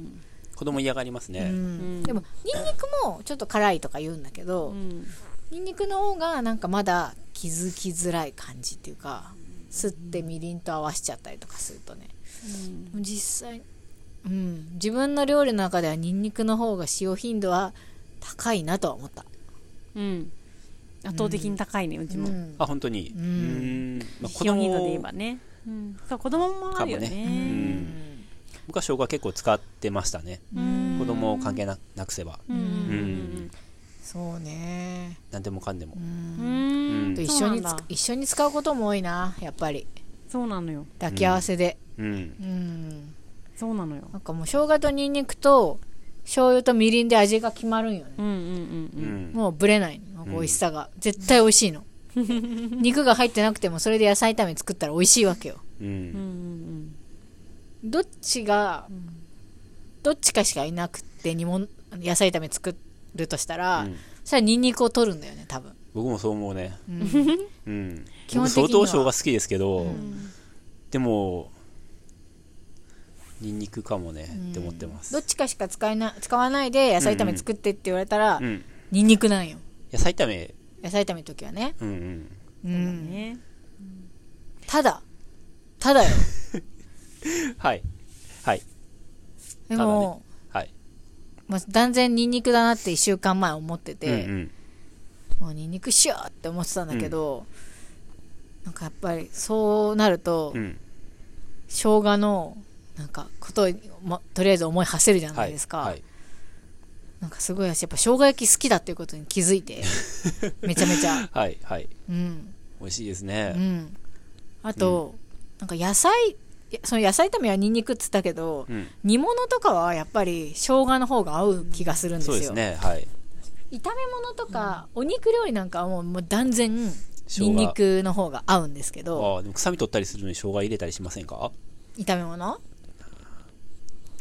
Speaker 3: 子供嫌がりますね。
Speaker 1: ん
Speaker 4: でもニンニクもちょっと辛いとか言うんだけど、
Speaker 1: うん。
Speaker 4: ニンニクの方がなんかまだ気づきづらい感じっていうか吸ってみりんと合わしちゃったりとかするとね実際うん自分の料理の中ではニンニクの方が使用頻度は高いなとは思った、
Speaker 1: うん。圧倒的に高いね、うち
Speaker 4: う
Speaker 1: も。
Speaker 4: ん
Speaker 3: あ、本当に。うーん。まあ、子
Speaker 1: 使用頻度で言え
Speaker 3: 供
Speaker 1: ばね。うん。そう、子供もあるよ
Speaker 3: かも
Speaker 4: う
Speaker 1: ね。
Speaker 4: ん
Speaker 3: 僕は生姜結構使ってましたね。
Speaker 1: うん
Speaker 3: 子供関係ななくせば。
Speaker 1: うん
Speaker 3: うん。
Speaker 4: そうね
Speaker 3: 何でもかんでも。
Speaker 1: うんうん。
Speaker 3: うん
Speaker 4: と一緒につ
Speaker 1: そうなんだ
Speaker 4: 一緒に使うことも多いなやっぱり
Speaker 1: そうなのよ。
Speaker 4: 抱き合わせで
Speaker 3: うん。
Speaker 4: うん、
Speaker 1: そうなのよ。
Speaker 4: なんかもう生姜とニンニクと醤油とみりんで味が決まるんよね
Speaker 1: うんうんう
Speaker 3: うん
Speaker 1: うん。
Speaker 3: ん。
Speaker 4: もうブレないの美味しさが、絶対美味し いの肉が入ってなくてもそれで野菜炒め作ったら美味しいわけよ
Speaker 3: う
Speaker 1: うん
Speaker 3: ん。
Speaker 1: うん
Speaker 4: どっちが、どっちかしかいなくて煮物野菜炒め作るとしたら、
Speaker 3: うん
Speaker 4: それはニンニクを取るんだよね多分
Speaker 3: 僕もそう思うね。
Speaker 4: うん
Speaker 3: うん。
Speaker 4: 基本的には
Speaker 3: 僕相当生が好きですけど、
Speaker 4: うん
Speaker 3: でも、ニンニクかもね、って思ってます。
Speaker 4: どっちかしか使えな使わないで野菜炒め作ってって言われたら、
Speaker 3: うん。
Speaker 4: ニンニクなんよ
Speaker 3: 野菜炒め、
Speaker 4: 野菜炒めの時はね、
Speaker 3: うんうん。
Speaker 4: うん、
Speaker 1: ね
Speaker 4: ただた だよ
Speaker 3: はい。はい。
Speaker 4: でも、
Speaker 3: はい。
Speaker 4: まあ、断然ニンニクだなって1週間前思って
Speaker 3: うんう
Speaker 4: て、
Speaker 3: ん。
Speaker 4: もうニンニクしようって思ってたんだけど、なんかやっぱりそうなると、
Speaker 3: うん。
Speaker 4: 生姜のなんかことを、ま、とりあえず思い馳せるじゃな
Speaker 3: はいい。
Speaker 4: ですか、
Speaker 3: はい。
Speaker 4: なんかすごい私やっぱ生姜焼き好きだっていうことに気づ いてめちゃめちゃ
Speaker 3: はい。はい。
Speaker 4: うん
Speaker 3: 美味しいです
Speaker 4: う
Speaker 3: ね。
Speaker 4: んあと、なんか野菜いやその野菜炒めはニンニクっつったけど、
Speaker 3: うん。
Speaker 4: 煮物とかはやっぱり生姜の方が合う気がするんです
Speaker 3: そ
Speaker 4: よ
Speaker 3: うですね。はい。
Speaker 4: 炒め物とか、お肉料理なんかはもうもう断然
Speaker 3: 生姜
Speaker 4: ニンニクの方が合うんですけど
Speaker 3: ああ、でも臭み取ったりするのに生姜入れたりしませんか
Speaker 4: 炒め物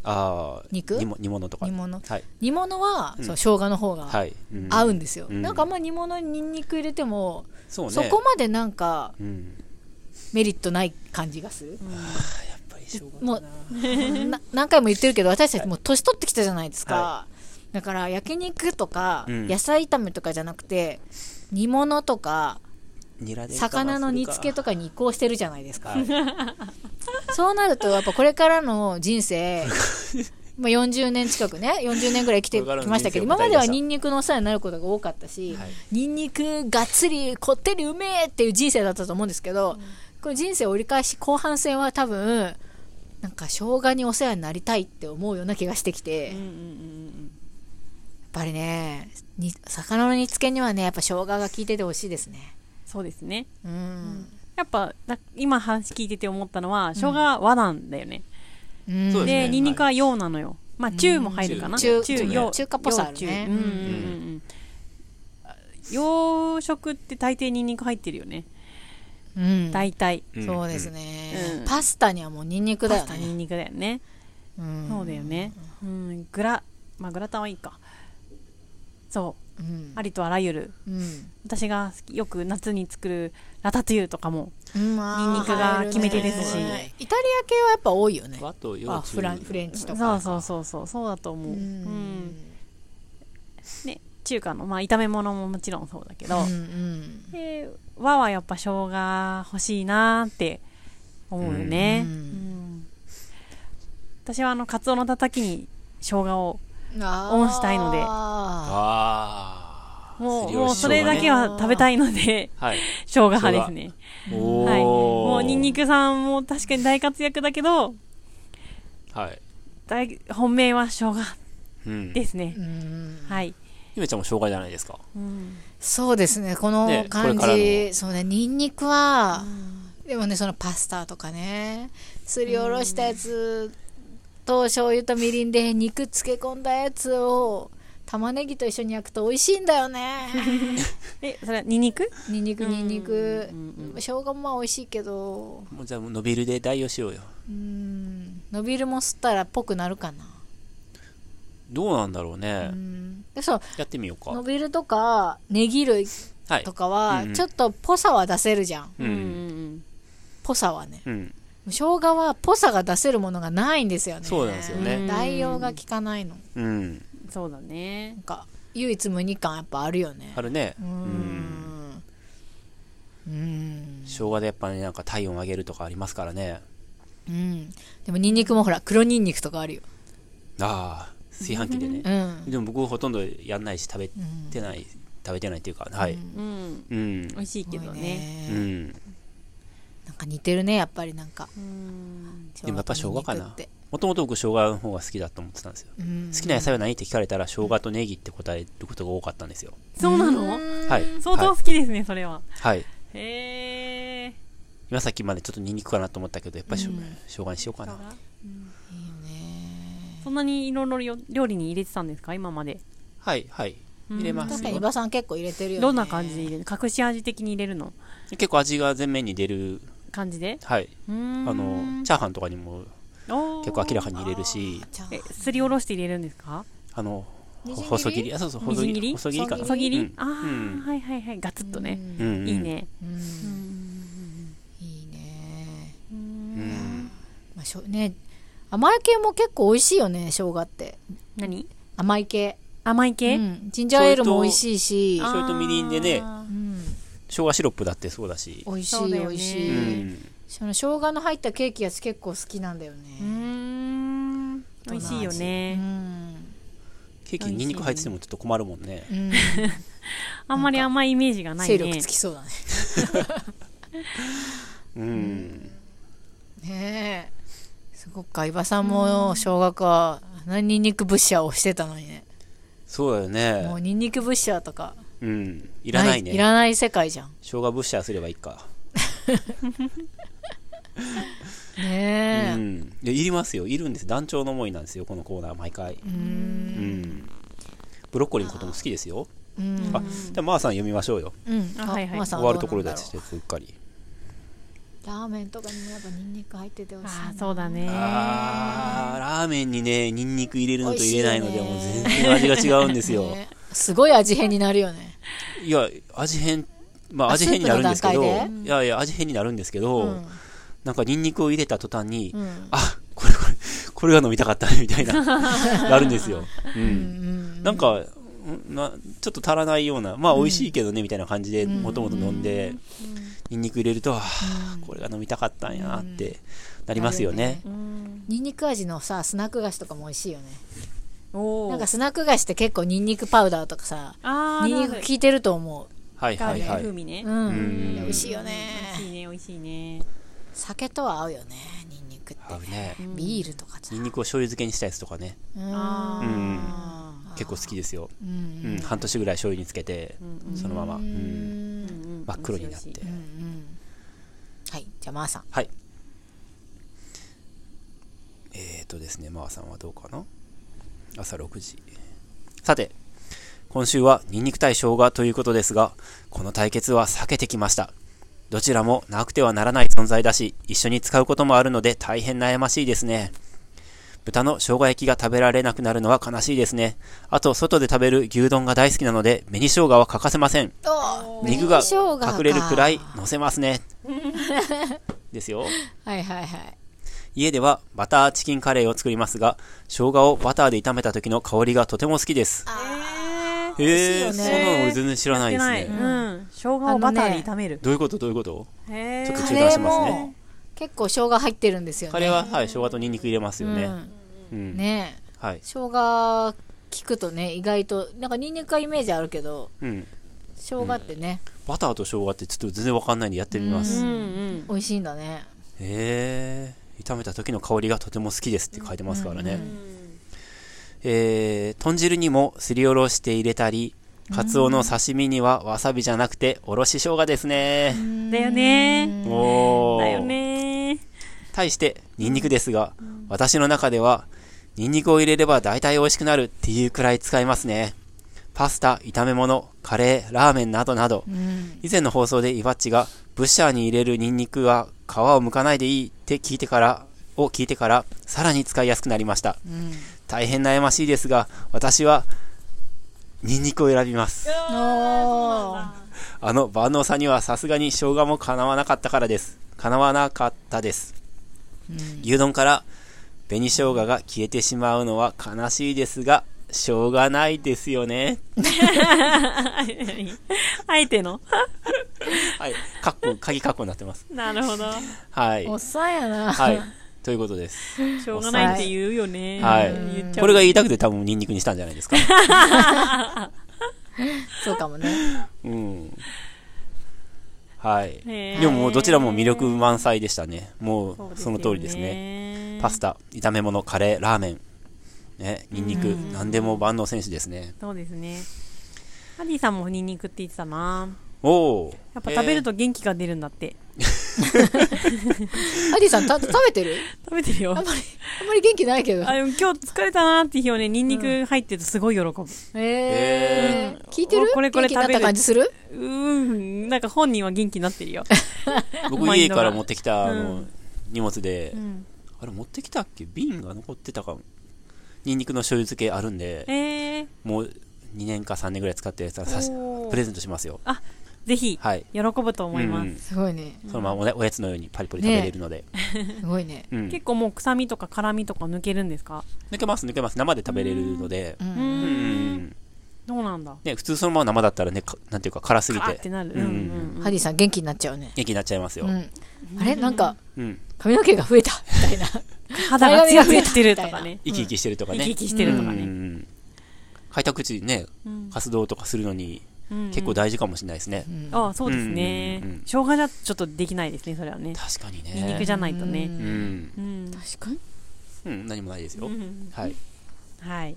Speaker 3: ああ、
Speaker 4: 肉
Speaker 3: 煮も煮物とか。
Speaker 4: 煮物
Speaker 3: はい。
Speaker 4: 煮物は、そう生姜の方
Speaker 3: は
Speaker 4: が
Speaker 3: い。
Speaker 4: 合うんですよ、
Speaker 3: うん
Speaker 4: なんかあんま煮物にニンニク入れても
Speaker 3: そうね。
Speaker 4: そこまでなんか
Speaker 3: うん。
Speaker 4: メリットない感じがする、
Speaker 3: やっぱり生姜。
Speaker 4: もうな何回も言ってるけど私たちもう年取ってきたじゃないですか、
Speaker 3: は
Speaker 4: だから焼肉とか、
Speaker 3: うん
Speaker 4: 野菜炒めとかじゃなくて煮物とか
Speaker 3: ニラで
Speaker 4: 魚の煮付けとかに移行してるじゃないですか、
Speaker 3: はい
Speaker 4: そうなるとやっぱこれからの人生まあ40年近くね40年ぐらい生きて
Speaker 3: これからの
Speaker 4: きましたけど
Speaker 3: 人生
Speaker 4: 今
Speaker 3: を迎
Speaker 4: ま
Speaker 3: えました
Speaker 4: ではニンニクのお世話になることが多かったし、
Speaker 3: はい
Speaker 4: ニンニクがっつりこってりうめえっていう人生だったと思うんですけど、この人生折り返し後半戦は多分なんか生姜にお世話になりたいって思うような気がしてきて、
Speaker 1: うんうん
Speaker 4: やっ
Speaker 1: うん
Speaker 4: ぱりねに魚の煮付けにはねやっぱ生姜が効いててほしいですね
Speaker 1: そうですね
Speaker 4: うん、
Speaker 1: やっぱだ今話聞いてて思ったのは生姜は和なんだよね、
Speaker 4: うん
Speaker 3: そうですね
Speaker 1: でニンニクは洋なのよまあ中も入るかな
Speaker 4: 中
Speaker 1: 中
Speaker 4: 中
Speaker 1: 洋
Speaker 4: 中華っぽさあるね
Speaker 1: 洋中うんうんうんうんあ洋食って大抵ニンニク入ってるよね
Speaker 4: うん
Speaker 1: 大体
Speaker 3: ん
Speaker 4: そうですね、
Speaker 1: うん
Speaker 4: パスタにはもうニンニクだ
Speaker 1: パス
Speaker 4: よ
Speaker 1: タニ
Speaker 4: ね、
Speaker 1: ンニクだよね
Speaker 4: うん、
Speaker 1: そうだよねうんグラまあグラタンはいいかそう
Speaker 4: うん
Speaker 1: ありとあらゆる
Speaker 4: うん
Speaker 1: 私が好きよく夏に作るラタトゥイユとかも
Speaker 4: うん
Speaker 1: ニンニクが決め手ですし
Speaker 4: 入るねイタリア系はやっぱ多いよ ね
Speaker 3: あと幼
Speaker 4: あ
Speaker 3: 虫
Speaker 4: フランフレンチ
Speaker 1: そ
Speaker 4: と
Speaker 1: う
Speaker 4: か
Speaker 1: そうそうそうそうだと思う
Speaker 4: う
Speaker 1: うん
Speaker 4: ん
Speaker 1: ね中華のまあ炒め物ももちろんそうだけ
Speaker 4: う
Speaker 1: ど
Speaker 4: んうん
Speaker 1: で和はやっぱ生姜欲しいなーって思うよね、
Speaker 4: うん
Speaker 1: うん私はあのカツオのたたきに生姜を
Speaker 4: オ
Speaker 1: ンしたいので
Speaker 3: あ
Speaker 1: もう,、
Speaker 3: すりおろし
Speaker 1: もうそれだけは食べたいので
Speaker 3: あ。はい。
Speaker 1: 生姜派ですね
Speaker 3: お
Speaker 1: はい
Speaker 3: お。
Speaker 1: もうニンニ。クさんも確かに大活躍だけど
Speaker 3: はい。
Speaker 1: 大本命は生姜
Speaker 3: うん。
Speaker 1: ですね
Speaker 4: う、ん
Speaker 1: はい、
Speaker 3: ゆめちゃんも生姜じゃないですか。
Speaker 1: うん
Speaker 4: そうですねこの
Speaker 3: ね
Speaker 4: 感
Speaker 3: これから
Speaker 4: じそうねニンニクはでもねそのパスタとかねすりおろしたやつと醤油とみりんで肉漬け込んだやつを玉ねぎと一緒に焼くと美味しいんだよね
Speaker 1: えそれはニンニク
Speaker 4: ニンニクニンニク
Speaker 1: うんうんうん
Speaker 4: 生姜もまあ美味しいけど
Speaker 3: もうじゃあもう伸びるで代用しようよ。
Speaker 4: うん伸びるも吸ったらっぽくなるかな
Speaker 3: どうなんだろうね
Speaker 4: う。んでそう
Speaker 3: やってみようか
Speaker 4: 伸。びるとかネギ類
Speaker 3: はい
Speaker 4: と。かは
Speaker 3: うんうん
Speaker 4: ちょっとぽさは出せるじゃん
Speaker 3: う。
Speaker 1: うんん
Speaker 4: ぽさはね
Speaker 3: うん。
Speaker 4: 生姜はぽさが出せるものがないんですよね
Speaker 3: そうなんですよね
Speaker 4: 代用が効かないの
Speaker 3: うん。
Speaker 1: そうだね
Speaker 4: なんか唯一無二感やっぱあるよね
Speaker 3: あるね。
Speaker 4: うーんうーん
Speaker 3: 生姜でやっぱね、なんか体温上げるとかありますからね。
Speaker 4: うんでもニンニクもほら黒ニンニクとかあるよ
Speaker 3: ああ、炊飯器でね
Speaker 4: う。ん
Speaker 3: でも僕ほとんどやんないし食べ
Speaker 4: うん
Speaker 3: てない、食べてないっていうか、はい。
Speaker 1: うん
Speaker 3: うん。
Speaker 1: 美味しいけどね
Speaker 3: う
Speaker 4: ね
Speaker 3: ん。
Speaker 4: なんか似てるねやっぱりなんか
Speaker 1: うん
Speaker 3: でもやっぱ生姜か
Speaker 4: 生
Speaker 3: な
Speaker 4: 姜とニンニクって。
Speaker 3: もともと僕生姜の方が好きだと思ってたんですよ。
Speaker 4: うん
Speaker 3: 好きな野菜は何って聞かれたら生姜とネギって答えることが多かったんですよ。
Speaker 1: そうなの
Speaker 3: はい。
Speaker 1: 相当
Speaker 3: は。
Speaker 1: 好きですね、それはい
Speaker 3: はい。
Speaker 1: へえ
Speaker 3: 今さっきまでちょっとニンニクかなと思ったけど、やっぱりしょ、生姜にしようかな。
Speaker 4: いいよね
Speaker 1: そんなにいろいろ料料理に入れてたんですか今まで
Speaker 3: はい、はい。入れます
Speaker 4: 確かに伊庭さん結構入れてるよね
Speaker 1: どんな感じで入れる隠し味的に入れるの
Speaker 3: 結構味が前面に出る、
Speaker 1: 感じで
Speaker 3: はい。
Speaker 1: うーん
Speaker 3: あの、チャーハンとかにも
Speaker 1: おー
Speaker 3: 結構明らかに入れるし、
Speaker 4: じゃあ
Speaker 1: えすりおろして入れるんですか
Speaker 3: あの、
Speaker 4: みじん
Speaker 3: 細切り。あ、そうそう、
Speaker 1: み
Speaker 3: 細
Speaker 1: じん
Speaker 3: 切
Speaker 1: 切
Speaker 3: り。
Speaker 1: り
Speaker 3: 細切りかな。
Speaker 1: 細切
Speaker 3: う
Speaker 1: り
Speaker 3: ん
Speaker 1: あ
Speaker 3: うん
Speaker 1: あ、はいはいはい。ガツッとね。
Speaker 4: うん
Speaker 3: うんうん
Speaker 1: いいね。
Speaker 4: うんいいね
Speaker 3: うん。
Speaker 4: まあしょね甘い系も結構美味しいよね生姜って
Speaker 1: 何
Speaker 4: 甘い系
Speaker 1: 甘い系
Speaker 4: うん、ジンジャーエールも美味しいし
Speaker 1: あー
Speaker 3: それとみりんでね
Speaker 4: うん
Speaker 3: 生姜シロップだってそうだし。
Speaker 4: 美味し
Speaker 1: そ
Speaker 4: いう美
Speaker 1: だよね
Speaker 4: 味し
Speaker 3: う
Speaker 4: い、
Speaker 3: ん。
Speaker 4: その生姜の入ったケーキやつ結構好きなんだよね、
Speaker 1: うーん。美味しいよ
Speaker 4: う
Speaker 1: ね。
Speaker 4: ん
Speaker 3: ケーキにニンニク入っててもちょっと困るもんね。
Speaker 4: うん、
Speaker 1: あんまり甘いイメージがないね。
Speaker 4: 勢力つきそうだね
Speaker 3: うん。
Speaker 4: ねえすごくか伊庭さんも小学はあんなニンニクブッシャーをしてたのにね
Speaker 3: そうだよ
Speaker 4: もう
Speaker 3: ね。
Speaker 4: ニンニクブッシャーとか
Speaker 3: うん。いらない
Speaker 4: い
Speaker 3: ね。
Speaker 4: らない世界じゃん
Speaker 3: 生姜ブッシャーすればいいか。う
Speaker 4: ねえ
Speaker 3: ん。いや、いりますよ。いるんです。団長の思いなんですよ、このコーナー、毎回。
Speaker 4: う
Speaker 3: うんん。ブロッコリーのことも好きですよ。
Speaker 4: うん
Speaker 3: あ、じゃあ、まーさん読みましょうよ。
Speaker 4: うん
Speaker 1: あはいはい
Speaker 4: まあさ
Speaker 3: 終
Speaker 4: ん
Speaker 3: わるところで
Speaker 4: どうなん
Speaker 3: す
Speaker 4: だろ
Speaker 3: うっかり。
Speaker 4: うラーメンとかにもやっぱニンニク入っててほしいな
Speaker 1: ああ、そうだね。
Speaker 3: あー、ラーメンにね、ニンニク入れるのと入れないので
Speaker 4: 美味
Speaker 3: もう
Speaker 4: しいよね
Speaker 3: 全然味が違うんですよ。
Speaker 4: ねすごい味変になるよね
Speaker 3: いや、味変、まあ
Speaker 4: あ
Speaker 3: 味変になるんですけど、
Speaker 4: ス
Speaker 3: い
Speaker 4: ープの段
Speaker 3: やいや、味変になるんですけ
Speaker 4: う
Speaker 3: ど、
Speaker 4: ん
Speaker 3: なんかニンニクを入れた途端に、
Speaker 4: うん
Speaker 3: あ、これこれ、これが飲みたかったみたいな、 なるんですよ。う。
Speaker 4: うんん
Speaker 3: なんか、んなちょっと足らないような、まあ美味しいけどね、みたいな感じで、
Speaker 4: ん
Speaker 3: もともと飲んで、ニンニク入れると、あーこれが飲みたかったんやなって、なりますよね。
Speaker 1: うん。
Speaker 4: ニンニク味のさスナック菓子とかも美味しいよね
Speaker 1: お
Speaker 4: なん
Speaker 1: お
Speaker 4: か。スナック菓子って結構ニンニクパウダーとかさ
Speaker 1: ああ、
Speaker 4: ニンニク効いてると思
Speaker 3: はい
Speaker 1: ガー
Speaker 3: は
Speaker 1: リ
Speaker 3: い
Speaker 1: ック
Speaker 3: はい
Speaker 1: 風。味ね
Speaker 4: う。。うん
Speaker 3: うん
Speaker 4: 美味しいよ
Speaker 1: 美味し
Speaker 4: ね
Speaker 1: いね、美味しいね。
Speaker 4: 酒とは合うよねニンニクって
Speaker 3: 合うね。
Speaker 4: ビールとかさ
Speaker 3: ニンニクを醤油漬けにしたやつとかね、
Speaker 1: あ
Speaker 4: うん
Speaker 3: 結構好きですよ。
Speaker 4: う
Speaker 3: うんん、半年ぐらい醤油につけて、そのまま。う
Speaker 4: うん
Speaker 1: うん
Speaker 4: ん
Speaker 1: うん
Speaker 3: 真っ黒になって
Speaker 1: 美味しい美味しい
Speaker 4: うんうんはいじゃあまーさん
Speaker 3: はい。えーとですね、まーさんはどうかな朝6時。さて、今週はニンニク対生姜ということですが、この対決は避けてきました。どちらもなくてはならない存在だし、一緒に使うこともあるので大変悩ましいですね。豚の生姜焼きが食べられなくなるのは悲しいですね。あと、外で食べる牛丼が大好きなので、紅生姜は欠かせません。
Speaker 4: おー
Speaker 3: 肉が
Speaker 4: 紅生姜か
Speaker 3: 隠れるくらい乗せますね。ですよ。
Speaker 4: はいはいはい
Speaker 3: 家ではバターチキンカレーを作りますが、生姜をバターで炒めた時の香りがとても好きです。
Speaker 4: あ
Speaker 3: へえー、
Speaker 4: 美味しい
Speaker 3: そん
Speaker 4: よね
Speaker 3: なの俺全然知らないで
Speaker 1: やっ
Speaker 3: す
Speaker 1: て
Speaker 3: ね。
Speaker 1: うん。生姜をバターで炒める。
Speaker 3: どういうことどういうこと
Speaker 1: へ
Speaker 3: ちょっと中
Speaker 4: ーカ
Speaker 3: 断
Speaker 4: レ
Speaker 3: し
Speaker 4: ー
Speaker 3: ます
Speaker 4: も
Speaker 3: ね。
Speaker 4: 結構生姜入ってるんですよね
Speaker 3: カレーは、はい、生姜とニンニク入れますよね。うん。
Speaker 4: うんねえ
Speaker 3: はい。
Speaker 4: 生姜聞くとね意外となんかニンニクはイメージあるけど
Speaker 3: うん。
Speaker 4: 生姜ってね、
Speaker 3: バターと生姜ってちょっと全然わかんないんでやってみま
Speaker 1: うん
Speaker 3: す。へ
Speaker 1: うん。
Speaker 4: 美味しいんだね
Speaker 3: えー、炒めた時の香りがとても好きですって書いてますからね。
Speaker 1: うん
Speaker 3: えー、豚汁にもすりおろして入れたり、カツオの刺身にはわさびじゃなくておろし生姜ですね。
Speaker 1: だよね
Speaker 3: おー。
Speaker 1: だよね
Speaker 3: 対してニンニクですが、私の中ではニンニクを入れれば大体美味しくなるっていうくらい使いますねパスタ炒め物カレーラーメンなどなど、
Speaker 4: うん
Speaker 3: 以前の放送でイバッチがブッシャーに入れるニンニクは皮を剥かないでいいって聞いてからを聞いてからさらに使いやすくなりました
Speaker 4: うん
Speaker 3: 大変悩ましいですが私はニンニクを選びます
Speaker 4: おー
Speaker 3: あの万能さにはさすがに生姜もかなわなかったからです。かなわなかったです。牛丼から紅生姜が消えてしまうのは悲しいですが、しょうがないですよね。
Speaker 1: あえての
Speaker 3: はい。かっこ、鍵かっこになってます。
Speaker 1: なるほど。
Speaker 3: はい
Speaker 4: おっ。さんやな、
Speaker 3: はい。ということです。
Speaker 1: しょうがないって言うよね。
Speaker 3: はい
Speaker 1: 言っちゃう
Speaker 3: これが言いたくて多分ニンニクにしたんじゃないですか。
Speaker 4: そうかもね
Speaker 3: うん。はい。
Speaker 1: へー
Speaker 3: でももうどちらも魅力満載でしたね。もうその通りですね。
Speaker 1: ね
Speaker 3: パスタ、炒め物、カレー、ラーメン、ね、ニンニク、何でも万能選手ですね。
Speaker 1: そうですね。ハリーさんもニンニクって言ってたな。
Speaker 3: おお。
Speaker 1: やっぱ食べると元気が出るんだって。
Speaker 4: アディさんた食べてる
Speaker 1: 食べてるよ。
Speaker 4: あんまりあんまり元気ないけど
Speaker 1: あ、でも今日疲れたなーって日はね、ニンニク入ってるとすごい喜ぶ。う
Speaker 4: えー、聞いてる
Speaker 1: おこれこれ
Speaker 4: 元気になった感じする
Speaker 1: ーん、なんか本人は元気になってるよ。
Speaker 3: えー僕
Speaker 1: マイン
Speaker 3: 家
Speaker 1: ド
Speaker 3: か
Speaker 1: が
Speaker 3: ら持ってきた、あの、
Speaker 1: うん
Speaker 3: 荷物で、
Speaker 1: うん。
Speaker 3: あれ持ってきたっけ瓶が残ってたかも。ニンニクの醤油漬けあるんで、
Speaker 1: ええ
Speaker 3: もう2年か3年ぐらい使ってささ
Speaker 1: おー
Speaker 3: プレゼントしますよ。
Speaker 1: ぜひ、
Speaker 3: はい。
Speaker 1: 喜ぶと思います。
Speaker 3: す。
Speaker 4: すごいね
Speaker 3: そのままおやおやつのようにパリパリ食べれるので。
Speaker 4: すごいね
Speaker 3: うん。
Speaker 1: 結構もう臭みとか辛みとか抜けるんですか
Speaker 3: 抜けます、抜けます。生で食べれるので
Speaker 4: う。
Speaker 1: うー。
Speaker 4: ん
Speaker 3: うんん。
Speaker 1: どうなんだ
Speaker 3: ね、普通そのまま生だったらね、かなんていうか辛すぎ、
Speaker 1: カーっててなる。
Speaker 3: う
Speaker 1: う
Speaker 3: ん
Speaker 1: んうん。
Speaker 4: ハリーさん元気になっちゃうね
Speaker 3: 元気になっちゃいますよ
Speaker 4: う。んあれなんか
Speaker 3: うん。
Speaker 4: 髪の毛が増えたみたいな
Speaker 1: 肌がツヤツヤしてるとかね。
Speaker 3: 生き生きしてるとか
Speaker 1: 生き
Speaker 3: ね。
Speaker 1: 生きしてるとか
Speaker 3: う
Speaker 1: ね。
Speaker 3: ん。開拓地ね、活動とかするのに結構
Speaker 1: だ。
Speaker 3: 大事かもしれないですね。
Speaker 1: ああ、そうですね
Speaker 3: うんうんうん。
Speaker 1: 生姜じゃちょっとできないですね、それはね。
Speaker 3: 確かにね。
Speaker 1: ニンニクじゃないとね。
Speaker 3: う
Speaker 4: うん
Speaker 3: ん。
Speaker 1: うん。
Speaker 4: 確かに
Speaker 3: うん、何もないですよ。
Speaker 1: うん
Speaker 3: はい。
Speaker 1: はい。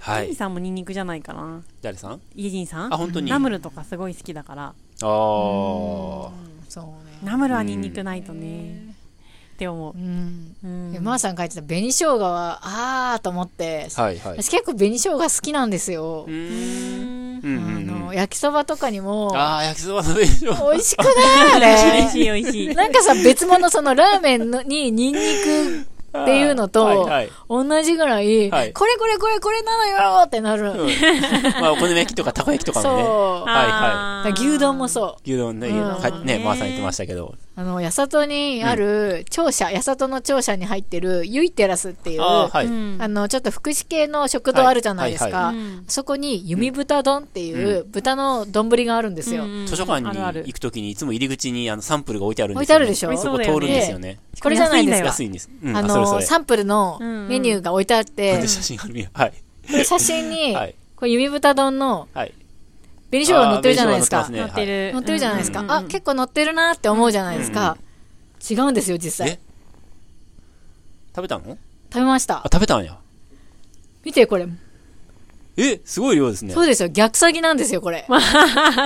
Speaker 3: は
Speaker 1: ケニー
Speaker 3: い。
Speaker 1: さんもニンニクじゃないかな。
Speaker 3: 誰さん
Speaker 1: イエジンさん
Speaker 3: あ、本当に。
Speaker 1: ナム
Speaker 3: ル。
Speaker 1: ルとかすごい好きだから。
Speaker 3: ああ。
Speaker 4: そうね
Speaker 1: ナムルはニンニクないとね。って思う
Speaker 4: う。ん
Speaker 1: うん
Speaker 4: でマーさん書いてた紅生姜はあーと思って
Speaker 3: はいはい。
Speaker 4: 私結構紅生姜好きなんですよ
Speaker 3: う
Speaker 1: う
Speaker 3: ーん。
Speaker 1: ーん
Speaker 3: うん
Speaker 4: あ
Speaker 3: うんうん
Speaker 4: の焼きそばとかにも
Speaker 3: ああ、焼きそばのでしょ。
Speaker 4: 美味しくないあ れ
Speaker 1: 美味しい美味しい。
Speaker 4: なんかさ、別物、そのラーメンのにニンニクっていうの
Speaker 3: はい
Speaker 4: と
Speaker 3: はい、
Speaker 4: 同じぐらい、
Speaker 3: はい
Speaker 4: これこれこれこれなのよってなる。
Speaker 3: うんまあ、お好み焼きとかたこ焼きとかもね。
Speaker 4: そう。だか
Speaker 3: はい
Speaker 4: ら牛丼もそう。
Speaker 3: 牛丼ね、牛丼。
Speaker 4: うん
Speaker 3: かね、まーさん言ってましたけど。
Speaker 4: あの、八里にある庁舎、八里の庁舎に入ってる、ゆいテラスっていう、
Speaker 3: ああ、はい。
Speaker 1: うん
Speaker 4: あの、ちょっと福祉系の食堂あるじゃないです
Speaker 3: は
Speaker 4: か
Speaker 1: いはいはいうん。
Speaker 4: そこに弓豚丼っていう豚の丼があるんですよ。
Speaker 3: 図書館に
Speaker 1: あるある
Speaker 3: 行くときにいつも入り口にあのサンプルが置いてあるんです
Speaker 4: 置いてあるでしょ
Speaker 3: そこ通るんですよね。
Speaker 4: これじゃないですか
Speaker 3: 安。いんです。うん、
Speaker 4: あ
Speaker 3: あ、それそ
Speaker 4: の、
Speaker 3: れ。
Speaker 4: サンプルの
Speaker 1: うんうん
Speaker 4: メニューが置いてあって、
Speaker 3: で 写真あるやんはい。
Speaker 4: これ写真に、
Speaker 3: はい
Speaker 4: これ弓豚丼の
Speaker 3: はい。
Speaker 4: 紅生姜乗ってるじゃないです
Speaker 3: あー
Speaker 4: か。
Speaker 1: 乗
Speaker 3: 紅生姜
Speaker 1: ってる。
Speaker 4: 乗ってるじゃないですか。
Speaker 1: うん
Speaker 4: あ、結構乗ってるなって思うじゃないですか。違うんですよ、実際
Speaker 3: え。食べたの
Speaker 4: 食べまし
Speaker 3: あ
Speaker 4: た、。
Speaker 3: 食べたんや。
Speaker 4: 見て、これ。
Speaker 3: え、すごい量ですね。
Speaker 4: そうですよ、逆詐欺なんですよ、これ。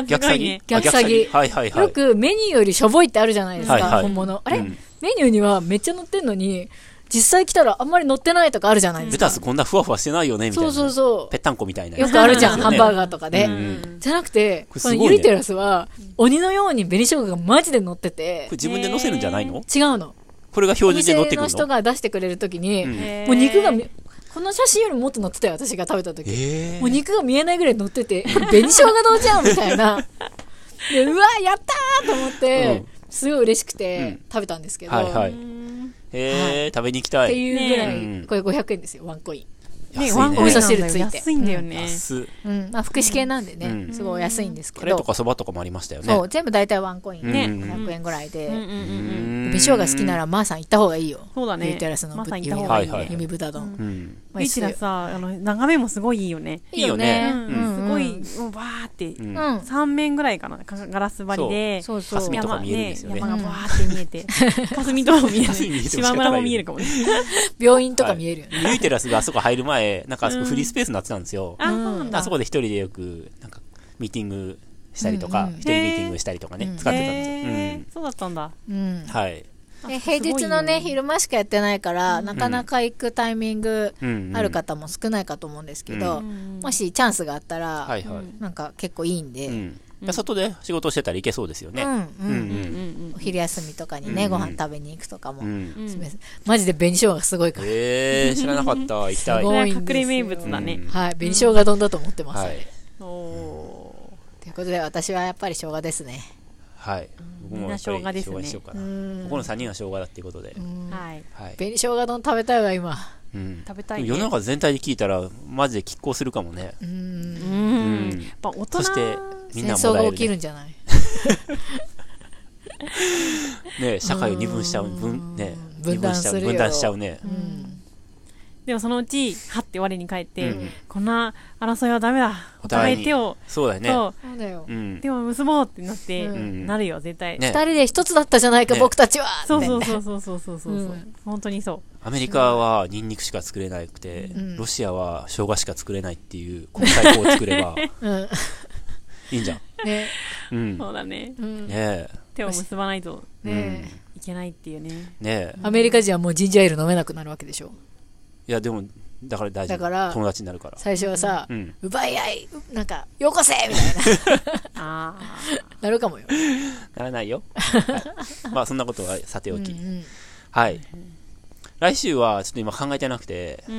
Speaker 3: 逆
Speaker 1: すご
Speaker 3: 詐
Speaker 1: いね
Speaker 3: 欺
Speaker 4: 逆詐欺
Speaker 3: あはいはいはい。
Speaker 4: よくメニューよりしょぼいってあるじゃないです
Speaker 3: はいは
Speaker 4: か、
Speaker 3: い
Speaker 4: 本物。あれ
Speaker 3: う
Speaker 4: メ
Speaker 3: ん
Speaker 4: ニューにはめっちゃ乗ってんのに、実際来たらあんまり乗ってないとかあるじゃないで
Speaker 3: レ
Speaker 4: すか。
Speaker 3: タスこんなふわふわしてないよね、みたい
Speaker 4: そ
Speaker 3: な。
Speaker 4: うそうそ
Speaker 3: ぺったんこみたいな。
Speaker 4: う。よくあるじゃん、ハンバー
Speaker 3: ガ
Speaker 4: ガーとかで
Speaker 3: う。ん。こ
Speaker 4: じゃなくて、
Speaker 3: これ
Speaker 4: こ
Speaker 3: すご
Speaker 4: の
Speaker 3: いね
Speaker 4: ゆりテラスは、鬼のように紅生姜がマジで乗ってて
Speaker 3: れ、自分で乗せるんじゃないの
Speaker 4: 違うの。
Speaker 3: これが
Speaker 4: お
Speaker 3: 標準
Speaker 4: 店
Speaker 3: で乗ってく
Speaker 4: の
Speaker 3: る
Speaker 4: 人
Speaker 3: の
Speaker 4: が出してくれるときに、
Speaker 3: うん
Speaker 1: へー
Speaker 4: もう肉がみ、この写真よりもっと乗ってたよ、私が食べた時。
Speaker 3: え
Speaker 4: もう肉が見えないぐらい乗ってて、これ紅生姜丼じゃんみた いな。で、うわ、やったーと思って、すごい嬉しくて食べたんですけど、
Speaker 3: はいは
Speaker 4: っ
Speaker 3: い。えー、食べに行きた
Speaker 4: て
Speaker 3: い。
Speaker 4: いうぐらい、
Speaker 3: ねえ
Speaker 4: これ500円ですよ、ワンコイ
Speaker 1: ね、
Speaker 3: 安い
Speaker 1: ワンコ
Speaker 4: お
Speaker 1: インな
Speaker 4: 味噌
Speaker 1: んだ
Speaker 4: 汁
Speaker 1: よ
Speaker 4: ついて
Speaker 1: 安いんだよね。
Speaker 3: 安い。
Speaker 4: ン。うん、まあ福祉系なんでね、
Speaker 3: うん
Speaker 4: すごいお安いんです
Speaker 3: カ
Speaker 4: け
Speaker 3: レー
Speaker 4: ど
Speaker 3: と、かそばとかもありましたよね。
Speaker 4: そう、全部大体ワンコイン、
Speaker 3: うん
Speaker 1: ね
Speaker 4: 500円ぐらいで、
Speaker 1: うんうんうんうん。
Speaker 3: ん
Speaker 4: 紅生姜好きなら、まーさん行った方がいいよ。
Speaker 1: そうだね
Speaker 4: ゆりテラスの
Speaker 1: まーさん行っ
Speaker 4: ぶ
Speaker 1: た方がいいね
Speaker 3: はいはい
Speaker 4: 弓豚丼。
Speaker 3: うん。
Speaker 4: まあ
Speaker 1: ビーチださ、あの、眺めもすごいいいよね。
Speaker 3: いいよね
Speaker 1: うんすごい、もうバーって、
Speaker 3: うん
Speaker 4: う。ん。
Speaker 1: 3面ぐらいかな、かガラス張りで、
Speaker 4: そうそう。
Speaker 3: 霞とか見えるんですよね
Speaker 1: 山がバーって見えて、霞とも見える
Speaker 3: 霞見えても仕方ない
Speaker 1: 島村も見えるかもね。
Speaker 4: 病院とか見えるよね。
Speaker 3: ユイテラスがあそこ入る前、なんかあそこフリースペースになってたんですよ。
Speaker 1: あ、そうなんだ。
Speaker 3: あそこで一人でよく、なんか、ミーティングしたりとか
Speaker 4: うん、うん
Speaker 3: 一人ミーティングしたりとかね
Speaker 4: う、ん
Speaker 3: 使ってたんです
Speaker 1: へ
Speaker 3: よ
Speaker 1: ー。そうだったんだ。
Speaker 4: うん
Speaker 3: うん。はい。
Speaker 1: あ
Speaker 4: で平日のね、。
Speaker 1: すごい
Speaker 4: 昼間しかやってないから、なかなか行くタイミング
Speaker 3: うんうん
Speaker 4: ある方も少ないかと思うんですけ
Speaker 3: う
Speaker 4: ど、
Speaker 1: ん
Speaker 4: もしチャンスがあった
Speaker 3: は
Speaker 4: ら
Speaker 3: い、はい。
Speaker 4: なんか結構いいんで、
Speaker 3: う
Speaker 4: うん
Speaker 3: ん。で外で仕事してたらいけそうですよ
Speaker 4: う
Speaker 3: ね。うん
Speaker 4: ん
Speaker 1: うんうん
Speaker 4: お昼休みとかにね、ご飯食べに行くとかも
Speaker 3: う、ん
Speaker 1: う。ん。
Speaker 4: すみませんマジで紅生姜がすごいから。
Speaker 3: えー、知らなかった。行きたい。
Speaker 1: こ
Speaker 4: すご
Speaker 1: れ
Speaker 4: い
Speaker 1: は
Speaker 4: んですよ
Speaker 1: 隠れ名物だね。
Speaker 4: はい、紅生姜丼だと思ってます。
Speaker 3: は
Speaker 4: あ
Speaker 3: い
Speaker 4: れ。
Speaker 1: おー。
Speaker 4: ということで、私はやっぱり生姜ですね。
Speaker 3: はい。僕もやっぱり
Speaker 1: みんな生姜ですね
Speaker 3: 生姜にしようかな。
Speaker 4: うん
Speaker 3: ここの3人が生姜だっていうことで。
Speaker 1: はい。
Speaker 3: はい。
Speaker 4: 紅生姜丼食べたいわ、今。
Speaker 3: うん
Speaker 1: 食べたいね
Speaker 3: 世の中全体で聞いたら、マジで拮抗するかもね。
Speaker 4: うん
Speaker 1: う
Speaker 3: うん
Speaker 1: ん。やっぱ大人
Speaker 3: そして、みん
Speaker 4: 戦
Speaker 3: な
Speaker 4: 争
Speaker 3: も
Speaker 4: が
Speaker 3: らえ
Speaker 4: 起きる
Speaker 3: る
Speaker 4: んじゃない
Speaker 3: ね。ね、社会を二分しちゃう、分、ね。
Speaker 4: 分断
Speaker 3: 二
Speaker 4: するよ
Speaker 3: 分断しちゃうね。
Speaker 1: でもそのうち、はって我に返って、
Speaker 3: うん
Speaker 1: こんな争いはダメだ。お互い手を、
Speaker 3: そうだよね。
Speaker 1: そ
Speaker 4: そうだよ
Speaker 3: う。ん
Speaker 1: う、。手を結ぼうってなって、
Speaker 3: ん
Speaker 1: なるよ、絶対。
Speaker 3: ね
Speaker 4: 二人で一つだったじゃないか、
Speaker 3: ね
Speaker 4: 僕たちは
Speaker 1: そうそうそうそうそうそうそう。
Speaker 4: う
Speaker 1: 本当にそ
Speaker 3: アメリカはニンニクしか作れなくて、
Speaker 4: ん
Speaker 3: ロシアは生姜しか作れないっていう国際法を作れば
Speaker 4: うん。
Speaker 3: いいんじゃん。
Speaker 4: ね。
Speaker 3: うん。
Speaker 1: う。そ
Speaker 3: ね
Speaker 1: うだね。
Speaker 3: え。
Speaker 1: 手を結ばないと
Speaker 4: ね
Speaker 1: いけないっていう ね。
Speaker 3: ねえ。
Speaker 4: アメリカ人はもうジンジャーエール飲めなくなるわけでしょ。
Speaker 3: いや、でも、だから大丈
Speaker 4: だか
Speaker 3: 夫。
Speaker 4: ら
Speaker 3: 友達になるから。
Speaker 4: 最初はさ
Speaker 3: うん、
Speaker 4: 奪い合い、なんか、よこせみたいな、
Speaker 1: あ
Speaker 4: なる かもよ。
Speaker 3: ならないよ。はいまあ、そんなことはさておき。
Speaker 4: うん
Speaker 3: はい。来週はちょっと今考えてなくて、
Speaker 1: うんう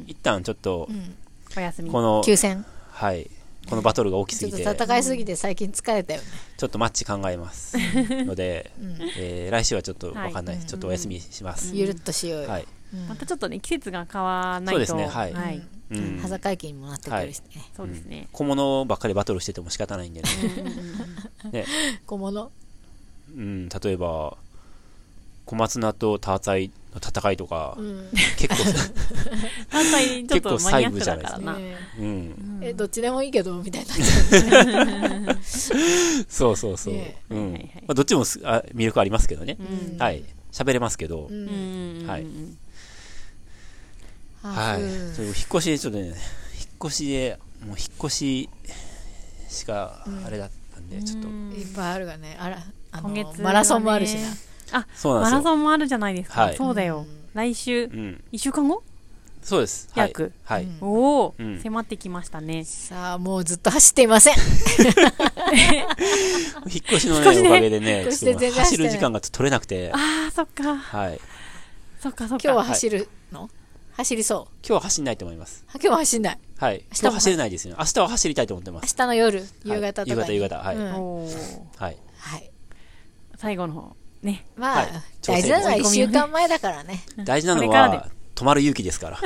Speaker 1: ん。
Speaker 3: 一旦ちょっと
Speaker 4: う、ん
Speaker 1: お休み。
Speaker 3: この、
Speaker 4: 休戦
Speaker 3: はい、このバトルが大きす
Speaker 4: ちょ
Speaker 3: ぎ、
Speaker 4: ってと戦いすぎて最近疲れたよね
Speaker 3: ちょっとマッチ考え ます。ので、えー来週はちょっとわかんないです。ちょっとお休みします。
Speaker 4: ゆるっとしようよ
Speaker 3: はい。
Speaker 1: またちょっとね、季節が変わらないと。
Speaker 3: そうですねはい
Speaker 1: はい。
Speaker 3: うん
Speaker 4: 羽坂駅にもなってくるしね
Speaker 1: そうですね。
Speaker 3: 小物ばっかりバトルしてても仕方ないんでね。ね、
Speaker 4: 小物
Speaker 3: うん、例えば、小松菜とターツァイの戦いとか、
Speaker 4: ん
Speaker 3: 結構、
Speaker 1: 関西ちょっとマニアックだからな。
Speaker 4: ね
Speaker 3: うん、
Speaker 4: えどっちでもいいけどみたいな
Speaker 3: そうそうそう。
Speaker 4: ね
Speaker 3: うん
Speaker 1: はいはいはい
Speaker 3: まあ、どっちもすあ魅力ありますけどね。
Speaker 1: うん
Speaker 3: はい。喋れますけど、
Speaker 1: うんうんうんうん。
Speaker 3: はい
Speaker 4: は
Speaker 3: はいい。ちょっと引っ越しで、ちょっとね、引っ越しで、もう引っ越ししか、あれだったんで、ちょっと、
Speaker 4: いっぱいあるがねあらあの
Speaker 1: 今月はね
Speaker 4: マラソンもあるしな
Speaker 3: そう
Speaker 1: マ
Speaker 3: なん
Speaker 1: ラ
Speaker 3: ですよ。
Speaker 1: ソンもあるじゃないですか。
Speaker 3: はい
Speaker 1: そうだよ。来週、
Speaker 3: うん。
Speaker 1: 1週間後
Speaker 3: そうです。はい
Speaker 1: 約。
Speaker 3: はい。
Speaker 4: うん
Speaker 1: おお、
Speaker 3: うん
Speaker 1: 迫ってきましたね。
Speaker 4: さあもうずっと走っていません
Speaker 3: 引っ越しの、
Speaker 1: 引っ越し
Speaker 3: ね、
Speaker 1: ね
Speaker 3: おかげでね
Speaker 4: 引っ、越し
Speaker 3: ちょ
Speaker 4: で
Speaker 3: っ
Speaker 4: 全
Speaker 3: と
Speaker 4: 然
Speaker 3: 走る時間が取れなくて、
Speaker 1: ああ、そっか。
Speaker 3: はい。
Speaker 1: そっかそっか。
Speaker 4: 今日は走るの走りそう
Speaker 3: 今日は走んないと思います。
Speaker 4: あ今日は走んない
Speaker 3: はい。
Speaker 4: 日も
Speaker 3: 今日走れないですよね。明日は走りたいと思ってます。
Speaker 4: 明日の夜
Speaker 3: はい
Speaker 4: 夕方とかに
Speaker 3: 夕方夕方はい
Speaker 4: うん
Speaker 1: おー
Speaker 3: はい。
Speaker 4: はい
Speaker 1: 最後の方。ね。
Speaker 4: ま
Speaker 3: は
Speaker 4: あ
Speaker 3: い
Speaker 4: 大事なのは
Speaker 1: 挑
Speaker 4: 1
Speaker 1: 戦
Speaker 4: 週間前だからね
Speaker 3: 大事なの
Speaker 1: これから
Speaker 3: は、止まる勇気ですから。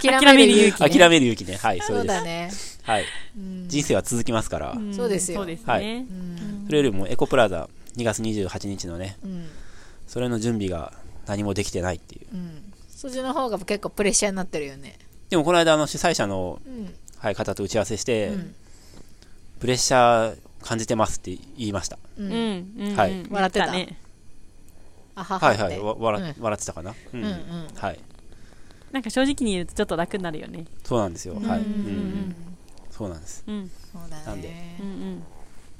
Speaker 4: 諦
Speaker 1: め
Speaker 4: め
Speaker 1: る
Speaker 4: る
Speaker 1: 勇
Speaker 4: 勇
Speaker 1: 気
Speaker 4: 気
Speaker 3: 諦める勇気ね。はい、そ
Speaker 4: そうう
Speaker 3: です
Speaker 4: だ。ね
Speaker 3: はい。
Speaker 4: うん
Speaker 3: 人生は続きますから。
Speaker 1: ん
Speaker 4: そうですよ
Speaker 1: そうですね。
Speaker 3: は
Speaker 1: う
Speaker 3: い
Speaker 1: ん
Speaker 3: それよりもエコプラザ2月28日のね、
Speaker 4: うん
Speaker 3: それの準備が何もできてないっていう。
Speaker 4: うんそっちの方が結構プレッシャーになってるよね
Speaker 3: でもこの間あの主催者の、
Speaker 4: うん
Speaker 3: はい、方と打ち合わせして、
Speaker 4: うん
Speaker 3: プレッシャー感じてますって言いました。
Speaker 4: う
Speaker 1: うん
Speaker 4: ん
Speaker 1: うんうん
Speaker 3: はい
Speaker 4: 笑ってた
Speaker 1: 言ね
Speaker 4: あは
Speaker 3: は
Speaker 4: はい
Speaker 3: はい。わ笑
Speaker 4: う
Speaker 3: 笑ってたかな。うん
Speaker 4: うんうん
Speaker 3: はい。
Speaker 1: なんか正直に言うとちょっと楽になるよね。
Speaker 3: そうなんですよ。はい。う
Speaker 4: うんうん
Speaker 3: ん。そうなんです。
Speaker 1: うん
Speaker 4: そうだ
Speaker 3: なんで
Speaker 4: ね
Speaker 1: うんうん。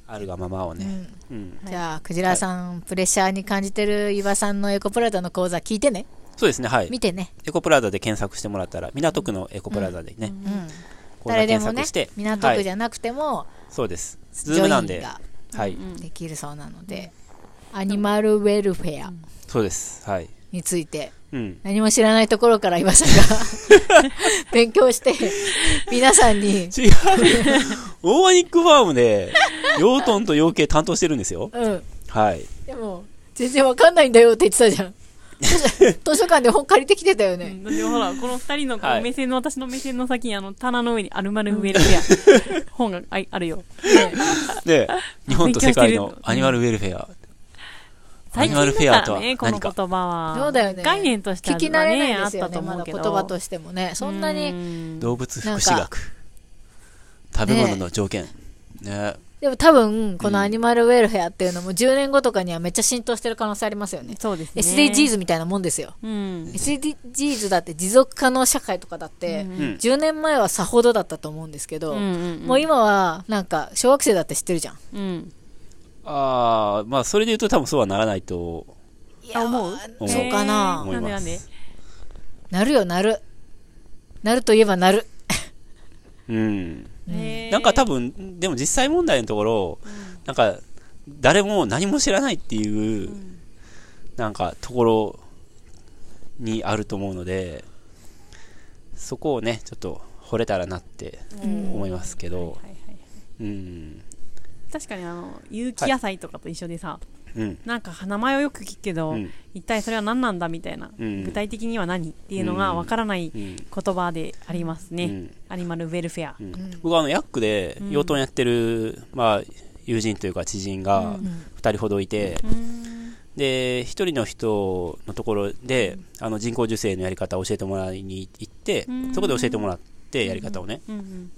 Speaker 3: あるがままをね。うん。
Speaker 4: じゃあクジラさんプレッシャーに感じてる岩さんのエコプラザの講座聞いてね
Speaker 3: そうですね、はい。
Speaker 4: 見てね
Speaker 3: エコプラザで検索してもらったら、港区のエコプラザでね、
Speaker 4: うん
Speaker 3: こんな
Speaker 4: 誰で
Speaker 3: 検
Speaker 4: もね
Speaker 3: 索して、
Speaker 4: 港
Speaker 3: は
Speaker 4: 区じ
Speaker 3: い、
Speaker 4: ゃなくても
Speaker 3: そうです。
Speaker 4: ジ
Speaker 3: ズームな
Speaker 4: ョ
Speaker 3: ん
Speaker 4: イン
Speaker 3: で、
Speaker 4: が
Speaker 3: はい、
Speaker 4: できるそうなのでアニマルウェルフェア
Speaker 3: そうです。はい。
Speaker 4: について
Speaker 3: うん。
Speaker 4: 何も知らないところから岩さんが 勉強して皆さんに
Speaker 3: 違うオーガニックファームで、養豚と養鶏担当してるんですよ。
Speaker 4: うん
Speaker 3: はい。
Speaker 4: でも全然わかんないんだよって言って たじゃん図書館で本借りてきてたよ
Speaker 1: う
Speaker 4: ね
Speaker 1: んだってほら、この二人のこ
Speaker 3: は
Speaker 1: う
Speaker 3: い
Speaker 1: 目線の、私の目線の先にあの棚の上にアルマルウェルフェア、本がああるよ。
Speaker 3: で、日本と世界のアニマルウェルフェア。アニマルフェアとは
Speaker 1: ね、
Speaker 3: 何
Speaker 1: この言
Speaker 3: か。
Speaker 1: 葉は。
Speaker 4: そうだよね
Speaker 1: 概念として
Speaker 4: 聞
Speaker 1: は
Speaker 4: き慣れない
Speaker 1: ね
Speaker 4: ですよねまだ言葉としてもねそんなに
Speaker 1: に
Speaker 3: 動物福祉
Speaker 4: なん
Speaker 3: 学。食べ物の条件。ね。
Speaker 4: でも多分、このアニマルウェルフェアっていうのも10年後とかにはめっちゃ浸透してる可能性ありますよね。
Speaker 1: そうですね。
Speaker 4: SDGs みたいなもんですよ。
Speaker 1: うん。
Speaker 4: SDGs だって持続可能社会とかだって、
Speaker 3: ん
Speaker 4: 10年前はさほどだったと思うんですけど、
Speaker 1: うんうんうん
Speaker 4: もう今はなんか小学生だって知ってるじゃん。
Speaker 1: うん。
Speaker 3: ああ、まあ、それで言うと多分そうはならないと、
Speaker 4: い
Speaker 1: あ、思う
Speaker 3: 思う
Speaker 4: そうかな
Speaker 1: えーなんでなんで
Speaker 3: 思います
Speaker 4: なるよ、なる。なるといえばなる。
Speaker 3: うん。
Speaker 1: えー
Speaker 3: なんか多分、でも実際問題のところ、なんか、誰も何も知らないっていう、なんか、ところにあると思うので、そこをね、ちょっと、惚れたらなって思いますけど
Speaker 1: はい、はいはい
Speaker 3: うん。
Speaker 1: 確かにあの、有機野菜とかと一緒でさ、
Speaker 3: うん。
Speaker 1: なんか名前をよく聞くけど、
Speaker 3: うん
Speaker 1: 一体それは何なんだみたいな、
Speaker 3: うん
Speaker 1: 具体的には何っていうのがわからない
Speaker 3: うん。
Speaker 1: 言葉でありますね。
Speaker 3: うん
Speaker 1: アニマルウェルフェア。
Speaker 3: うん僕はあの、ヤックで、養豚やってる、まあ、友人というか知人が、二人ほどいて、で、一人の人のところで、あの、人工授精のやり方を教えてもらいに行って
Speaker 1: うん、
Speaker 3: そこで教えてもらって、やり方をね。
Speaker 1: うん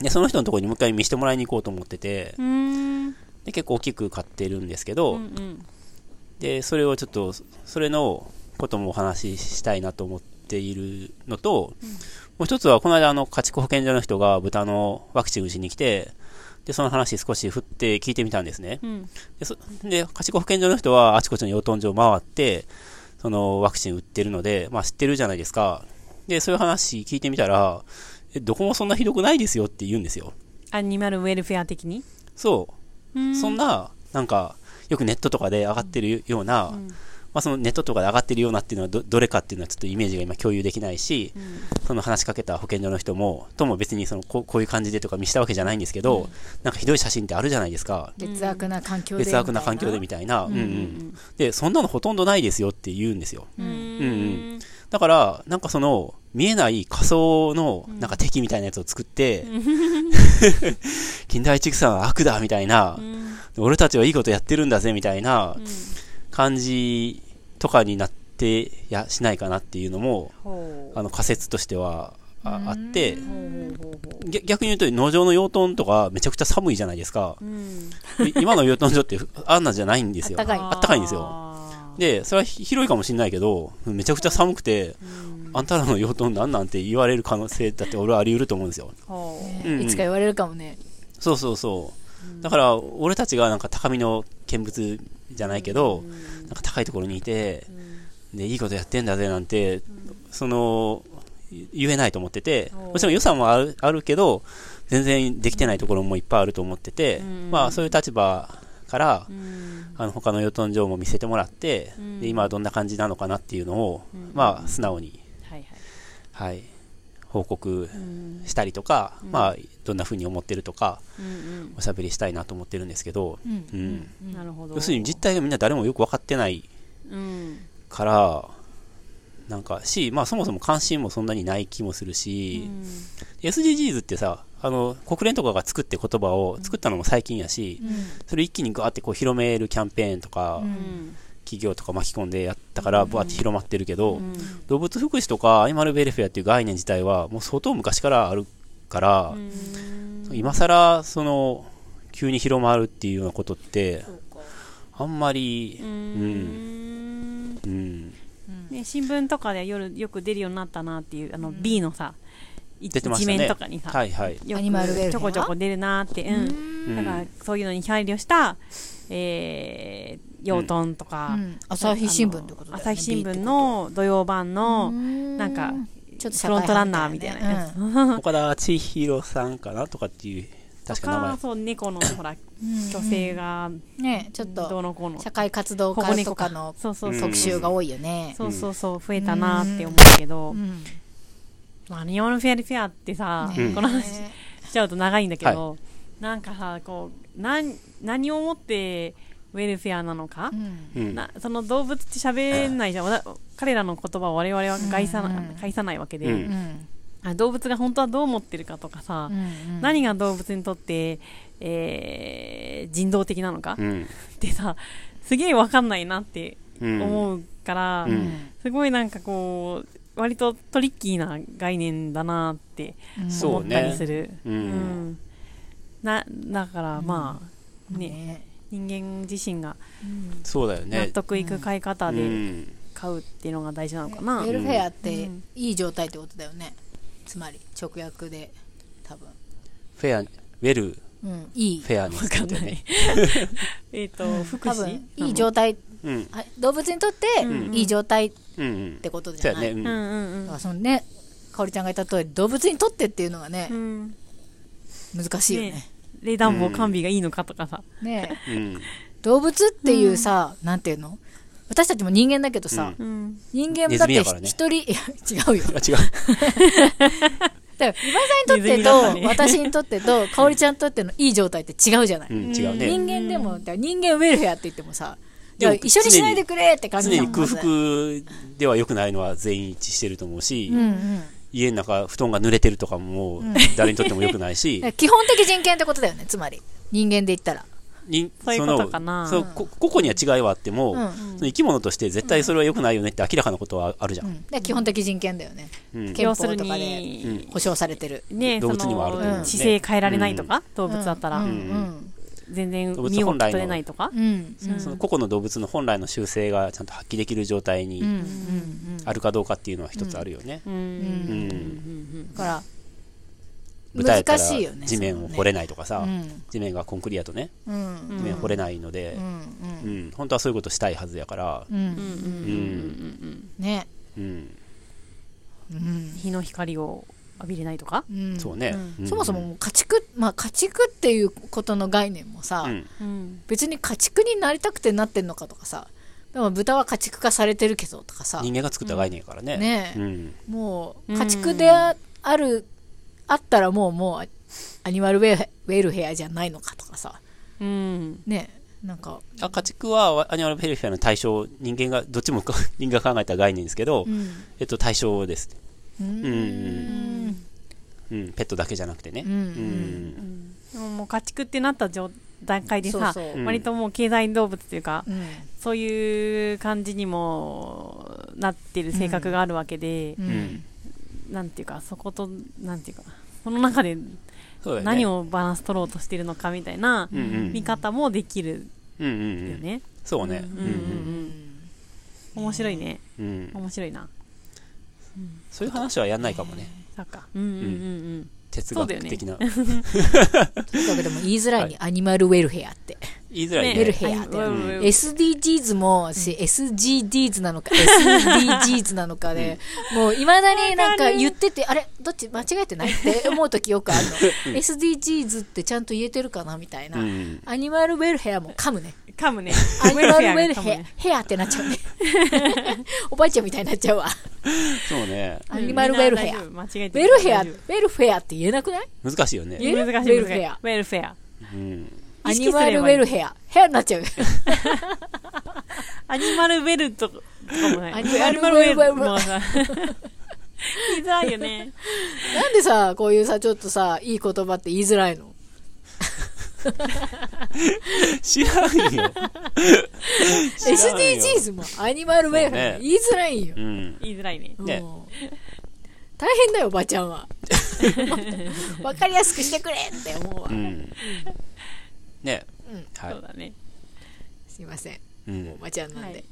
Speaker 3: で、その人のところにもう一回見せてもらいに行こうと思ってて
Speaker 1: う、ん。う
Speaker 3: で、結構大きく買ってるんですけ
Speaker 1: ー
Speaker 3: ど
Speaker 1: ん。う、ん
Speaker 3: で、それをちょっと、それのこともお話ししたいなと思っているのと、もう一つは、この間、あの、家畜保健所の人が豚のワクチン打ちに来て、で、その話少し振って聞いてみたんですね。
Speaker 1: うん。
Speaker 3: で、そで家畜保健所の人は、あちこちの養豚場を回って、その、ワクチン打ってるので、まあ、知ってるじゃないですか。で、そういう話聞いてみたら、え、どこもそんなひどくないですよって言うんですよ。
Speaker 1: アニマルウェルフェア的に
Speaker 3: そう
Speaker 1: ー
Speaker 3: う。そんな、なんか、よくネットとかで上がってるような、まあ、そのネットとかで上がってるようなっていうのはどどれかっていうのはちょっとイメージが今共有できないし、その話しかけた保健所の人もとも別にそのこうこういう感じでとか見したわけじゃないんですけど、なんかひどい写真ってあるじゃないですか
Speaker 4: 劣悪な環境で
Speaker 3: 劣悪な環境で
Speaker 4: み
Speaker 3: みたいな、うんうん、でそんなのほとんどないですよって言うんですよ
Speaker 1: うん
Speaker 3: うんうんだから、なんかその、見えない仮想の、なんか敵みたいなやつを作って、 近代畜産は悪だみたいな、俺たちはいいことやってるんだぜみたいな感じとかになってやしないかなっていうのも、
Speaker 1: ほう
Speaker 3: あの仮説としてはああって、
Speaker 1: ほうほうほうほ
Speaker 3: ぎゃ逆に言うと農場の養豚とかめちゃくちゃ寒いじゃないですか
Speaker 1: う。うん
Speaker 3: い今の養豚場ってあんなじゃないんですよ。
Speaker 4: あったかい
Speaker 3: あったかいんですよ。
Speaker 1: あー
Speaker 3: で、それは広いかもしれないけど、めちゃくちゃ寒くて、あんたらの養豚なんなんて言われる可能性だって俺はあり得ると思うんですよ。
Speaker 1: ほう
Speaker 3: うんうん
Speaker 4: いつか言われるかもね
Speaker 3: そうそうそう。だから、俺たちがなんか高みの見物じゃないけど、なんか高いところにいて、で、いいことやってんだぜなんて、その、い言えないと思ってて、
Speaker 1: おう
Speaker 3: もちろん予算もあるあるけど、全然できてないところもいっぱいあると思ってて
Speaker 1: うん、
Speaker 3: まあそういう立場から
Speaker 1: う、ん
Speaker 3: あの他の養豚場も見せてもらって、
Speaker 1: うん
Speaker 3: で今はどんな感じなのかなっていうのを、
Speaker 1: うん
Speaker 3: まあ素直に、
Speaker 1: はいはい
Speaker 3: はい、報告
Speaker 1: うん
Speaker 3: したりとか、
Speaker 1: うん
Speaker 3: まあどんな風に思ってるとか
Speaker 1: うん
Speaker 3: おしゃべりしたいなと思ってるんですけど、
Speaker 4: うん
Speaker 3: うん
Speaker 1: うんなるほど
Speaker 3: 要するに実態がみんな誰もよく分かってない
Speaker 1: うん
Speaker 3: からなんかし、まあ、そもそも関心もそんなにない気もするし、SDGs ってさあの国連とかが作って言葉を作ったのも最近やし、それ一気にガーってこう広めるキャンペーンとか、
Speaker 4: うん
Speaker 1: うん
Speaker 3: 企業とか巻き込んでやったからバーって広まってるけど、
Speaker 1: うん
Speaker 3: 動物福祉とかアニマルベルフェアっていう概念自体はもう相当昔からあるから、今更その急に広まるっていうようなことってあんまり
Speaker 1: う
Speaker 3: うん
Speaker 1: ん
Speaker 3: うん
Speaker 1: ね新聞とかで夜よく出るようになったなっていうあの B のさい
Speaker 3: 出てまし
Speaker 1: 一
Speaker 3: たね
Speaker 1: 面とかにさ
Speaker 3: はいはい
Speaker 1: よ
Speaker 4: アニマルウェルフ
Speaker 1: くちょ
Speaker 4: ェア
Speaker 1: こちょこ出るなってうん
Speaker 3: うん
Speaker 1: だからそういうのに配慮した、えー、養豚とか、
Speaker 4: うん朝日新聞ってことだ
Speaker 1: あの
Speaker 4: よね
Speaker 1: 朝日新聞の土曜版の、な
Speaker 4: なん
Speaker 1: か
Speaker 4: ちょっと
Speaker 1: フ
Speaker 4: 社
Speaker 1: ロ
Speaker 4: 会
Speaker 1: ントランナーみたいなやつ、
Speaker 4: 派
Speaker 3: 岡田千尋さんかなとかっていう確
Speaker 1: と
Speaker 3: か名前
Speaker 1: かそう猫のほら
Speaker 4: うん
Speaker 1: 女性が
Speaker 4: ねちょっ
Speaker 1: どう
Speaker 4: と
Speaker 1: のこうの、
Speaker 4: 社会活動
Speaker 1: 保護
Speaker 4: 家
Speaker 1: 猫
Speaker 4: と
Speaker 1: か
Speaker 4: かの
Speaker 1: そうそうそう
Speaker 4: 特集が多いよね
Speaker 1: そうそうそう増えたなって思うけど、
Speaker 4: うん
Speaker 1: アニマルフェアリフェアってさ、
Speaker 4: ね
Speaker 1: この話しちゃうと長いんだけど、なんかさこうなん何をもってウェルフェアなのか
Speaker 4: う、ん
Speaker 3: うん
Speaker 1: なその動物って喋んないじゃん、わた彼らの言葉を我々は害さ,、
Speaker 4: うん
Speaker 1: 害さないわけで、
Speaker 3: うん
Speaker 4: うん
Speaker 1: あ動物が本当はどう思ってるかとかさ、
Speaker 4: うん
Speaker 1: 何が動物にとって、えー人道的なのか、
Speaker 3: う
Speaker 1: っ
Speaker 3: ん
Speaker 1: てさすげえ分かんないなって
Speaker 3: うん
Speaker 1: 思うから、
Speaker 3: うん
Speaker 1: すごいなんかこう割とトリッキーな概念だなって
Speaker 3: そ
Speaker 1: 思
Speaker 3: う
Speaker 1: ったり
Speaker 3: ね
Speaker 1: する。
Speaker 3: うん
Speaker 1: うんなだからまあ、ね
Speaker 4: ね
Speaker 1: 人間自身が
Speaker 3: そうだよ
Speaker 1: 納
Speaker 3: ね
Speaker 1: 得いく買い方
Speaker 3: う
Speaker 1: で
Speaker 3: ん
Speaker 1: 買うっていうのが大事なのか
Speaker 4: ウ
Speaker 1: な。
Speaker 4: ェルフェアって
Speaker 1: うん
Speaker 4: いい状態ってことだよねつまり直訳で多分
Speaker 3: フェアウェルフ
Speaker 4: うんいい
Speaker 3: ェアにする
Speaker 1: わかんない
Speaker 3: ね
Speaker 1: えっと福
Speaker 4: 多
Speaker 1: 祉
Speaker 4: 分いい状態
Speaker 3: うん
Speaker 4: はい動物にとって
Speaker 1: ん
Speaker 4: いい状態っ
Speaker 3: うんうん
Speaker 4: てことじ
Speaker 3: そう
Speaker 4: ゃ
Speaker 3: や
Speaker 4: ない
Speaker 3: ねうん
Speaker 1: うんうん
Speaker 4: だからそのねかおりちゃんが言った通り動物にとってっていうのがね
Speaker 1: うんうん。
Speaker 4: 難しいよ
Speaker 1: ね
Speaker 4: ね
Speaker 1: 冷暖房完備がいいのかとかさ。
Speaker 4: ねえ
Speaker 3: うん
Speaker 4: 動物っていうさ、なんていうの私たちも人間だけどさ、
Speaker 3: うん
Speaker 1: うん。
Speaker 4: 人間もだっ
Speaker 3: ネズミ
Speaker 4: て
Speaker 3: やからね
Speaker 4: 一人、 いや違うよ
Speaker 3: あ違う
Speaker 1: ネズミだから
Speaker 4: だから岩井さんにとって
Speaker 1: ね
Speaker 4: と私にとってと香織ちゃんにとってのいい状態って違うじゃない、
Speaker 3: うん違うね
Speaker 4: 人間でもだから人間ウェルフェアって言ってもさ
Speaker 3: でも
Speaker 4: いや一緒にしないでくれって感じ
Speaker 3: 常
Speaker 4: だ
Speaker 3: に
Speaker 4: もん
Speaker 3: 空
Speaker 4: まず
Speaker 3: 腹では良くないのは全員一致してると思うし、
Speaker 4: うんうん、だか
Speaker 3: 家の中布団が濡れてるとかも誰にとっても良くない し
Speaker 4: ら基本的人権ってことだよねつまり人間で言ったら、
Speaker 3: 人
Speaker 1: そういう
Speaker 3: そ
Speaker 1: こと
Speaker 3: の
Speaker 1: かな
Speaker 3: そうこ個々には違いはあっても、
Speaker 4: うん
Speaker 3: その生き物として絶対それは良くないよねって明らかなことはあるじゃ、
Speaker 4: うんん、だから基本的人権だよね、
Speaker 3: うん
Speaker 4: 憲
Speaker 1: 要
Speaker 4: 法
Speaker 1: する
Speaker 4: とか
Speaker 1: に
Speaker 4: で保障されてる、
Speaker 1: ね
Speaker 3: 動物にもあると思う
Speaker 1: そ
Speaker 3: ん
Speaker 1: の
Speaker 3: で
Speaker 1: 姿勢変えられないとか、動物だったら、
Speaker 4: うん
Speaker 1: 全然
Speaker 3: 動物
Speaker 1: 身を
Speaker 3: 本来
Speaker 1: 取
Speaker 3: の
Speaker 1: れないとか
Speaker 4: うんう。んうん
Speaker 3: その個々の動物の本来の習性がちゃんと発揮できる状態
Speaker 4: うん
Speaker 3: に
Speaker 4: うんうん
Speaker 3: あるかどうかっていうのは一つあるよね、
Speaker 1: うん
Speaker 3: うん
Speaker 4: うだから
Speaker 3: 豚やった
Speaker 4: 難
Speaker 3: ら
Speaker 4: しいよね
Speaker 3: 地面を掘れないとかさ、
Speaker 4: うん
Speaker 3: 地面がコンクリやとね
Speaker 4: うん
Speaker 3: 地面掘れないので
Speaker 4: う、ん
Speaker 3: うん本当はそういうことしたいはずやから
Speaker 4: う
Speaker 1: うん
Speaker 4: ん
Speaker 1: うんうん
Speaker 4: ね
Speaker 3: うん、
Speaker 4: うん
Speaker 1: 日の光を浴びれないとか。
Speaker 4: うん
Speaker 3: そうね、うん
Speaker 4: そもそももう家畜まあ家畜っていうことの概念もさ
Speaker 3: うん
Speaker 1: うん。
Speaker 4: 別に家畜になりたくてなってんのかとかさでも豚は家畜化されてるけどとかさ
Speaker 3: 人間が作った概念やからね。
Speaker 4: ねえ
Speaker 3: うん。
Speaker 4: もう
Speaker 1: うん
Speaker 4: 家畜でああるあったらもうもうアニマルウェルウェルヘアじゃないのかとかさ
Speaker 1: うん。
Speaker 4: ねえなんか、
Speaker 3: あ家畜はアニマルフェルフェアの対象、人間が、どっちも 人間が考えた概念ですけど、
Speaker 4: うん、
Speaker 3: えっと、対象です。
Speaker 4: う
Speaker 3: うんん。うん。ペットだけじゃなくてね。
Speaker 4: うん
Speaker 3: うん。
Speaker 1: でももう家畜ってなった状段階でさ、
Speaker 4: そうそう
Speaker 3: うん
Speaker 1: 割ともう経済動物っていうか、
Speaker 4: うん
Speaker 1: そういう感じにもなってる性格があるわけで
Speaker 4: う、ん
Speaker 1: なんていうか、そこと、なんていうか、その中で
Speaker 3: そうだよね。
Speaker 1: 何をバランス取ろうとしてるのかみたいな
Speaker 3: うんうん。
Speaker 1: 見方もできる
Speaker 3: うんうんう
Speaker 1: よ
Speaker 3: ん。
Speaker 1: ね。
Speaker 3: そうね。
Speaker 1: うん
Speaker 3: う
Speaker 1: うん
Speaker 3: ん
Speaker 1: 面白いね。
Speaker 3: うん。うん。
Speaker 1: 面白いな。
Speaker 3: そういう話はやんないかもね。
Speaker 1: そっか。うんうんうんうん。
Speaker 3: 哲
Speaker 1: そうだよ
Speaker 3: 学
Speaker 1: ね
Speaker 3: 的な。
Speaker 4: とにかくでも言いづらいにアニマルウェルヘアって、
Speaker 3: 言いづらい
Speaker 4: ウェル
Speaker 3: ね。
Speaker 4: ヘアで、
Speaker 1: ねうん
Speaker 4: SDGs も、し SGDs なのか SDGs なのかで、もういまだになんか言っててあれどっち間違えてないって思う時よくあるの SDGs ってちゃんと言えてるかなみたいな、
Speaker 3: うん。
Speaker 4: アニマルウェルヘアも噛むね
Speaker 1: 噛むね。
Speaker 4: アニマルウェル
Speaker 1: 噛む
Speaker 4: ヘ
Speaker 1: ね
Speaker 4: アヘアってなっちゃうねおばあちゃんみたいになっちゃうわ
Speaker 3: そうね。
Speaker 4: アニマルウェルヘア
Speaker 1: みんな大丈夫間違え
Speaker 4: ウ
Speaker 1: て
Speaker 4: ェルヘア
Speaker 1: 大
Speaker 4: ウ
Speaker 1: 丈
Speaker 4: ェルフェアって言えなくない
Speaker 3: 難しいよね。
Speaker 4: 言える
Speaker 1: 夫難し
Speaker 4: ウ
Speaker 1: い。
Speaker 4: ェルヘア
Speaker 1: ウェルフェア。
Speaker 3: うん。
Speaker 4: ア
Speaker 1: 意識
Speaker 4: ニ
Speaker 1: すれば
Speaker 4: マ
Speaker 1: いい
Speaker 4: ルウェルヘアヘアになっちゃう
Speaker 1: アニマルウェルとかもない。
Speaker 4: アニマルウェル
Speaker 1: もうさ。 言いづらいよね。
Speaker 4: なんでさ、こういうさ、ちょっとさ、いい言葉って言いづらいの
Speaker 3: 知らんよ。知らんよ
Speaker 4: ?SDGs もアニマルウェルヘ
Speaker 3: そ
Speaker 4: アも
Speaker 3: うね
Speaker 4: 言いづらいんよ
Speaker 3: う。ん。
Speaker 1: 言いづらいね。
Speaker 3: ね
Speaker 4: もう大変だよ、おばちゃん は。わかりやすくしてくれって思うわ
Speaker 3: う。ん。ね。
Speaker 4: うん
Speaker 3: は
Speaker 1: そうだね。
Speaker 4: すいません、
Speaker 3: い。うん
Speaker 4: お。ばちゃんなん
Speaker 1: はい
Speaker 4: で。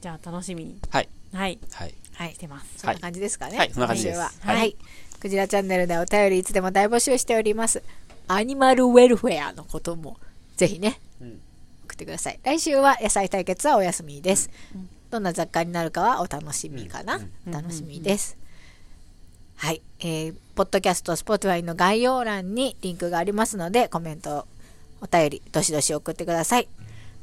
Speaker 1: じゃあ楽しみに。
Speaker 3: はい。
Speaker 1: はい。
Speaker 3: はい。
Speaker 1: はい。してます。
Speaker 4: そんな感じですかね。
Speaker 3: はいそんな感じです
Speaker 4: 今週は。
Speaker 3: はい
Speaker 4: はい。クジラチャンネルでお便りいつでも大募集しております。アニマルウェルフェアのことも、ぜひね、
Speaker 3: うん
Speaker 4: 送ってください。来週は野菜対決はお休みです。どんな雑貨になるかはお楽しみかな。お楽しみです。はい。えー、ポッドキャスト、スポーティファイの概要欄にリンクがありますので、コメント、お便り、どしどし送ってください。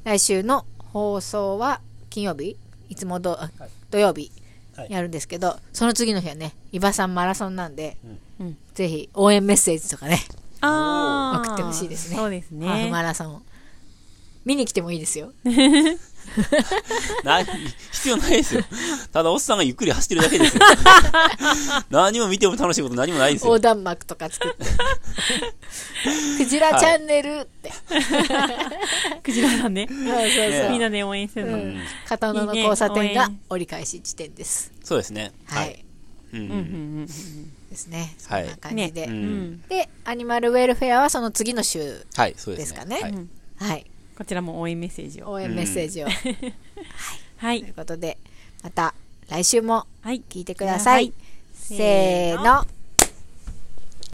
Speaker 4: 来週の放送は金曜日いつもど、あ土曜日
Speaker 3: はい
Speaker 4: やるんですけど、その次の日はね、伊庭さんマラソンなんで、
Speaker 1: うん
Speaker 4: ぜひ応援メッセージとかね、
Speaker 1: あー
Speaker 4: 送ってほしいですね
Speaker 1: そうです
Speaker 4: ハーフマ
Speaker 1: ね。
Speaker 4: ラソンを。見に来てもいいですよ。
Speaker 3: な、必要ないです よ。ただ、おっさんがゆっくり走ってるだけ ですよ。何も見ても楽しいこと何もないです
Speaker 4: 横
Speaker 3: よ。
Speaker 4: 断幕とか 作って。クジラチャンネルって。
Speaker 1: クジラさんね。
Speaker 4: そうそうそう
Speaker 1: みんなで応援してる
Speaker 4: う
Speaker 1: の。
Speaker 4: ん片野の交差
Speaker 1: いい
Speaker 4: 点
Speaker 1: ね
Speaker 4: が
Speaker 1: 応援
Speaker 4: 折り返し地点です。
Speaker 3: そうですね。
Speaker 4: は
Speaker 3: はいい。。うんう
Speaker 1: うんうん
Speaker 3: ん。
Speaker 4: ですね。そ
Speaker 3: はい
Speaker 4: んな感じで。
Speaker 3: う
Speaker 1: うんうんん。
Speaker 4: で、アニマルウェルフェアはその次の週。
Speaker 3: はい、そうです
Speaker 4: です
Speaker 3: ね。
Speaker 4: かね
Speaker 3: はい
Speaker 1: うん
Speaker 4: はい。
Speaker 1: こちらも応援メッセージを。
Speaker 4: 応援メッセージを。
Speaker 1: は
Speaker 4: と
Speaker 1: い
Speaker 4: い。うことで、また来週も
Speaker 1: はい。
Speaker 4: 聞いてください。せーの。